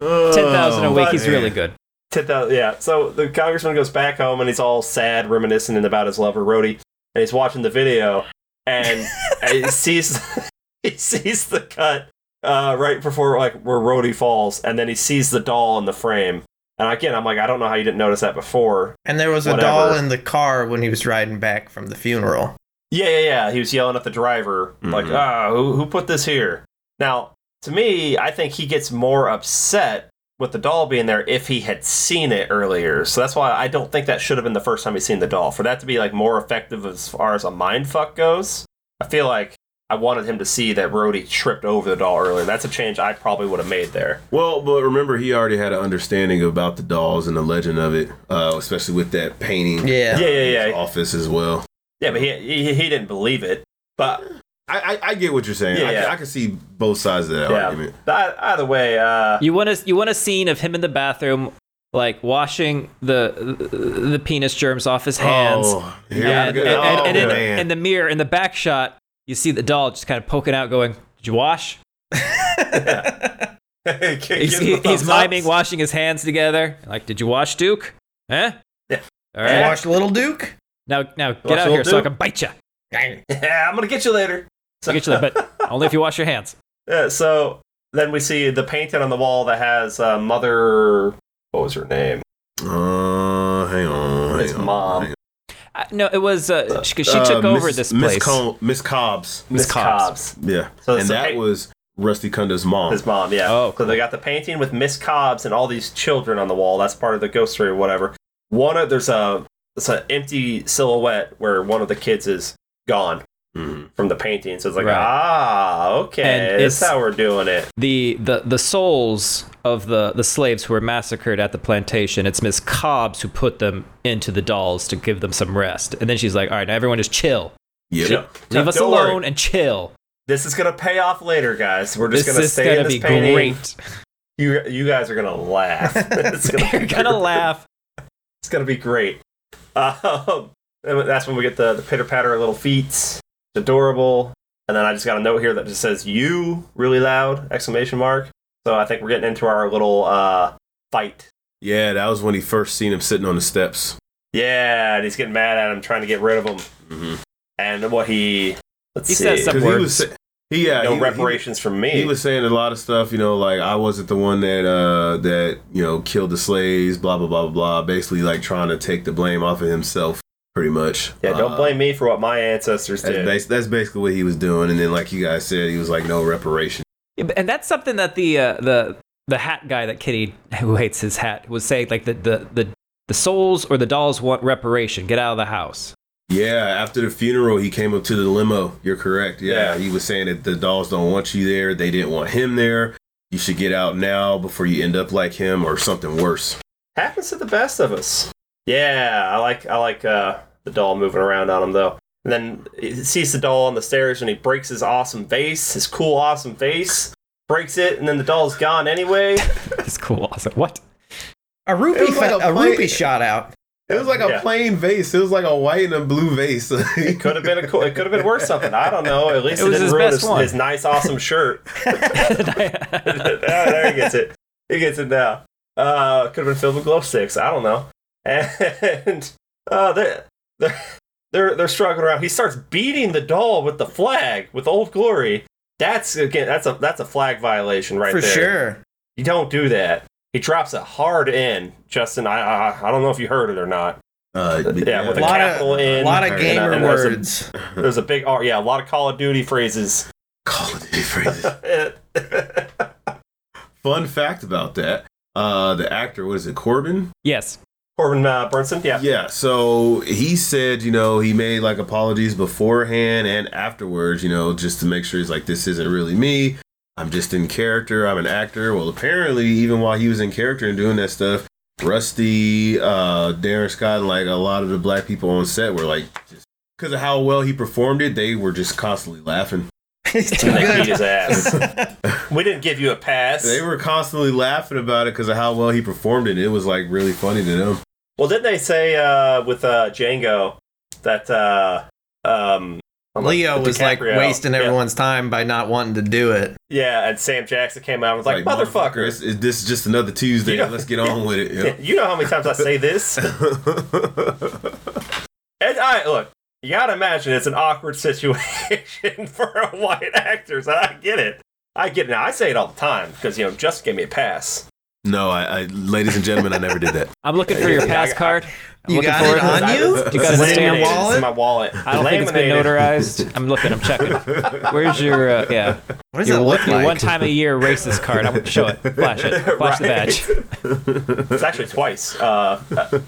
Speaker 4: Oh,
Speaker 3: Ten thousand a week. He's
Speaker 4: man.
Speaker 3: really good.
Speaker 1: 10,000, yeah. So the congressman goes back home and he's all sad, reminiscent about his lover, Rhodey, and he's watching the video and, and he sees he sees the cut uh, right before like where Rhodey falls, and then he sees the doll in the frame. And again, I'm like, I don't know how you didn't notice that before.
Speaker 2: And there was a
Speaker 1: Whatever.
Speaker 2: doll in the car when he was riding back from the funeral.
Speaker 1: Yeah, yeah, yeah. He was yelling at the driver, like,
Speaker 4: Mhm.
Speaker 1: ah, who, who put this here? Now, to me, I think he gets more upset with the doll being there if he had seen it earlier. So that's why I don't think that should have been the first time he's seen the doll. For that to be like more effective as far as a mind fuck goes, I feel like I wanted him to see that Rhodey tripped over the doll earlier. That's a change I probably would have made there.
Speaker 4: Well, but remember, he already had an understanding about the dolls and the legend of it, uh, especially with that painting.
Speaker 2: Yeah.
Speaker 1: Yeah, yeah,
Speaker 4: in his
Speaker 1: yeah.
Speaker 4: Office as well.
Speaker 1: Yeah, but he he, he didn't believe it. But
Speaker 4: I, I, I get what you're saying.
Speaker 1: Yeah,
Speaker 4: I,
Speaker 1: yeah.
Speaker 4: I can see both sides of that
Speaker 1: yeah,
Speaker 4: argument.
Speaker 1: But either way, uh,
Speaker 3: You want a you want a scene of him in the bathroom, like washing the the penis germs off his hands.
Speaker 4: Oh, here we
Speaker 3: and,
Speaker 4: go.
Speaker 3: and, and, and
Speaker 4: Oh,
Speaker 3: in,
Speaker 4: man.
Speaker 3: in the mirror, in the back shot, you see the doll just kind of poking out, going, "Did you wash?" He's, he- he's miming, washing his hands together. Like, "Did you wash, Duke?" Huh?
Speaker 1: Yeah.
Speaker 3: All
Speaker 2: And
Speaker 3: right.
Speaker 2: watch Little Duke.
Speaker 3: Now, now get
Speaker 1: Wash
Speaker 3: out
Speaker 1: will
Speaker 3: here so I
Speaker 1: do.
Speaker 3: can bite you.
Speaker 2: Dang.
Speaker 1: Yeah, I'm gonna get you later.
Speaker 3: So get you there, but only if you wash your hands.
Speaker 1: Yeah, so then we see the painting on the wall that has uh, mother. What was her name?
Speaker 4: Uh, hang on.
Speaker 1: His
Speaker 4: hang on,
Speaker 1: mom.
Speaker 4: hang on.
Speaker 3: Uh, no, it was uh, she, she
Speaker 4: Uh,
Speaker 3: took over
Speaker 4: Mrs.
Speaker 3: this
Speaker 4: Miss
Speaker 3: place.
Speaker 4: Co- Miss Cobbs.
Speaker 3: Miss Cobbs.
Speaker 4: Yeah.
Speaker 1: So
Speaker 4: and
Speaker 1: it's a
Speaker 4: that
Speaker 1: pa-
Speaker 4: was Rusty Kunda's mom.
Speaker 1: His mom, yeah.
Speaker 3: Oh,
Speaker 1: So
Speaker 3: cool.
Speaker 1: they got the painting with Miss Cobbs and all these children on the wall. That's part of the ghost story or whatever. One of there's a it's an empty silhouette where one of the kids is gone
Speaker 4: Mhm.
Speaker 1: from the painting. So it's like,
Speaker 3: Right.
Speaker 1: ah, okay,
Speaker 3: And
Speaker 1: that's
Speaker 3: it's-
Speaker 1: how we're doing it.
Speaker 3: the the the souls of the the slaves who were massacred at the plantation. It's Miss Cobbs who put them into the dolls to give them some rest. And then she's like, "All right, now everyone just chill.
Speaker 4: Yep.
Speaker 1: Yep.
Speaker 3: Leave us
Speaker 1: Don't worry.
Speaker 3: alone and chill.
Speaker 1: This is gonna pay off later, guys. We're just
Speaker 3: this
Speaker 1: gonna
Speaker 3: is
Speaker 1: stay
Speaker 3: gonna
Speaker 1: in this
Speaker 3: be
Speaker 1: painting.
Speaker 3: great.
Speaker 1: You you guys are gonna laugh. it's gonna
Speaker 3: You're
Speaker 1: be
Speaker 3: gonna
Speaker 1: great.
Speaker 3: laugh."
Speaker 1: It's gonna be great. Um, and that's when we get the, the pitter patter of little feet. It's adorable. And then I just got a note here that just says "you" really loud exclamation mark. So I think we're getting into our little uh, fight.
Speaker 4: Yeah, that was when he first seen him sitting on the steps.
Speaker 1: Yeah, and he's getting mad at him, trying to get rid of him.
Speaker 4: Mm-hmm.
Speaker 1: And what he let's
Speaker 3: He
Speaker 1: see,
Speaker 3: says some
Speaker 4: Because he was,
Speaker 3: words.
Speaker 4: sa- he, yeah,
Speaker 1: no
Speaker 4: he,
Speaker 1: reparations from me.
Speaker 4: He, he was saying a lot of stuff, you know, like I wasn't the one that uh that you know killed the slaves, blah blah blah blah blah. Basically, like trying to take the blame off of himself, pretty much.
Speaker 1: yeah, don't
Speaker 4: Uh,
Speaker 1: blame me for what my ancestors
Speaker 4: That's,
Speaker 1: did.
Speaker 4: bas- that's basically what he was doing, and then like you guys said, he was like no reparation.
Speaker 3: And that's something that the uh, the the hat guy that Kitty who hates his hat was saying. Like the the the the souls or the dolls want reparation. Get out of the house.
Speaker 4: Yeah, after the funeral, he came up to the limo. You're correct. Yeah,
Speaker 1: Yeah.
Speaker 4: he was saying that the dolls don't want you there. They didn't want him there. You should get out now before you end up like him or something worse.
Speaker 1: happens to the best of us. Yeah, I like I like uh, the doll moving around on him though. And then he sees the doll on the stairs and he breaks his awesome vase, his cool awesome vase. Breaks it, and then the doll's gone anyway.
Speaker 3: It's cool. I was like, what?
Speaker 2: A
Speaker 4: It
Speaker 2: rupee,
Speaker 4: was like
Speaker 2: fa-
Speaker 4: a
Speaker 2: a,
Speaker 4: play-
Speaker 2: rupee shot out.
Speaker 4: It was like a
Speaker 1: Yeah.
Speaker 4: plain vase. It was like a white and a blue vase.
Speaker 1: It could have been a cool, it could have been worth something. I don't know. At least
Speaker 3: It
Speaker 1: it,
Speaker 3: was
Speaker 1: didn't
Speaker 3: his
Speaker 1: ruin
Speaker 3: best
Speaker 1: his,
Speaker 3: one.
Speaker 1: his nice awesome shirt. Ah, there he gets it. He gets it now. Uh, could have been filled with glow sticks. I don't know. And uh, they're, they're, they're, they're struggling around. He starts beating the doll with the flag with Old Glory. That's again. That's a that's a flag violation right
Speaker 2: for
Speaker 1: there.
Speaker 2: sure.
Speaker 1: You don't do that. He drops a hard N, Justin. I, I I don't know if you heard it or not.
Speaker 4: Uh, but
Speaker 1: Yeah, with
Speaker 2: A
Speaker 1: The
Speaker 2: lot
Speaker 1: capital
Speaker 2: of,
Speaker 1: N
Speaker 2: lot of
Speaker 4: and-
Speaker 2: gamer
Speaker 1: and there's a-
Speaker 2: words.
Speaker 1: There's a big R. Yeah, a lot of Call of Duty phrases.
Speaker 4: Call of Duty phrases. Fun fact about that: uh, the actor, what is it, Corbin?
Speaker 3: yes.
Speaker 1: Corbin uh, Burnson. Yeah.
Speaker 4: Yeah, so he said, you know, he made like apologies beforehand and afterwards, you know, just to make sure he's like, this isn't really me. I'm just in character. I'm an actor. Well, apparently, even while he was in character and doing that stuff, Rusty, uh, Darren Scott, and like a lot of the black people on set were like, just because of how well he performed it, they were just constantly laughing.
Speaker 2: He's too
Speaker 1: And they beat
Speaker 2: good.
Speaker 1: his ass. we didn't give you a pass.
Speaker 4: They were constantly laughing about it because of how well he performed it. It was like really funny to them.
Speaker 1: well, didn't they say uh, with uh, Django that uh, um, I'm like,
Speaker 2: Leo was like
Speaker 1: DiCaprio-
Speaker 2: wasting
Speaker 1: yeah,
Speaker 2: everyone's time by not wanting to do it.
Speaker 1: Yeah, and Sam Jackson came out and was like, "Motherfucker,
Speaker 4: it's- it- this is just another Tuesday.
Speaker 1: You know-
Speaker 4: Let's get on with it. yeah.
Speaker 1: you know how many times I say this?" And I look, you gotta imagine it's an awkward situation for a white actors. And I get it. I get it. Now I say it all the time because you know, just give me a pass.
Speaker 4: no, I, I, ladies and gentlemen, I never did that.
Speaker 3: I'm looking for your
Speaker 1: Yeah, I
Speaker 3: pass
Speaker 1: got-
Speaker 3: card. I'm
Speaker 2: You
Speaker 3: looking
Speaker 2: got
Speaker 3: forward
Speaker 2: it
Speaker 3: to this.
Speaker 2: on you?
Speaker 3: You got it
Speaker 1: It's laminated.
Speaker 3: stamped?
Speaker 1: It's in
Speaker 2: Wallet?
Speaker 1: my wallet.
Speaker 3: I don't think it's been
Speaker 1: Laminated.
Speaker 3: notarized. I'm looking. I'm checking. Where's your uh, yeah?
Speaker 2: What does
Speaker 3: your
Speaker 2: it
Speaker 3: one-
Speaker 2: look
Speaker 3: your
Speaker 2: like?
Speaker 3: one time a year racist card. I'm gonna show it. Flash it. Flash the badge.
Speaker 1: It's actually twice. Uh,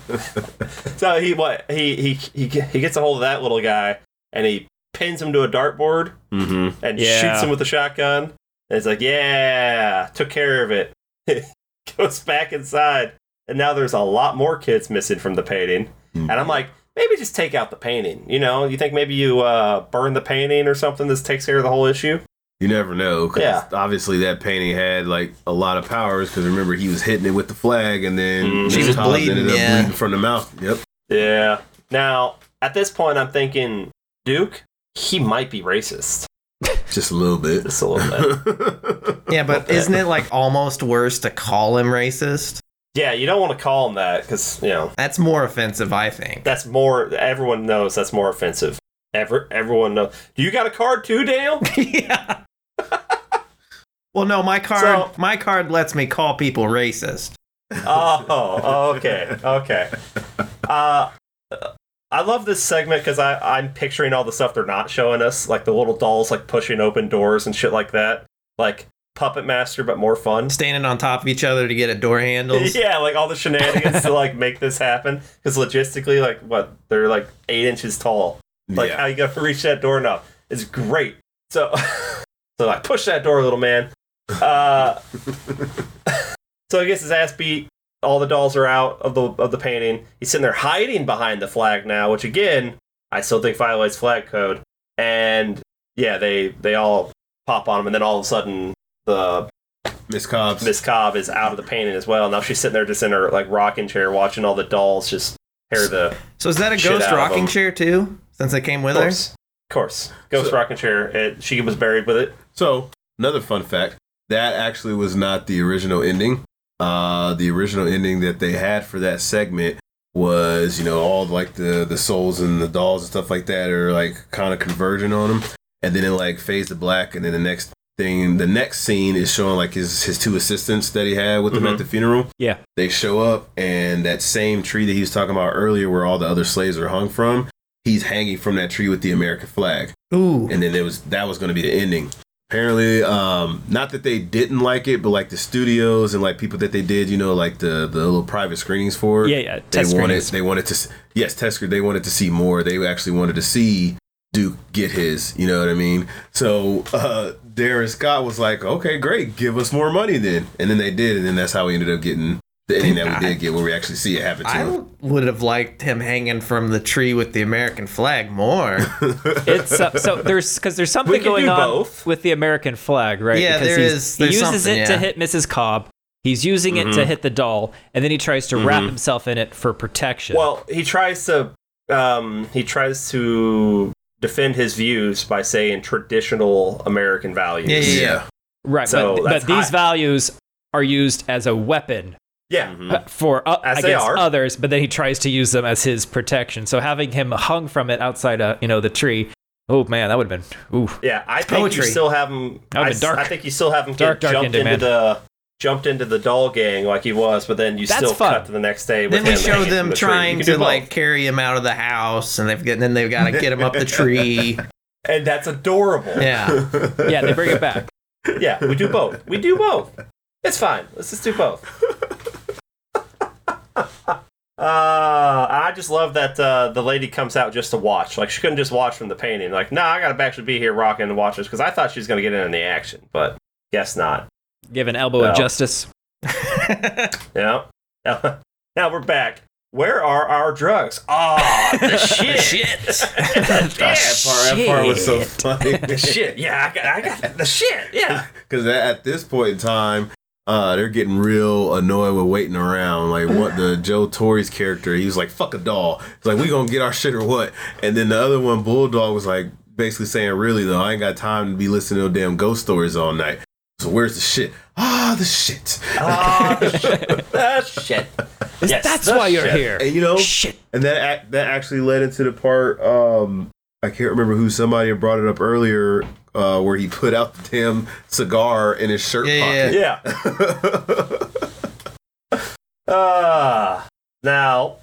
Speaker 1: so he what he he he he gets a hold of that little guy and he pins him to a dartboard
Speaker 4: Mm-hmm.
Speaker 1: and
Speaker 3: Yeah.
Speaker 1: shoots him with a shotgun. And it's like, yeah, took care of it. Goes back inside, and now there's a lot more kids missing from the painting. And I'm like, maybe just take out the painting. You know, you think maybe you uh, burn the painting or something? This takes care of the whole issue.
Speaker 4: You never know. 'cause
Speaker 1: Yeah.
Speaker 4: Obviously, that painting had like a lot of powers because remember he was hitting it with the flag, and then
Speaker 3: Mm-hmm.
Speaker 1: Mhm. She
Speaker 4: Nick
Speaker 2: was
Speaker 4: Collins
Speaker 2: bleeding,
Speaker 4: Ended up
Speaker 2: yeah.
Speaker 4: bleeding from the mouth. Yep.
Speaker 1: Yeah. Now at this point, I'm thinking Duke. He might be racist.
Speaker 4: Just a little bit.
Speaker 1: Just a little bit.
Speaker 2: Yeah, but isn't it like almost worse to call him racist?
Speaker 1: yeah, you don't want to call him that because you know
Speaker 2: That's more offensive, I think.
Speaker 1: that's more. Everyone knows that's more offensive. Ever, everyone knows. Do you got a card too, Dale?
Speaker 2: yeah. well, no, my card
Speaker 1: So-
Speaker 2: my card lets me call people racist.
Speaker 1: Oh, okay, okay. Uh, I love this segment because I'm picturing all the stuff they're not showing us, like the little dolls like pushing open doors and shit like that, like Puppet Master, but more fun.
Speaker 2: Standing on top of each other to get at door handles.
Speaker 1: Yeah, like all the shenanigans to like make this happen because logistically, like what they're like eight inches tall. Like how
Speaker 4: yeah.
Speaker 1: you gonna reach that doorknob? It's great. So, so like push that door, little man. Uh, so he gets his ass beat. All the dolls are out of the of the painting. He's sitting there hiding behind the flag now, which again, I still think violates flag code. And yeah, they they all pop on him, and then all of a sudden the
Speaker 4: Miss Cobbs.
Speaker 1: Miss Cobb is out of the painting as well. Now she's sitting there just in her like rocking chair, watching all the dolls just tear the
Speaker 2: So is that a
Speaker 1: Shit
Speaker 2: ghost
Speaker 1: out of
Speaker 2: rocking
Speaker 1: them.
Speaker 2: chair too? Since it came with
Speaker 1: Of
Speaker 2: her?
Speaker 1: course. Of course. Ghost
Speaker 4: So-
Speaker 1: rocking chair. It, she was buried with it.
Speaker 4: So another fun fact that actually was not the original ending. Uh, the original ending that they had for that segment was you know all like the the souls and the dolls and stuff like that are like kind of converging on him, and then it like fades to black, and then the next thing the next scene is showing like his his two assistants that he had with him
Speaker 1: Mhm.
Speaker 4: at the funeral
Speaker 3: Yeah.
Speaker 4: they show up and that same tree that he was talking about earlier where all the other slaves are hung from he's hanging from that tree with the american flag
Speaker 2: Ooh.
Speaker 4: and then it was that was going to be the ending. Apparently, um, not that they didn't like it, but like the studios and like people that they did, you know, like the the little private screenings for. it,
Speaker 3: Yeah, yeah.
Speaker 4: They
Speaker 3: Test
Speaker 4: wanted
Speaker 3: screenings.
Speaker 4: they wanted to s- yes, test screen- They wanted to see more. They actually wanted to see Duke get his. You know what I mean? So uh, Darren Scott was like, okay, great, give us more money then, and then they did, and then that's how we ended up getting the ending that we did get, where we actually see it happen to him.
Speaker 2: I would have liked him hanging from the tree with the American flag more.
Speaker 3: It's uh, so there's because there's
Speaker 1: We
Speaker 3: something
Speaker 1: can
Speaker 3: going
Speaker 1: do
Speaker 3: on
Speaker 1: both.
Speaker 3: with the American flag, right?
Speaker 2: Yeah,
Speaker 3: because
Speaker 2: there
Speaker 3: he's-
Speaker 2: is-
Speaker 3: He
Speaker 2: there's
Speaker 3: uses it
Speaker 2: something,
Speaker 3: to
Speaker 2: yeah.
Speaker 3: hit Mrs. Cobb. He's using it
Speaker 1: Mm-hmm.
Speaker 3: to hit the doll, and then he tries to wrap himself in it for protection.
Speaker 1: Well, he tries to um, he tries to defend his views by saying traditional American values.
Speaker 2: Yeah, yeah, yeah.
Speaker 4: Yeah.
Speaker 3: right,
Speaker 1: so
Speaker 3: but, but
Speaker 1: that's
Speaker 3: these
Speaker 1: high.
Speaker 3: values are used as a weapon
Speaker 1: Yeah.
Speaker 3: uh, for uh,
Speaker 1: As they
Speaker 3: against
Speaker 1: are.
Speaker 3: others, but then he tries to use them as his protection. So having him hung from it outside, uh, you know, the tree. Oh man, that would have been ooh.
Speaker 1: Yeah, I think
Speaker 2: poetry.
Speaker 1: you still have him.
Speaker 3: That would've
Speaker 1: I,
Speaker 3: been dark.
Speaker 1: I think you still have him get
Speaker 3: Dark, dark
Speaker 1: jumped
Speaker 3: ending,
Speaker 1: into
Speaker 3: man.
Speaker 1: the jumped into the doll gang like he was, but then you
Speaker 3: That's
Speaker 1: still
Speaker 3: fun.
Speaker 1: cut to the next day. With
Speaker 2: then we
Speaker 1: him
Speaker 2: show
Speaker 1: hanging from
Speaker 2: them
Speaker 1: the tree. You
Speaker 2: trying
Speaker 1: can do
Speaker 2: to
Speaker 1: both.
Speaker 2: like carry him out of the house, and they've got then they've got to get him up the tree.
Speaker 1: and that's adorable.
Speaker 2: Yeah,
Speaker 3: Yeah, they bring it back.
Speaker 1: yeah, we do both. We do both. It's fine. Let's just do both. Uh, I just love that uh, the lady comes out just to watch. Like she couldn't just watch from the painting. Like, nah, I gotta actually be here rocking and watch this because I thought she was gonna get in on the action, but guess not.
Speaker 3: Give an elbow
Speaker 1: Oh.
Speaker 3: of justice.
Speaker 1: Yeah. Now we're back. Where are our drugs? Ah, the shit.
Speaker 2: Shit.
Speaker 1: Yeah,
Speaker 4: Part, that part was so funny.
Speaker 1: the shit. Yeah, I got, I got the shit. Yeah.
Speaker 4: Because at this point in time, uh, they're getting real annoyed with waiting around. Like what the Joe Torre's character, he was like, "Fuck a doll." It's like we gonna get our shit or what? And then the other one, Bulldog, was like basically saying, "Really though, I ain't got time to be listening to no damn ghost stories all night." So where's the shit? Ah, the shit.
Speaker 1: Ah, the shit. The shit. Yes,
Speaker 3: That's
Speaker 1: the
Speaker 3: why you're
Speaker 1: shit.
Speaker 3: here.
Speaker 4: And you know,
Speaker 3: Shit.
Speaker 4: and that ac- that actually led into the part um I can't remember who somebody had brought it up earlier uh where he put out the damn cigar in his shirt
Speaker 2: Yeah, yeah,
Speaker 1: Yeah. Uh, now,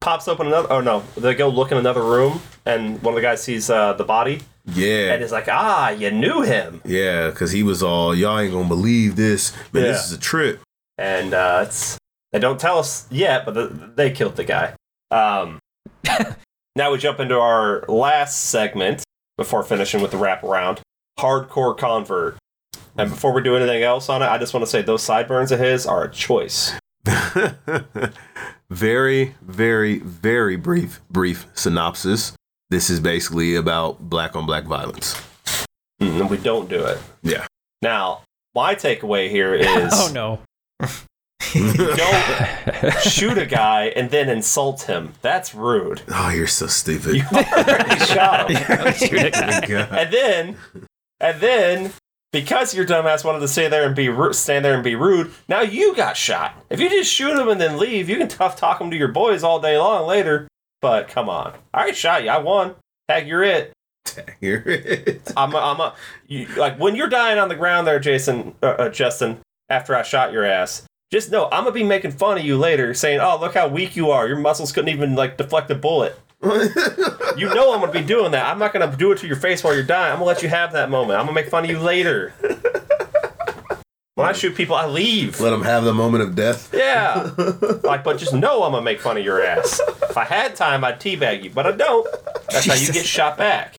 Speaker 1: pops open another. Oh no, they go look in another room, and one of the guys sees uh, the body,
Speaker 4: pocket. Yeah.
Speaker 1: and is like, "Ah, you knew him."
Speaker 4: yeah, cuz he was all y'all ain't going to believe this. Man,
Speaker 1: Yeah.
Speaker 4: this is a trip.
Speaker 1: And uh, it's they don't tell us yet, but the, they killed the guy. Um, now we jump into our last segment before finishing with the wraparound. Hardcore convert. And before we do anything else on it, I just want to say those sideburns of his are a choice.
Speaker 4: very very very brief brief synopsis. This is basically about black on black violence.
Speaker 1: Mm, and we don't do it.
Speaker 4: Yeah.
Speaker 1: Now, my takeaway here is
Speaker 3: Oh no.
Speaker 1: don't shoot a guy and then insult him. That's rude.
Speaker 4: Oh, you're so stupid.
Speaker 1: You already shot him.
Speaker 4: God.
Speaker 1: And then, and then, because your dumbass wanted to stay there and be ru- stand there and be rude, now you got shot. If you just shoot him and then leave, you can tough talk him to your boys all day long later. But come on, I already shot you. I won. Tag, you're it.
Speaker 4: Here it is.
Speaker 1: I'm a, I'm a, you, like when you're dying on the ground there, Jason, uh, uh, Justin. After I shot your ass, just know I'm gonna be making fun of you later, saying, "Oh, look how weak you are. Your muscles couldn't even like deflect a bullet." you know I'm gonna be doing that. I'm not gonna do it to your face while you're dying. I'm gonna let you have that moment. I'm gonna make fun of you later. When I shoot people, I leave.
Speaker 4: Let him have the moment of death.
Speaker 1: Yeah. Like, but just know I'm gonna make fun of your ass. If I had time, I'd teabag you, but I don't. That's how you get shot back.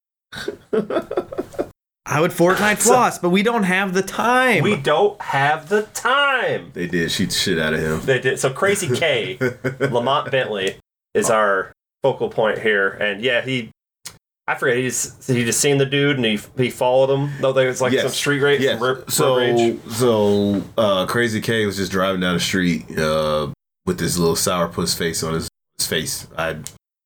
Speaker 2: I would Fortnite floss, but we don't have the time.
Speaker 1: We don't have the time.
Speaker 4: They did shoot the shit out of him.
Speaker 1: They did. So Crazy K, Lamont Bentley, is our focal point here, and yeah, he. I forget. He just he just seen the dude and he he followed him. Though there was like
Speaker 4: Yes.
Speaker 1: some street rage.
Speaker 4: Yes.
Speaker 1: rip,
Speaker 4: so
Speaker 1: rage.
Speaker 4: so uh, Crazy K was just driving down the street uh, with this little sourpuss face on his, his face. I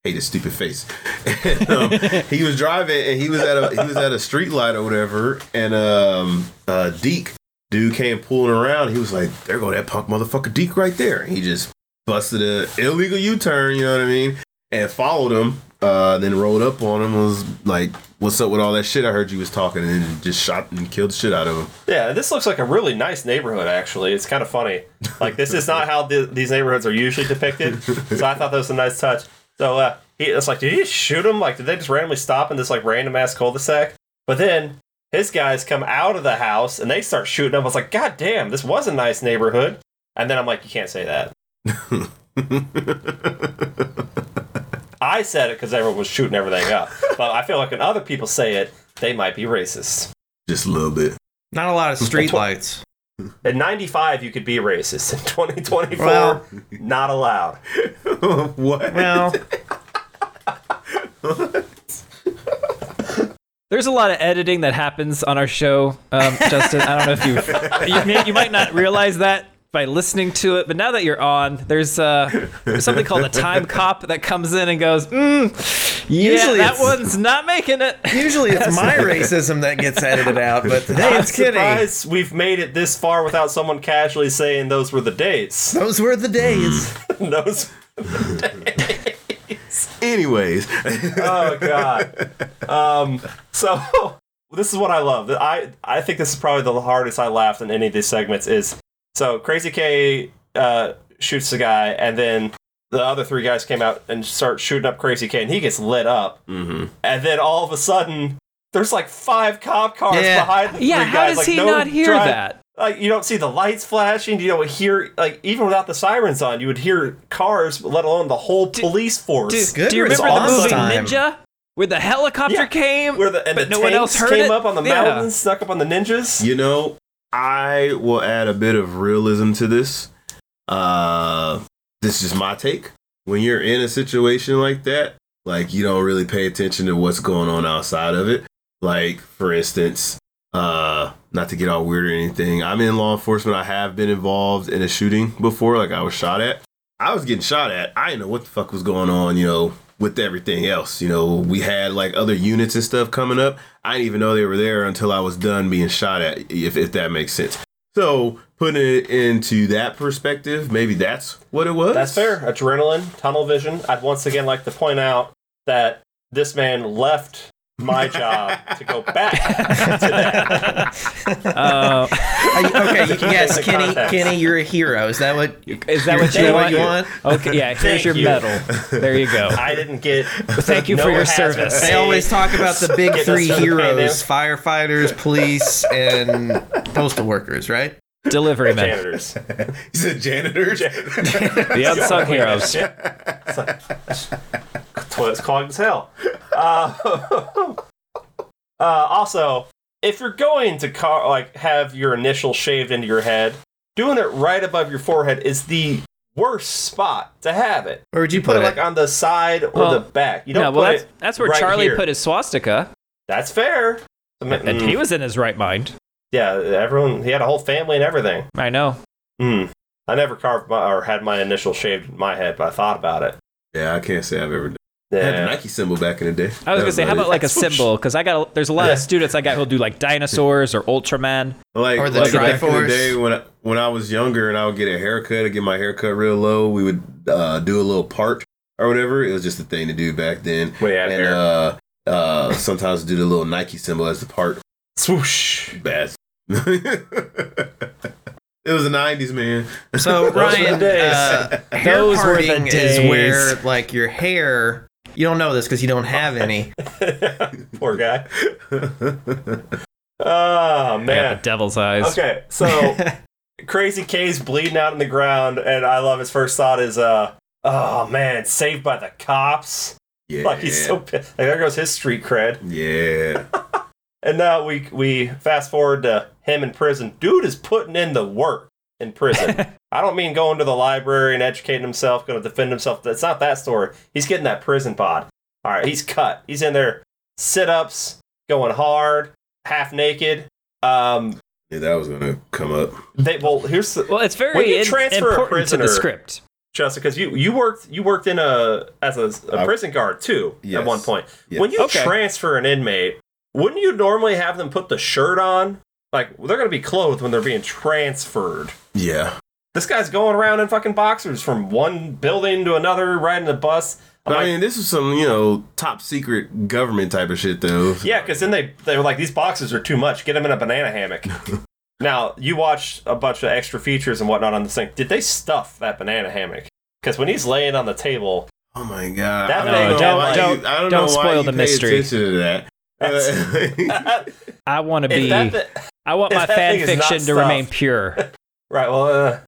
Speaker 4: hate his stupid face. And, um, he was driving and he was at a he was at a street light or whatever, and um, uh, Deke dude came pulling around. He was like, "There go that punk motherfucker Deke right there." And he just busted a illegal U turn. You know what I mean? And followed him. Uh, then rolled up on him. Was like, "What's up with all that shit? I heard you was talking," and then just shot and killed the shit out of him.
Speaker 1: Yeah, this looks like a really nice neighborhood. Actually, it's kind of funny. Like this is not how th- these neighborhoods are usually depicted. So I thought that was a nice touch. So uh, he, it's like, did he just shoot him? Like, did they just randomly stop in this like random ass cul-de-sac? But then his guys come out of the house and they start shooting up. I was like, God damn, this was a nice neighborhood. And then I'm like, you can't say that. I said it because everyone was shooting everything up. But I feel like when other people say it, they might be racist.
Speaker 4: Just a little bit.
Speaker 2: Not a lot of streetlights.
Speaker 1: At 95, you could be racist. In 2024,
Speaker 2: Well-
Speaker 1: not allowed.
Speaker 4: what?
Speaker 2: Well,
Speaker 3: There's a lot of editing that happens on our show, um, Justin. I don't know if you you, may, you might not realize that by listening to it, but now that you're on, there's, uh, there's something called a time cop that comes in and goes, mm, yeah,
Speaker 2: Usually
Speaker 3: that
Speaker 2: it's-
Speaker 3: one's not making it.
Speaker 1: Oh
Speaker 2: usually it's my racism that gets edited out, but today
Speaker 1: I'm
Speaker 2: it's Kitty.
Speaker 1: surprised we've made it this far without someone casually saying those were the dates.
Speaker 2: Those were the days.
Speaker 1: Hmm. those.
Speaker 4: Anyways,
Speaker 1: Oh God. Um. So this is what I love. I I think this is probably the hardest I laughed in any of these segments. Is so Crazy K uh, shoots the guy, and then the other three guys came out and start shooting up Crazy K, and he gets lit up.
Speaker 4: mm-hmm.
Speaker 1: and then all of a sudden there's like five cop cars
Speaker 2: Yeah.
Speaker 1: behind the
Speaker 3: Yeah,
Speaker 1: three
Speaker 3: how
Speaker 1: guys.
Speaker 3: does
Speaker 1: like,
Speaker 3: he
Speaker 1: no
Speaker 3: not hear
Speaker 1: drive-
Speaker 3: that?
Speaker 1: Like you don't see the lights flashing. You don't hear like even without the sirens on, you would hear cars, let alone the whole police force.
Speaker 3: Do,
Speaker 2: Good
Speaker 3: do you remember the
Speaker 1: response
Speaker 3: movie
Speaker 2: time.
Speaker 3: Ninja? Where the helicopter
Speaker 1: Yeah,
Speaker 3: came,
Speaker 1: Where the and
Speaker 3: but
Speaker 1: the
Speaker 3: no
Speaker 1: tanks
Speaker 3: one else heard
Speaker 1: came
Speaker 3: it?
Speaker 1: up on the
Speaker 3: Yeah.
Speaker 1: mountains, snuck up on the ninjas.
Speaker 4: you know, I will add a bit of realism to this. Uh, this is my take. When you're in a situation like that, like you don't really pay attention to what's going on outside of it. Like for instance, uh, not to get all weird or anything, I'm in law enforcement. I have been involved in a shooting before. Like I was shot at. I was getting shot at. I didn't know what the fuck was going on. You know, with everything else. You know, we had like other units and stuff coming up. I didn't even know they were there until I was done being shot at, if, if that makes sense. So, putting it into that perspective, maybe that's what it was.
Speaker 1: That's fair. Adrenaline, tunnel vision. I'd once again like to point out that this man left my job to go back to that.
Speaker 3: Uh,
Speaker 2: Are you- okay, you- yes,
Speaker 1: the
Speaker 2: Kenny,
Speaker 1: context.
Speaker 2: Kenny, you're a hero. Is that what?
Speaker 3: is that what
Speaker 2: Is
Speaker 3: you
Speaker 2: that
Speaker 3: want?
Speaker 2: what you want?
Speaker 3: Okay, yeah,
Speaker 1: Thank
Speaker 3: here's your
Speaker 1: you.
Speaker 3: medal. There you go.
Speaker 1: I didn't get.
Speaker 3: Thank you for your
Speaker 1: has been
Speaker 3: service.
Speaker 1: paid.
Speaker 2: They always talk about the big
Speaker 1: Get us
Speaker 2: three
Speaker 1: through the
Speaker 2: heroes: firefighters, police, and postal workers. Right?
Speaker 3: Delivery medal.
Speaker 1: janitors.
Speaker 4: He's a janitor.
Speaker 3: The unsung heroes.
Speaker 1: It's like- toilet's clogged as hell. Uh, uh, also, if you're going to car- like have your initial shaved into your head, doing it right above your forehead is the worst spot to have it.
Speaker 2: Where would you
Speaker 1: Put
Speaker 2: put
Speaker 1: it like
Speaker 2: it?
Speaker 1: on the side or
Speaker 3: Well,
Speaker 1: the back. You don't
Speaker 3: Yeah,
Speaker 1: put
Speaker 3: well, that's,
Speaker 1: it.
Speaker 3: that's where
Speaker 1: right
Speaker 3: Charlie
Speaker 1: here.
Speaker 3: put his swastika,
Speaker 1: That's fair. I mean,
Speaker 3: and
Speaker 1: mm,
Speaker 3: he was in his right mind.
Speaker 1: yeah, everyone. He had a whole family and everything.
Speaker 3: I know.
Speaker 1: Mm. I never carved my or had my initial shaved in my head, but I thought about it.
Speaker 4: Yeah, I can't say I've ever done. I had the
Speaker 1: Yeah.
Speaker 4: Nike symbol back in the day.
Speaker 3: I was gonna say, how about like a
Speaker 4: Swoosh.
Speaker 3: symbol? Because I got a, there's a lot
Speaker 1: Yeah.
Speaker 3: of students I got who'll do like dinosaurs or Ultraman.
Speaker 4: Like,
Speaker 2: Or the
Speaker 4: like back in
Speaker 2: Triforce.
Speaker 4: the day when I, when I was younger and I would get a haircut, I'd get my haircut real low. We would uh, do a little part or whatever. It was just a thing to do back then.
Speaker 1: Way out of
Speaker 4: and
Speaker 1: here.
Speaker 4: uh, uh, sometimes do the little Nike symbol as the part.
Speaker 1: Swoosh.
Speaker 4: Bad. it was the '90s, man.
Speaker 2: So
Speaker 1: were the
Speaker 2: Ryan,
Speaker 1: days.
Speaker 2: uh, hair
Speaker 3: Those were the
Speaker 2: parting is
Speaker 3: days.
Speaker 2: where like your hair. You don't know this because you don't have any.
Speaker 1: Poor guy. Oh
Speaker 3: I got
Speaker 1: man.
Speaker 3: the devil's eyes.
Speaker 1: Okay, so Crazy K's bleeding out in the ground, and I love his first thought is, uh, oh man, saved by the cops.
Speaker 4: Yeah.
Speaker 1: Like he's so pi- like there goes his street cred.
Speaker 4: Yeah.
Speaker 1: And now we we fast forward to him in prison. Dude is putting in the work in prison. I don't mean going to the library and educating himself, going to defend himself. That's not that story. He's getting that prison pod. All right, he's cut. He's in there, sit ups, going hard, half naked. Um,
Speaker 4: Yeah, that was gonna come up.
Speaker 1: They well, here's the,
Speaker 3: Well, it's
Speaker 1: When you
Speaker 3: very in-
Speaker 1: transfer a
Speaker 3: important to
Speaker 1: prisoner-
Speaker 3: the script.
Speaker 1: Jessica, because you you worked you worked in a as a, a
Speaker 4: I-
Speaker 1: prison guard too at
Speaker 4: Yes.
Speaker 1: one point.
Speaker 4: Yes.
Speaker 1: When you
Speaker 3: Okay.
Speaker 1: transfer an inmate, wouldn't you normally have them put the shirt on? Like they're gonna be clothed when they're being transferred.
Speaker 4: Yeah.
Speaker 1: This guy's going around in fucking boxers from one building to another, riding the bus. I'm
Speaker 4: But, I
Speaker 1: like,
Speaker 4: mean, this is some you know top secret government type of shit though.
Speaker 1: yeah, because then they they were like, these boxes are too much. Get them in a banana hammock. now you watch a bunch of extra features and whatnot on this thing. Did they stuff that banana hammock? Because when he's laying on the table,
Speaker 4: Oh my god.
Speaker 1: That
Speaker 4: I don't
Speaker 1: thing-
Speaker 4: know
Speaker 1: don't-
Speaker 4: why
Speaker 3: don't-
Speaker 4: I
Speaker 3: don't
Speaker 4: know why
Speaker 3: spoil
Speaker 4: you
Speaker 3: the
Speaker 4: pay
Speaker 3: mystery.
Speaker 4: attention to that. Uh,
Speaker 3: I want to
Speaker 1: If
Speaker 3: be.
Speaker 1: that thi-
Speaker 3: I want
Speaker 1: if
Speaker 3: my
Speaker 1: that
Speaker 3: fan
Speaker 1: thing is not
Speaker 3: fiction to
Speaker 1: stuffed-
Speaker 3: remain pure.
Speaker 1: Right. Well, uh,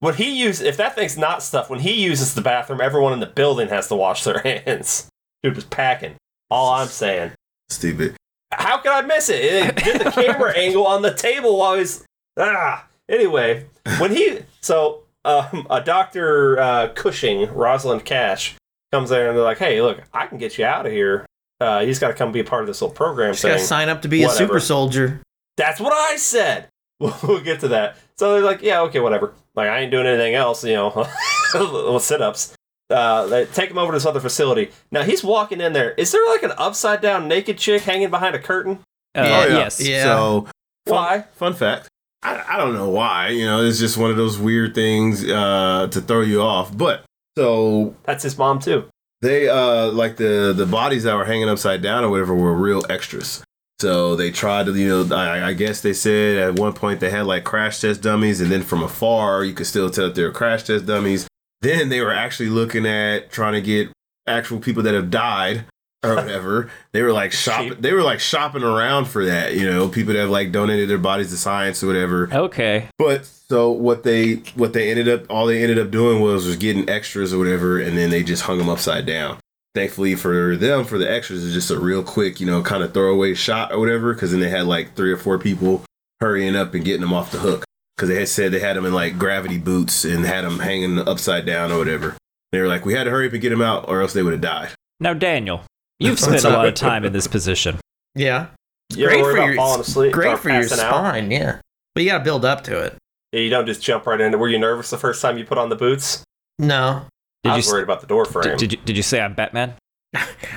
Speaker 1: when he use if that thing's not stuff, when he uses the bathroom, everyone in the building has to wash their hands. Dude was packing. All I'm saying.
Speaker 4: Stupid.
Speaker 1: How could I miss it? It did the camera angle on the table while he's ah. Anyway, when he so um, a doctor uh, Cushing Rosalind Cash comes there and they're like, "Hey, look, I can get you out of here. Uh, you just got to come be a part of this little program
Speaker 2: Just
Speaker 1: thing."
Speaker 2: gotta sign up to be a
Speaker 1: Whatever.
Speaker 2: super soldier.
Speaker 1: That's what I said. We'll, we'll get to that. So they're like, yeah, okay, whatever. Like I ain't doing anything else, you know, little sit-ups. Uh, they take him over to this other facility. Now he's walking in there. Is there like an upside down naked chick hanging behind a curtain?
Speaker 3: Uh,
Speaker 2: Yeah.
Speaker 3: Yes.
Speaker 2: Yeah.
Speaker 4: So fun,
Speaker 1: Why?
Speaker 4: Fun fact. I, I don't know why. You know, it's just one of those weird things uh, to throw you off. But so
Speaker 1: That's his mom too.
Speaker 4: they uh like the the bodies that were hanging upside down or whatever were real extras so they tried to you know I, I guess they said at one point they had like crash test dummies and then from afar you could still tell that they were crash test dummies then they were actually looking at trying to get actual people that have died or whatever they were like shopping
Speaker 1: Sheep.
Speaker 4: they were like shopping around for that you know people that have like donated their bodies to science or whatever
Speaker 3: Okay.
Speaker 4: but so what they what they ended up all they ended up doing was was getting extras or whatever, and then they just hung them upside down. Thankfully for them, for the extras, it's just a real quick, you know, kind of throwaway shot or whatever, because then they had like three or four people hurrying up and getting them off the hook. because they had said they had him in like gravity boots and had him hanging upside down or whatever. They were like, we had to hurry up and get him out, or else they would have died.
Speaker 3: Now, Daniel, you've spent a lot of time in this position.
Speaker 2: Yeah.
Speaker 1: You
Speaker 2: Great
Speaker 1: ever worry
Speaker 2: for
Speaker 1: about
Speaker 2: your-
Speaker 1: falling asleep?
Speaker 2: Great
Speaker 1: start
Speaker 2: for your
Speaker 1: passing out?
Speaker 2: spine, yeah. But you gotta build up to it.
Speaker 1: Yeah, you don't just jump right into. Were you nervous the first time you put on the boots?
Speaker 2: No.
Speaker 3: Did
Speaker 1: I
Speaker 3: you
Speaker 1: was
Speaker 3: s-
Speaker 1: worried about the door frame.
Speaker 3: did, did you did you say I'm Batman?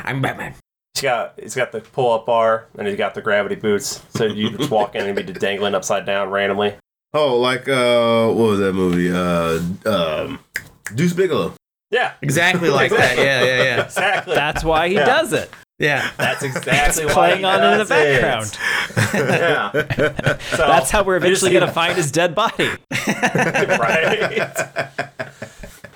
Speaker 2: I'm Batman.
Speaker 1: He's got he's got the pull up bar and he's got the gravity boots, so you just walk in and be dangling upside down randomly.
Speaker 4: Oh, like uh, what was that movie? Uh, um, Deuce Bigelow.
Speaker 1: Yeah,
Speaker 2: Exactly like that. Yeah, yeah, yeah.
Speaker 1: exactly.
Speaker 3: That's why he
Speaker 1: Yeah.
Speaker 3: does it.
Speaker 2: Yeah.
Speaker 1: That's exactly why
Speaker 3: Playing
Speaker 1: he
Speaker 3: on in the
Speaker 1: does it.
Speaker 3: background.
Speaker 1: Yeah, so,
Speaker 3: That's how we're eventually
Speaker 1: just-
Speaker 3: gonna find his dead body.
Speaker 1: right.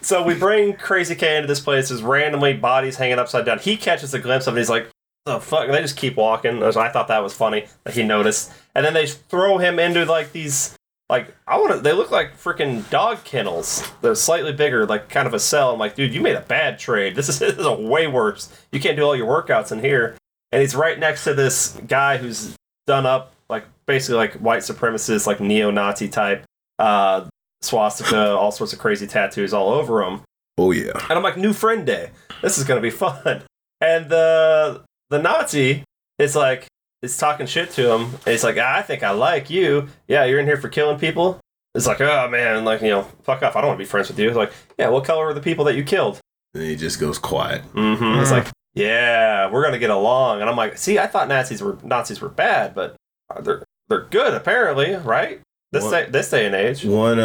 Speaker 1: so we bring Crazy K into this place. There's randomly bodies hanging upside down. He catches a glimpse of it. He's like, "The fuck!" And they just keep walking. So I thought that was funny that he noticed. And then they throw him into like these, like I want to. They look like freaking dog kennels. They're slightly bigger, like kind of a cell. I'm like, dude, you made a bad trade. This is this is a way worse. You can't do all your workouts in here. And he's right next to this guy who's done up like basically like white supremacist, like neo-Nazi type. Uh, swastika, all sorts of crazy tattoos all over him.
Speaker 4: oh yeah.
Speaker 1: And I'm like, new friend day. This is gonna be fun. And the the Nazi is like is talking shit to him. And he's like, I think I like you. Yeah, you're in here for killing people. It's like, oh man, like you know, fuck off. I don't want to be friends with you. It's like, yeah, what color are the people that you killed?
Speaker 4: And he just goes quiet.
Speaker 1: Mm-hmm. It's like, yeah, we're gonna get along. And I'm like, see, I thought Nazis were Nazis were bad, but uh, they're they're good apparently, right? This
Speaker 4: What?
Speaker 1: day, this day and age.
Speaker 4: One uh,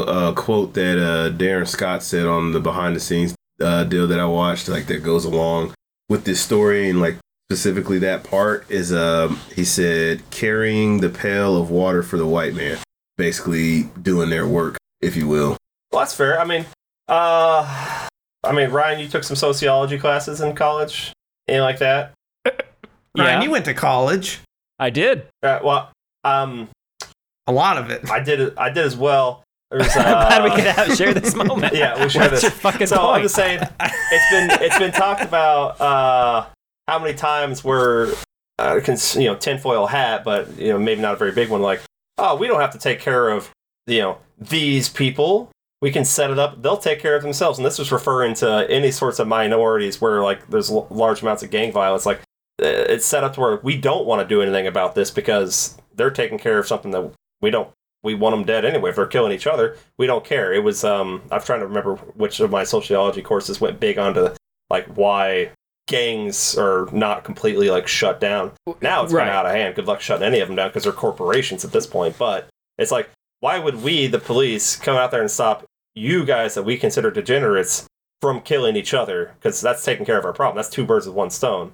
Speaker 4: uh quote that uh Darren Scott said on the behind the scenes uh deal that I watched, like that goes along with this story and like specifically that part is um he said carrying the pail of water for the white man, basically doing their work, if you will.
Speaker 1: Well, that's fair. I mean, uh, I mean, Ryan, you took some sociology classes in college, anything like that.
Speaker 2: Ryan,
Speaker 3: Yeah.
Speaker 2: you went to college.
Speaker 3: I did.
Speaker 1: Uh, well, um,
Speaker 2: A lot of it.
Speaker 1: I did, I did as well. There was, uh,
Speaker 3: I'm glad we could have share this moment.
Speaker 1: yeah, we share this.
Speaker 3: What's Your fucking
Speaker 1: so I'm
Speaker 3: point?
Speaker 1: just saying, it's been it's been talked about uh, how many times we're uh, cons- you know tinfoil hat, but you know maybe not a very big one. Like, oh, we don't have to take care of you know these people. We can set it up; they'll take care of themselves. And this is referring to any sorts of minorities where like there's l- large amounts of gang violence. Like, uh, it's set up to where we don't want to do anything about this because they're taking care of something that we don't. We want them dead anyway. If they're killing each other, we don't care. It was um I'm trying to remember which of my sociology courses went big onto like why gangs are not completely like shut down. Now it's
Speaker 3: right.
Speaker 1: kind of out of hand. Good luck shutting any of them down because they're corporations at this point. But it's like why would we, the police, come out there and stop you guys that we consider degenerates from killing each other? Because that's taking care of our problem. That's two birds with one stone.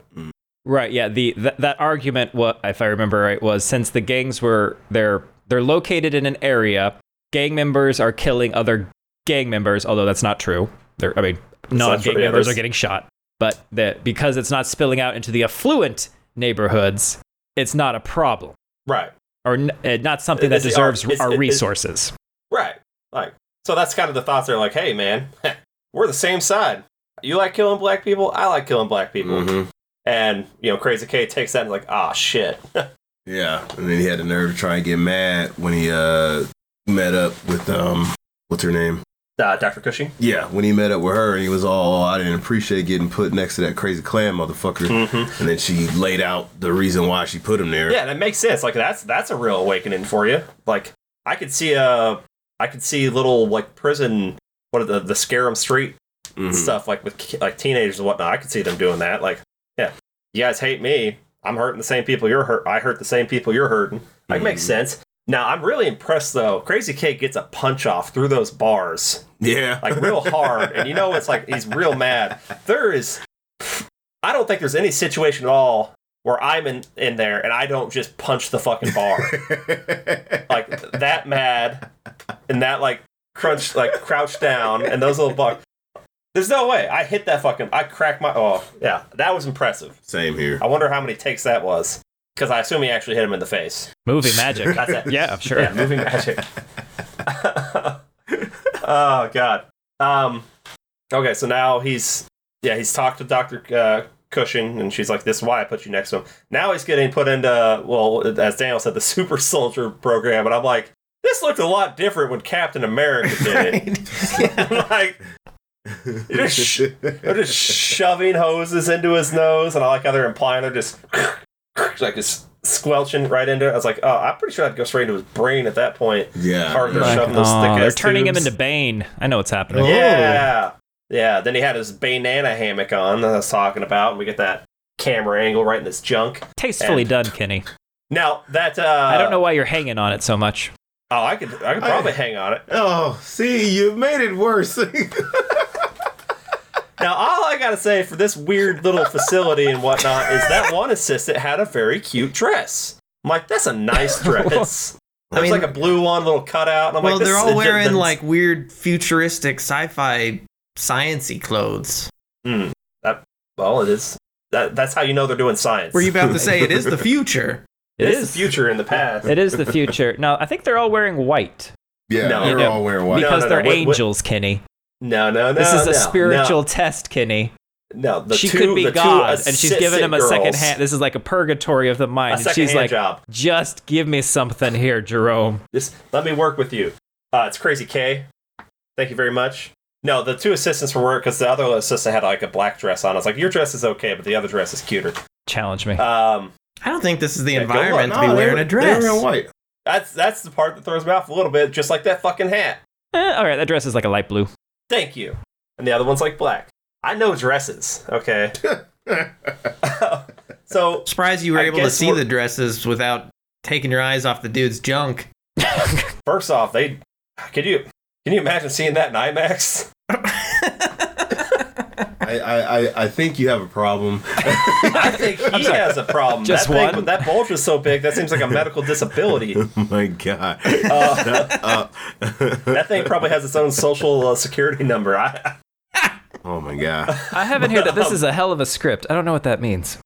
Speaker 3: Right. Yeah. The th- that argument, what if I remember right, was since the gangs were they're they're located in an area, gang members are killing other gang members. Although that's not true. They're I mean, non gang
Speaker 1: true, yeah,
Speaker 3: members are
Speaker 1: there's-
Speaker 3: getting shot, but that because it's not spilling out into the affluent neighborhoods, it's not a problem
Speaker 1: Right.
Speaker 3: or n- uh, not something that
Speaker 1: It's the ar-
Speaker 3: deserves
Speaker 1: it's-
Speaker 3: our
Speaker 1: it- it's-
Speaker 3: resources.
Speaker 1: Right. Like so that's kind of the thoughts they're like, hey man, we're the same side. You like killing black people, I like killing black people.
Speaker 4: Mhm.
Speaker 1: And you know, Crazy K takes that and like, ah shit.
Speaker 4: Yeah. And then he had the nerve to try and get mad when he uh met up with um what's her name?
Speaker 1: uh, Dr. Cushing.
Speaker 4: Yeah, when he met up with her, he was all, oh, I didn't appreciate getting put next to that crazy clan motherfucker.
Speaker 1: Mhm.
Speaker 4: And then she laid out the reason why she put him there.
Speaker 1: Yeah, that makes sense. Like that's that's a real awakening for you. Like I could see uh I could see little like prison what are the the Scarum Street
Speaker 4: Mhm.
Speaker 1: stuff like with ki- like teenagers and whatnot. I could see them doing that. Like, yeah, you guys hate me. I'm hurting the same people you're hurt. I hurt the same people you're hurting. Like makes sense. Now I'm really impressed though. Crazy Kid gets a punch off through those bars
Speaker 4: Yeah.
Speaker 1: like real hard, and you know it's like he's real mad. There is, I don't think there's any situation at all where I'm in in there and I don't just punch the fucking bar like that mad and that like crunch like crouched down and those little buck there's no way i hit that fucking i cracked my oh yeah that was impressive
Speaker 4: Same here.
Speaker 1: i wonder how many takes that was because i assume he actually hit him in the face
Speaker 3: Movie magic.
Speaker 1: that's it
Speaker 3: yeah. Sure.
Speaker 1: yeah moving magic oh god um okay so now he's yeah he's talked to dr uh, cushing and she's like this is why i put you next to him now he's getting put into well as daniel said the super soldier program and i'm like this looked a lot different when Captain America did it. like they're just, sh- they're just shoving hoses into his nose, and I like how they're implying they're just like just squelching right into it. I was like, oh, I'm pretty sure I'd go straight into his brain at that point.
Speaker 4: yeah.
Speaker 1: Part of the
Speaker 4: yeah.
Speaker 1: shove those
Speaker 3: Aw,
Speaker 1: thick
Speaker 3: they're
Speaker 1: ass
Speaker 3: turning him
Speaker 1: tubes.
Speaker 3: into Bane. I know what's happening.
Speaker 2: Oh.
Speaker 1: Yeah. Yeah. Then he had his banana hammock on that I was talking about, and we get that camera angle right in this junk.
Speaker 3: Tastefully
Speaker 1: And-
Speaker 3: done, Kenny.
Speaker 1: Now that uh
Speaker 3: I don't know why you're hanging on it so much.
Speaker 1: Oh, I could I could
Speaker 4: I-
Speaker 1: probably hang on it.
Speaker 4: Oh, see, you made it worse.
Speaker 1: Now all I gotta say for this weird little facility and whatnot is that one assistant had a very cute dress. I'm like, that's a nice dress. There's
Speaker 2: mean-
Speaker 1: like a blue one, little cutout. And I'm
Speaker 2: well,
Speaker 1: like, this
Speaker 2: they're
Speaker 1: is
Speaker 2: all
Speaker 1: legit-
Speaker 2: wearing
Speaker 1: that's-
Speaker 2: like weird futuristic sci-fi sciency clothes.
Speaker 1: Mm, that, well, it is. That, that's how you know they're doing science.
Speaker 2: Were you about to say it is the future?
Speaker 1: it is
Speaker 3: is.
Speaker 1: the future in the past.
Speaker 3: It is the future. No, I think they're all wearing white
Speaker 4: yeah,
Speaker 1: No.
Speaker 4: they're
Speaker 3: Yeah.
Speaker 4: all wearing white.
Speaker 1: No,
Speaker 3: because
Speaker 1: no, no.
Speaker 3: they're
Speaker 1: What- what-
Speaker 3: angels, Kenny.
Speaker 1: No, no, no.
Speaker 3: This is
Speaker 1: no,
Speaker 3: a spiritual test, Kenny.
Speaker 1: No, no the
Speaker 3: she
Speaker 1: two,
Speaker 3: could be
Speaker 1: the two
Speaker 3: God, and she's
Speaker 1: assistant
Speaker 3: giving him a
Speaker 1: girls,
Speaker 3: second hand. This is like a purgatory of the
Speaker 1: a
Speaker 3: mind. And
Speaker 1: second
Speaker 3: she's
Speaker 1: hand
Speaker 3: like,
Speaker 1: job.
Speaker 3: just give me something here, Jerome.
Speaker 1: Just let me work with you. Uh, it's crazy, K. Thank you very much. No, the two assistants were work because the other assistant had like a black dress on. I was like, your dress is okay, but the other dress is cuter.
Speaker 3: Challenge me.
Speaker 1: Um,
Speaker 2: I don't think this is the
Speaker 1: Yeah, go on.
Speaker 2: environment
Speaker 4: No,
Speaker 2: to be
Speaker 4: they
Speaker 2: wearing
Speaker 4: were-
Speaker 2: a dress.
Speaker 4: They were in white.
Speaker 1: that's that's the part that throws me off a little bit, just like that fucking hat.
Speaker 3: Eh, all right, that dress is like a light blue.
Speaker 1: Thank you. And the other one's like black. I know dresses, okay. so
Speaker 2: Surprised you were
Speaker 1: I
Speaker 2: able to
Speaker 1: guess
Speaker 2: see
Speaker 1: we're-
Speaker 2: the dresses without taking your eyes off the dude's junk.
Speaker 1: first off, they could you can you imagine seeing that in IMAX?
Speaker 4: I, I, I- I think you have a problem.
Speaker 1: I think he has a problem.
Speaker 3: Just
Speaker 1: that thing-
Speaker 3: one?
Speaker 1: that bulge was so big. That seems like a medical disability.
Speaker 4: oh my god.
Speaker 1: Uh,
Speaker 4: Uh,
Speaker 1: that thing probably has its own social uh, security number. I,
Speaker 4: oh my god.
Speaker 3: I haven't heard that this is a hell of a script. I don't know what that means.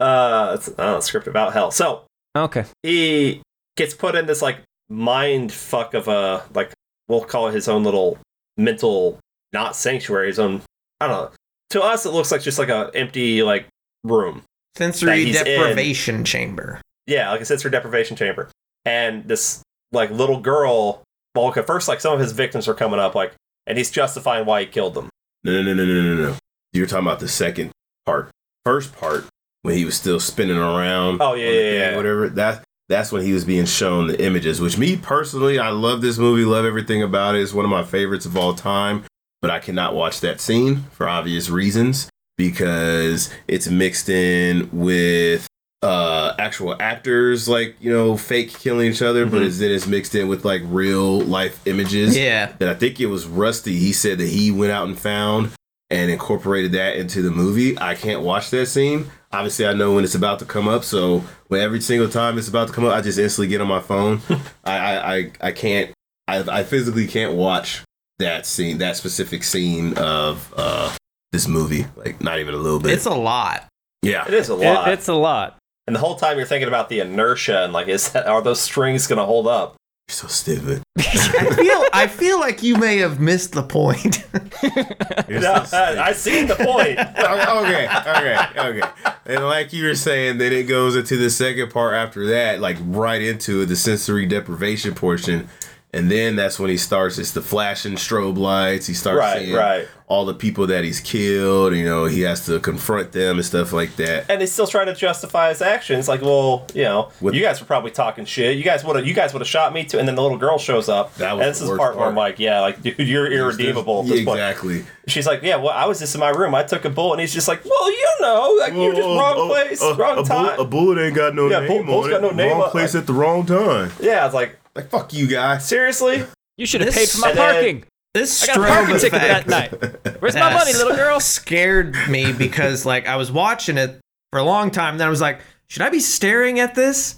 Speaker 1: uh, it's uh, a script about hell. So
Speaker 3: Okay.
Speaker 1: he gets put in this like mind fuck of a like we'll call it his own little mental not sanctuary. His own I don't know. To us, it looks like just like a empty like room. That
Speaker 2: Sensory
Speaker 1: he's in.
Speaker 2: deprivation chamber.
Speaker 1: yeah, like a sensory deprivation chamber. And this like little girl, well, okay, first like some of his victims are coming up, like, and he's justifying why he killed them.
Speaker 4: No, no, no, no, no, no, no. You're talking about the second part. First part, when he was still spinning around.
Speaker 1: Oh, yeah,
Speaker 4: on the
Speaker 1: yeah,
Speaker 4: thing,
Speaker 1: yeah.
Speaker 4: Whatever. That, that's when he was being shown the images, which me personally, I love this movie, love everything about it. It's one of my favorites of all time, but I cannot watch that scene for obvious reasons because it's mixed in with uh actual actors like you know fake killing each other but
Speaker 1: Mhm.
Speaker 4: it's, then it's mixed in with like real life images
Speaker 2: Yeah.
Speaker 4: that I think it was Rusty. He said that he went out and found and incorporated that into the movie. I can't watch that scene. Obviously, I know when it's about to come up. So when every single time it's about to come up, I just instantly get on my phone. I, I, I, I can't. I, I physically can't watch that scene, that specific scene of uh, this movie. Like not even a little bit.
Speaker 2: It's a lot.
Speaker 4: yeah.
Speaker 1: It is a
Speaker 3: It-
Speaker 1: lot.
Speaker 3: it's a lot.
Speaker 1: and the whole time you're thinking about the inertia and like, is that, are those strings gonna hold up?
Speaker 4: so stupid.
Speaker 2: I feel I feel like you may have missed the point.
Speaker 4: You're so
Speaker 1: No,
Speaker 4: stupid.
Speaker 1: I, I seen the point.
Speaker 4: okay, okay, okay. And like you were saying, then it goes into the second part after that, like right into the sensory deprivation portion. And then that's when he starts, it's the flashing strobe lights. He starts
Speaker 1: right,
Speaker 4: seeing
Speaker 1: right.
Speaker 4: all the people that he's killed. You know, he has to confront them and stuff like that.
Speaker 1: And he's still trying to justify his actions. Like, well, you know,
Speaker 4: With-
Speaker 1: you guys were probably talking shit. You guys would have, you guys would have shot me too. And then the little girl shows up.
Speaker 4: That was
Speaker 1: and this
Speaker 4: the
Speaker 1: is
Speaker 4: worst
Speaker 1: part, where I'm
Speaker 4: part.
Speaker 1: like, yeah, like, dude, you're irredeemable at this point.
Speaker 4: exactly.
Speaker 1: She's like, yeah, well, I was just in my room. I took a bullet, and he's just like, well, you know, like you're just wrong place, wrong time.
Speaker 4: uh, bullet ain't got no
Speaker 1: Yeah, name bullet- bullet's on got it. no name Wrong on- place
Speaker 4: at the wrong time.
Speaker 1: yeah, I was like,
Speaker 4: Like, fuck you guys.
Speaker 1: seriously?
Speaker 3: You should have
Speaker 2: This-
Speaker 3: paid for my
Speaker 1: and then-
Speaker 3: parking.
Speaker 2: This
Speaker 3: I got a parking
Speaker 2: strobe
Speaker 3: ticket that
Speaker 2: effect
Speaker 3: night. Where's my
Speaker 2: uh,
Speaker 3: money, little girl?
Speaker 2: scared me because like I was watching it for a long time. Then I was like, should I be staring at this?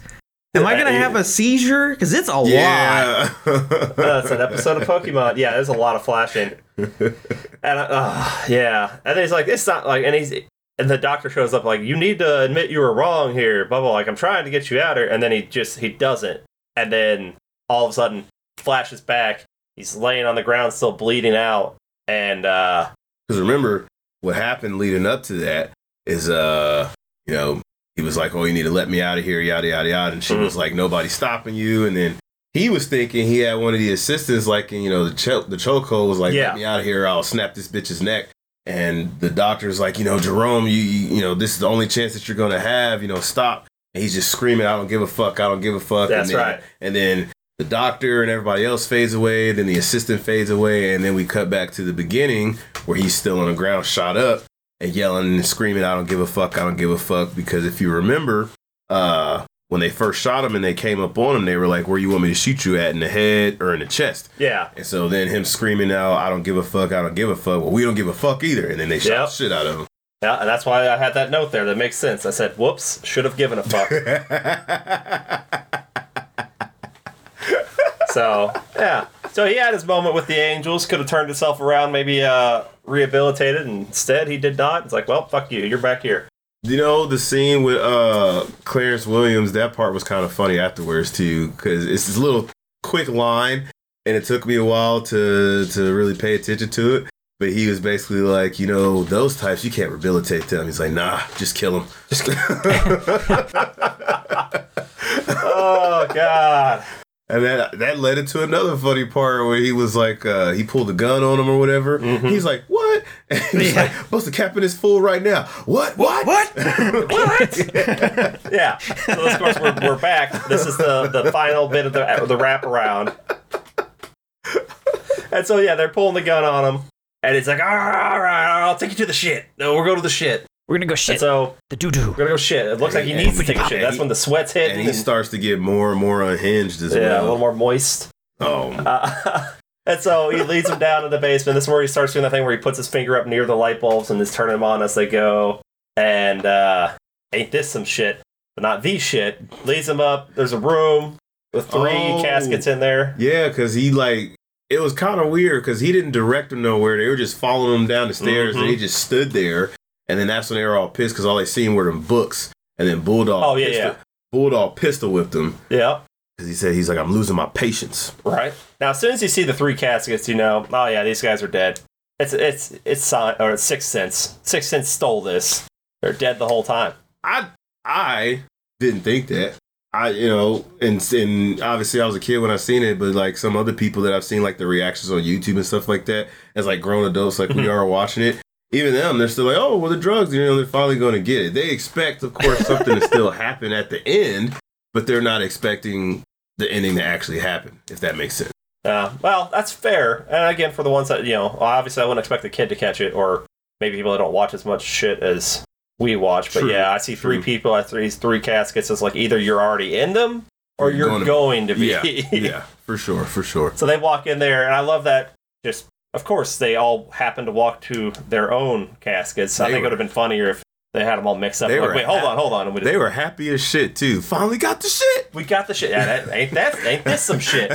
Speaker 2: Am I gonna have a seizure? Because it's a lot.
Speaker 4: Yeah.
Speaker 1: Uh, That's an episode of Pokemon. Yeah, there's a lot of flashing, and I, uh, yeah, and then he's like, it's not like, and he's. And the doctor shows up like, you need to admit you were wrong here, blah blah. Like I'm trying to get you out here, and then he just he doesn't, and then all of a sudden flashes back. He's laying on the ground, still bleeding out, and uh,
Speaker 4: Because remember, what happened leading up to that is, uh, you know, he was like, "Oh, you need to let me out of here," yada yada yada, and she
Speaker 1: Mhm.
Speaker 4: was like, "Nobody's stopping you," and then he was thinking he had one of the assistants, like you know, the cho- the chokehold was like,
Speaker 1: Yeah.
Speaker 4: "Let me out of here! I'll snap this bitch's neck." And the doctor's like, you know, Jerome, you, you you know, this is the only chance that you're gonna have. You know, stop. And he's just screaming, "I don't give a fuck! I don't give a fuck!"
Speaker 1: That's
Speaker 4: and then,
Speaker 1: right.
Speaker 4: And then the doctor and everybody else fades away. Then the assistant fades away, and then we cut back to the beginning where he's still on the ground, shot up, and yelling and screaming, "I don't give a fuck! I don't give a fuck!" Because if you remember, uh, when they first shot him and they came up on him, they were like, "Where you want me to shoot you at? In the head or in the chest?"
Speaker 1: Yeah.
Speaker 4: And so then him screaming out, "I don't give a fuck! I don't give a fuck!" Well, we don't give a fuck either. And then they shot
Speaker 1: Yep.
Speaker 4: the shit out of him.
Speaker 1: Yeah, and that's why I had that note there. That makes sense. I said, "Whoops, should have given a fuck." so yeah, so he had his moment with the angels. Could have turned himself around, maybe uh, rehabilitated. And instead, he did not. It's like, well, fuck you. You're back here.
Speaker 4: You know the scene with uh Clarence Williams. That part was kind of funny afterwards too, because it's this little quick line, and it took me a while to to really pay attention to it. But he was basically like, you know, those types you can't rehabilitate them. He's like, nah, just kill them. Just
Speaker 1: Oh God.
Speaker 4: And that that led into another funny part where he was like, uh, he pulled a gun on him or whatever.
Speaker 1: Mm-hmm.
Speaker 4: He's like, what? And he's
Speaker 2: Yeah.
Speaker 4: like, what's the captain is full right now? What? What?
Speaker 2: What?
Speaker 1: Yeah. So of course we're, we're back. This is the the final bit of the the wraparound. And so yeah, they're pulling the gun on him, and he's like, all right, all right, I'll take you to the shit. No, we'll go to the shit.
Speaker 3: We're gonna go
Speaker 1: And
Speaker 3: shit.
Speaker 1: so
Speaker 3: the doo doo.
Speaker 1: we're gonna go shit. It looks like he
Speaker 4: And-
Speaker 1: needs to
Speaker 4: and-
Speaker 1: take a shit. That's when the sweat's hitting.
Speaker 4: And he starts to get more and more unhinged as
Speaker 1: yeah, a little
Speaker 4: well.
Speaker 1: more moist.
Speaker 4: Oh,
Speaker 1: Uh, and so he leads him down to the basement. This is where he starts doing that thing where he puts his finger up near the light bulbs and is turning them on as they go. And uh, ain't this some shit? But not the shit. Leads him up. There's a room with three
Speaker 4: Oh.
Speaker 1: caskets in there.
Speaker 4: yeah, because he like it was kind of weird because he didn't direct him nowhere. They were just following him down the stairs,
Speaker 1: Mhm.
Speaker 4: and he just stood there. And then that's when they were all pissed because all they seen were them books. And then Bulldog,
Speaker 1: Oh, yeah,
Speaker 4: pistol,
Speaker 1: yeah.
Speaker 4: Bulldog pistol whipped him
Speaker 1: Yep.
Speaker 4: because he said he's like, I'm losing my patience.
Speaker 1: Right now, as soon as you see the three caskets, you know, oh yeah, these guys are dead. It's it's it's sign or it's sixth sense. Sixth sense stole this. They're dead the whole time.
Speaker 4: I I didn't think that. I you know, and and obviously I was a kid when I seen it, but like some other people that I've seen like the reactions on YouTube and stuff like that, as like grown adults like we are watching it. Even them, they're still like, oh, well, the drugs, you know, they're finally going to get it. They expect, of course, something to still happen at the end, but they're not expecting the ending to actually happen, if that makes sense.
Speaker 1: Uh, well, that's fair. And again, for the ones that you know, obviously I wouldn't expect the kid to catch it, or maybe people that don't watch as much shit as we watch. But
Speaker 4: True,
Speaker 1: yeah, I see three
Speaker 4: true.
Speaker 1: people at these three caskets. It's like either you're already in them or you're
Speaker 4: Gonna be.
Speaker 1: going to be.
Speaker 4: Yeah, yeah, for sure, for sure.
Speaker 1: So they walk in there, and I love that. Just of course, they all happen to walk to their own caskets. I
Speaker 4: They
Speaker 1: think it
Speaker 4: were-
Speaker 1: would have been funnier if they had them all mixed up.
Speaker 4: They
Speaker 1: Like,
Speaker 4: were
Speaker 1: wait, hold
Speaker 4: hap-
Speaker 1: on, hold on. And we, just,
Speaker 4: They were happy as shit, too. Finally got the shit.
Speaker 1: we got the shit. Yeah, that, ain't that ain't this some shit?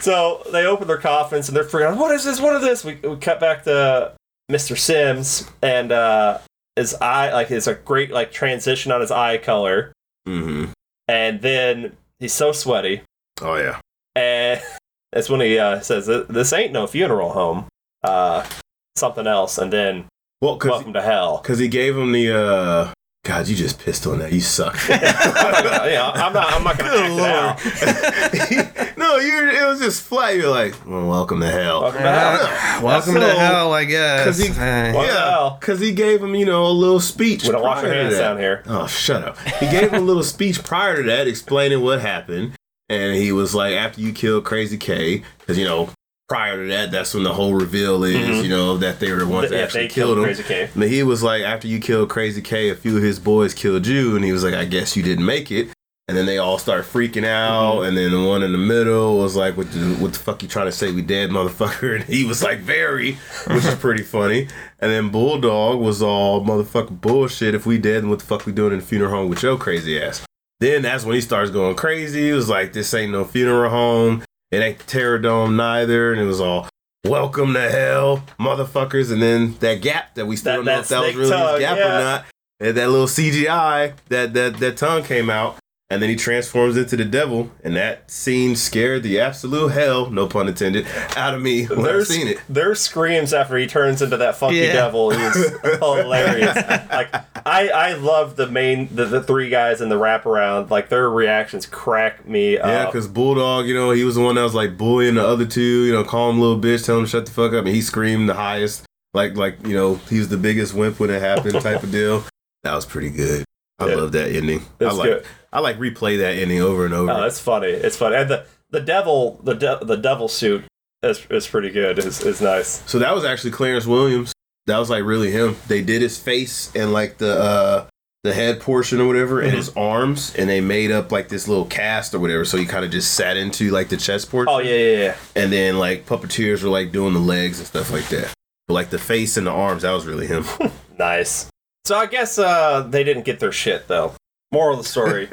Speaker 1: so they open their coffins and they're freaking out. What is this? What is this? We, we cut back to Mr. Sims and uh, his eye, like, it's a great like transition on his eye color.
Speaker 4: hmm
Speaker 1: And then he's so sweaty.
Speaker 4: Oh, yeah.
Speaker 1: And that's when he uh, says, This ain't no funeral home. Uh, something else. And then,
Speaker 4: Well, because
Speaker 1: Welcome to hell.
Speaker 4: Because he gave him the, uh, God, you just pissed on that. You suck. Oh,
Speaker 1: yeah, I'm not, I'm not going to act it out.
Speaker 4: no, you're, it was just flat. You're like, well, welcome to hell.
Speaker 1: Welcome to hell.
Speaker 2: Welcome to
Speaker 4: So-
Speaker 2: hell, I guess.
Speaker 4: 'cause he-
Speaker 2: Eh.
Speaker 1: Welcome to
Speaker 4: Yeah,
Speaker 1: hell.
Speaker 4: because he gave him, you know, a little speech.
Speaker 1: We don't wash our
Speaker 4: prior to
Speaker 1: hands
Speaker 4: that.
Speaker 1: down here.
Speaker 4: Oh, shut up. He gave him a little speech prior to that explaining what happened. And he was like, after you killed Crazy K, because, you know, prior to that, that's when the whole reveal is,
Speaker 1: Mhm.
Speaker 4: you know, that they were the ones that
Speaker 1: Yeah,
Speaker 4: actually
Speaker 1: they
Speaker 4: killed
Speaker 1: killed
Speaker 4: him.
Speaker 1: Crazy K.
Speaker 4: And he was like, after you killed Crazy K, a few of his boys killed you, and he was like, I guess you didn't make it. And then they all start freaking out,
Speaker 1: Mm-hmm.
Speaker 4: and then the one in the middle was like, "What the, what the fuck you trying to say? We dead, motherfucker!" And he was like, "Very," which is pretty funny. And then Bulldog was all motherfucking bullshit. If we dead, then what the fuck we doing in the funeral home with your crazy ass? Then that's when he starts going crazy. He was like, "This ain't no funeral home. It ain't the Terror Dome neither." And it was all, "Welcome to hell, motherfuckers!" And then that gap that we still
Speaker 1: That-
Speaker 4: don't know
Speaker 1: that
Speaker 4: if that was
Speaker 1: snake
Speaker 4: really
Speaker 1: tongue,
Speaker 4: his gap
Speaker 1: yeah.
Speaker 4: or not. And that little CGI, that that that tongue came out, and then he transforms into the devil. And that scene scared the absolute hell, no pun intended, out of me when I
Speaker 1: There's-
Speaker 4: seen it.
Speaker 1: Their screams after he turns into that funky
Speaker 2: Yeah.
Speaker 1: devil is hilarious. like I I love the main the, the three guys in the wraparound. Like their reactions crack me
Speaker 4: Yeah,
Speaker 1: up.
Speaker 4: because Bulldog, you know, he was the one that was like bullying the other two, you know, call him little bitch, tell him to shut the fuck up, and he screamed the highest, like, like you know, he was the biggest wimp when it happened type of deal. That was pretty good. I
Speaker 1: Yeah.
Speaker 4: love that ending.
Speaker 1: That's
Speaker 4: I like,
Speaker 1: good.
Speaker 4: I like replay that ending over and over.
Speaker 1: Oh, it's funny. It's funny. And the the devil the de- the devil suit is is pretty good. Is is nice.
Speaker 4: so that was actually Clarence Williams. That was like really him. They did his face and like the uh the head portion or whatever,
Speaker 1: Mm-hmm.
Speaker 4: and his arms, and they made up like this little cast or whatever. So he kind of just sat into like the chest portion.
Speaker 1: Oh yeah yeah yeah.
Speaker 4: and then like puppeteers were like doing the legs and stuff like that. But like the face and the arms, that was really him.
Speaker 1: Nice. So I guess uh they didn't get their shit though. Moral of the story.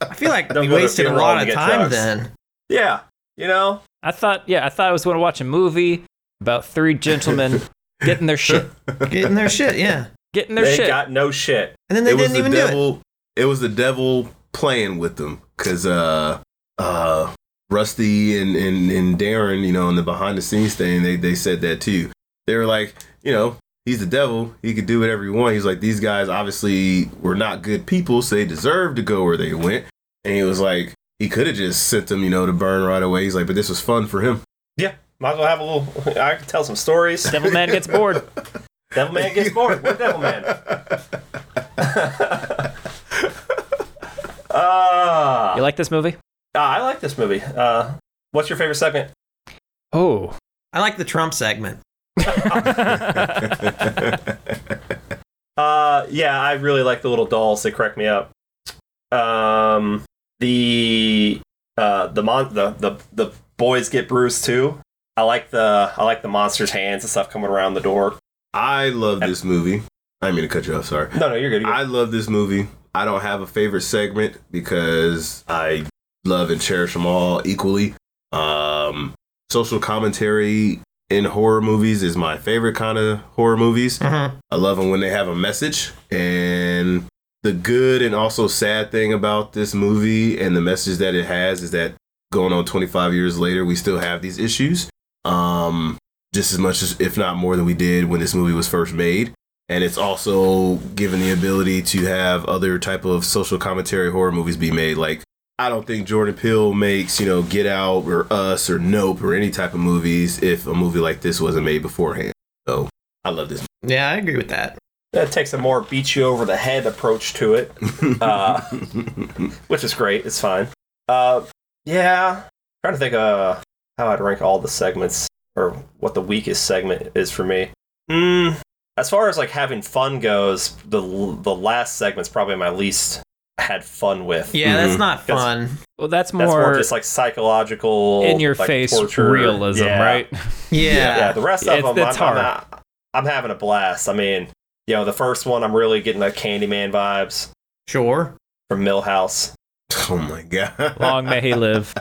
Speaker 2: I feel like
Speaker 1: Don't
Speaker 2: we
Speaker 1: go to a
Speaker 2: wasted a
Speaker 1: funeral
Speaker 2: lot
Speaker 1: and
Speaker 2: of
Speaker 1: get
Speaker 2: time
Speaker 1: drugs.
Speaker 2: then.
Speaker 1: yeah. You know.
Speaker 3: I thought, yeah, I thought I was going to watch a movie about three gentlemen getting their shit,
Speaker 2: Getting their shit, yeah.
Speaker 3: getting their
Speaker 1: they
Speaker 3: shit.
Speaker 1: got no shit.
Speaker 2: And then they
Speaker 4: it was
Speaker 2: didn't
Speaker 4: the
Speaker 2: even do it.
Speaker 4: devil. It. was the devil playing with them because uh uh Rusty and, and and Darren, you know, in the behind the scenes thing, they they said that too. They were like, you know. He's the devil. He could do whatever he want. He's like these guys obviously were not good people, so they deserved to go where they went. And he was like, he could have just sent them, you know, to burn right away. He's like, but this was fun for him.
Speaker 1: Yeah. Might as well have a little. I can tell some stories.
Speaker 3: Devil man gets bored.
Speaker 1: Devil man gets bored. We're Devil man. Ah.
Speaker 3: You like this movie?
Speaker 1: Ah, I like this movie. Uh, what's your favorite segment?
Speaker 3: Oh,
Speaker 2: I like the Trump segment.
Speaker 1: Uh, yeah, I really like the little dolls. They crack me up. Um, the uh, the mon the, the the boys get bruised too. I like the I like the monster's hands and stuff coming around the door.
Speaker 4: I love this movie. I mean to cut you off, sorry.
Speaker 1: No, no, you're good. You're good.
Speaker 4: I love this movie. I don't have a favorite segment because I love and cherish them all equally. Um, social commentary in horror movies is my favorite kind of horror movies.
Speaker 2: Mhm.
Speaker 3: Mm-hmm.
Speaker 4: I love them when they have a message. And the good and also sad thing about this movie and the message that it has is that going on 25 years later, we still have these issues. Um, just as much as, if not more than we did when this movie was first made. And it's also given the ability to have other type of social commentary horror movies be made. Like, I don't think Jordan Peele makes, you know, Get Out or Us or Nope or any type of movies if a movie like this wasn't made beforehand. So I love this
Speaker 2: Yeah, I agree with that.
Speaker 1: That takes a more beat you over the head approach to it, Uh, which is great. It's fine. Uh, yeah, trying to think uh how I'd rank all the segments or what the weakest segment is for me. Mm, as far as like having fun goes, the the last segment's probably my least had fun with.
Speaker 2: Yeah, that's
Speaker 4: Mhm.
Speaker 2: not
Speaker 1: Mm-hmm. That's-
Speaker 2: fun.
Speaker 3: well, that's more,
Speaker 1: That's more, just like psychological,
Speaker 3: in your
Speaker 1: like,
Speaker 3: face
Speaker 1: torture.
Speaker 3: realism,
Speaker 1: Yeah.
Speaker 3: right?
Speaker 2: Yeah.
Speaker 1: Yeah, the rest of
Speaker 3: It's-
Speaker 1: them,
Speaker 3: it's
Speaker 1: I'm, I'm,
Speaker 3: hard.
Speaker 1: not- I'm having a blast. I mean, you know, the first one, I'm really getting the Candyman vibes
Speaker 2: Sure.
Speaker 1: from Millhouse.
Speaker 4: Oh my god!
Speaker 3: Long may he live.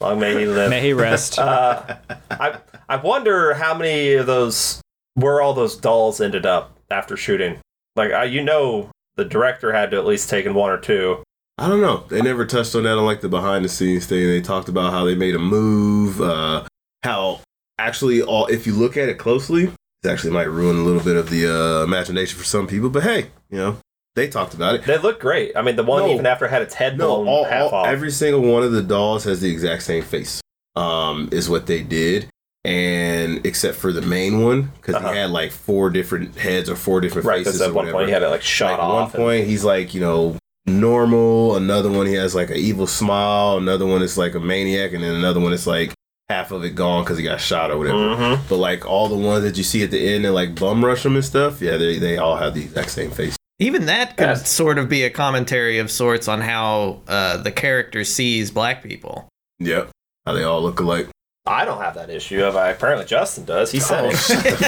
Speaker 1: Long may he live.
Speaker 3: May he rest.
Speaker 1: Uh, I I wonder how many of those where all those dolls ended up after shooting. Like I, you know, the director had to at least taken one or two.
Speaker 4: I don't know. They never touched on that on like the behind the scenes thing. They talked about how they made a move, uh, how actually all if you look at it closely, it actually might ruin a little bit of the uh, imagination for some people. But hey, you know, they talked about it.
Speaker 1: They look great. I mean, the one
Speaker 4: No.
Speaker 1: even after had its head
Speaker 4: No,
Speaker 1: blown
Speaker 4: all,
Speaker 1: half
Speaker 4: all
Speaker 1: off.
Speaker 4: every single one of the dolls has the exact same face. Um, is what they did, and except for the main one because
Speaker 1: Uh-huh.
Speaker 4: he had like four different heads or four different
Speaker 1: right,
Speaker 4: faces.
Speaker 1: because
Speaker 4: or
Speaker 1: at one
Speaker 4: whatever.
Speaker 1: point he had it like shot
Speaker 4: like
Speaker 1: off.
Speaker 4: one point he's like you know normal another one he has like an evil smile another one is like a maniac and then another one is like half of it gone because he got shot or whatever
Speaker 1: hmm
Speaker 4: but like all the ones that you see at the end and like bum rush them and stuff yeah they, they all have the exact same face
Speaker 2: Even that could
Speaker 1: Yes.
Speaker 2: sort of be a commentary of sorts on how uh, the character sees black people.
Speaker 4: yep how they all look alike
Speaker 1: I don't have that issue. Have I? Apparently, Justin does. He said
Speaker 4: Oh,
Speaker 1: it.
Speaker 4: shit.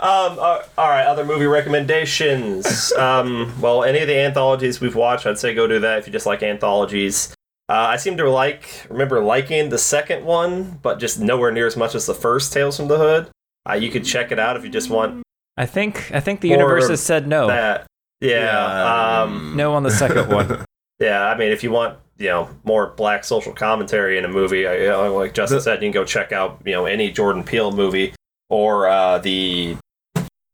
Speaker 1: Um, uh, all right, other movie recommendations. um, well, any of the anthologies we've watched, I'd say go do that if you just like anthologies. Uh, I seem to like, remember liking the second one, but just nowhere near as much as the first Tales from the Hood. Uh, you could check it out if you just want
Speaker 3: I think I think the
Speaker 1: Or
Speaker 3: universe has said no.
Speaker 1: that. Yeah. Um,
Speaker 3: No on the second one.
Speaker 1: yeah. I mean, if you want, you know, more black social commentary in a movie, I, you know, like Justin
Speaker 4: The-
Speaker 1: said, you can go check out, you know, any Jordan Peele movie or uh, the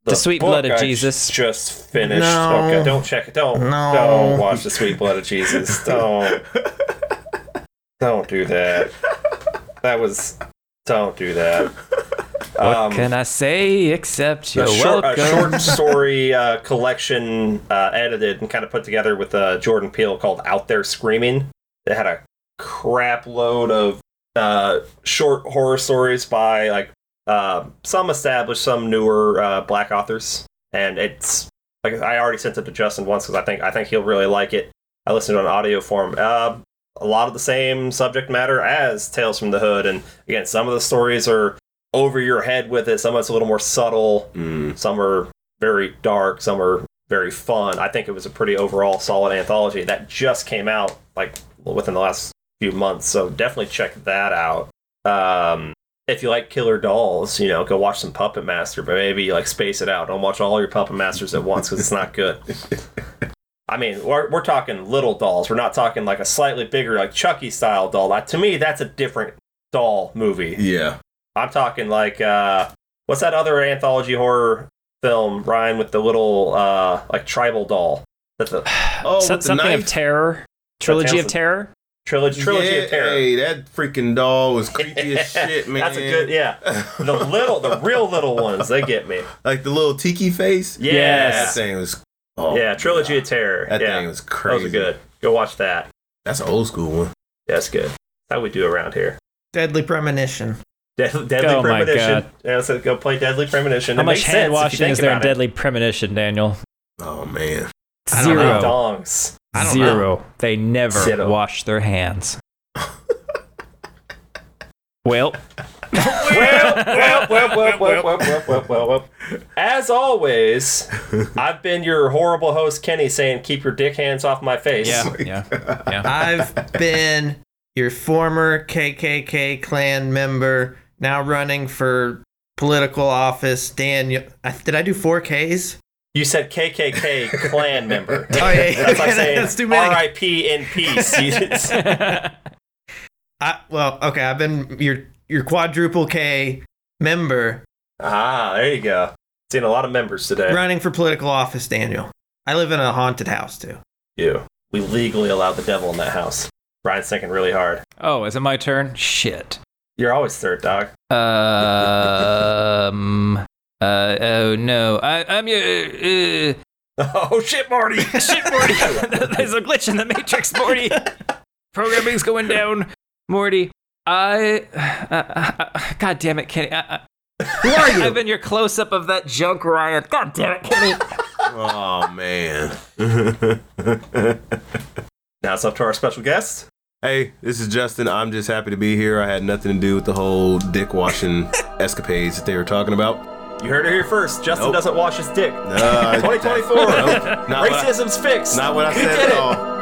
Speaker 3: The, Sweet
Speaker 1: book
Speaker 3: Blood of
Speaker 1: I
Speaker 3: Jesus.
Speaker 1: Just finished.
Speaker 2: No.
Speaker 1: Okay, don't check it. Don't.
Speaker 2: No.
Speaker 1: Don't watch the Sweet Blood of Jesus. Don't. don't do that. That was. Don't do that. Um,
Speaker 3: Can I say except you're
Speaker 1: a, short, a
Speaker 3: welcome?
Speaker 1: short story uh, collection uh, edited and kind of put together with uh, Jordan Peele called Out There Screaming. It had a crap load of uh, short horror stories by like uh, some established, some newer uh, black authors, and it's like I already sent it to Justin once because I think I think he'll really like it. I listened to an audio form. Uh, a lot of the same subject matter as Tales from the Hood, and again, some of the stories are over your head with it. Some of it's a little more subtle.
Speaker 4: Mm.
Speaker 1: Some are very dark, some are very fun. I think it was a pretty overall solid anthology that just came out like within the last few months. So definitely check that out. Um, if you like Killer Dolls, you know, go watch some Puppet Master, but maybe like space it out. Don't watch all your Puppet Masters at once because it's not good. I mean, we're, we're talking little dolls. We're not talking like a slightly bigger, like Chucky style doll. Like, to me, that's a different doll movie.
Speaker 4: Yeah.
Speaker 1: I'm talking like uh what's that other anthology horror film, Ryan, with the little uh like tribal doll? That's a
Speaker 4: Oh,
Speaker 3: So-
Speaker 4: with the
Speaker 3: something of
Speaker 4: knife?
Speaker 3: terror, trilogy
Speaker 1: Tales
Speaker 3: of
Speaker 1: of-
Speaker 3: terror.
Speaker 1: trilogy trilogy
Speaker 4: yeah,
Speaker 1: of terror.
Speaker 4: Hey, that freaking doll was creepy as shit, man.
Speaker 1: That's a good yeah. The little the real little ones, they get me.
Speaker 4: like the little tiki face.
Speaker 1: Yeah.
Speaker 4: That thing was. Oh,
Speaker 1: yeah, trilogy of terror.
Speaker 4: That
Speaker 1: yeah.
Speaker 4: thing was
Speaker 1: that
Speaker 4: crazy.
Speaker 1: was good. Go watch that.
Speaker 4: That's an old school one.
Speaker 1: That's good. That's how we do around here.
Speaker 2: Deadly Premonition.
Speaker 1: Dead, Deadly
Speaker 3: Oh my
Speaker 1: Premonition.
Speaker 3: God.
Speaker 1: Yeah, so go play Deadly Premonition.
Speaker 3: How
Speaker 1: It
Speaker 3: much
Speaker 1: makes
Speaker 3: hand
Speaker 1: sense if you
Speaker 3: washing
Speaker 1: think
Speaker 3: is there in
Speaker 1: about it.
Speaker 3: Deadly Premonition, Daniel?
Speaker 4: Oh man.
Speaker 2: I don't
Speaker 1: Like
Speaker 3: Zero.
Speaker 1: Dongs.
Speaker 2: I don't know.
Speaker 3: Zero. They never
Speaker 1: Zero.
Speaker 3: wash their hands. well,
Speaker 1: well, well, well, well, well, well, well, well, well. As always, I've been your horrible host, Kenny, saying, keep your dick hands off my face.
Speaker 3: yeah, yeah, yeah.
Speaker 2: I've been your former KKK clan member, now running for political office. Daniel, I, did I do four Ks?
Speaker 1: You said KKK clan member.
Speaker 2: Oh yeah, yeah.
Speaker 1: That's like saying
Speaker 2: that's too many.
Speaker 1: RIP in peace. You just-
Speaker 2: I, well, okay, I've been your your quadruple K member,
Speaker 1: ah, there you go. Seen a lot of members today.
Speaker 2: running for political office. Daniel, I live in a haunted house too.
Speaker 1: You. We legally allow the devil in that house. Brian's thinking really hard.
Speaker 3: oh, is it my turn? Shit.
Speaker 1: You're always third, dog.
Speaker 3: Um. Uh. Oh no. I, I'm your. Uh,
Speaker 1: Oh, shit, Marty.
Speaker 3: Shit, Morty! There's a glitch in the matrix, Morty. Programming's going down, Morty. I, uh, uh, God damn it, Kenny. Uh, I, Who are you? I've been your close-up of that junk, Ryan. God damn it, Kenny.
Speaker 4: Oh man.
Speaker 1: now it's up to our special guest.
Speaker 4: hey, this is Justin. I'm just happy to be here. I had nothing to do with the whole dick washing escapades that they were talking about.
Speaker 1: You heard it here first. Justin
Speaker 4: Nope.
Speaker 1: doesn't wash his dick.
Speaker 4: Uh,
Speaker 1: 2024.
Speaker 4: Nope. Not what I-
Speaker 1: Racism's fixed.
Speaker 4: Not what I
Speaker 1: You
Speaker 4: said
Speaker 1: did
Speaker 4: at
Speaker 1: it.
Speaker 4: all.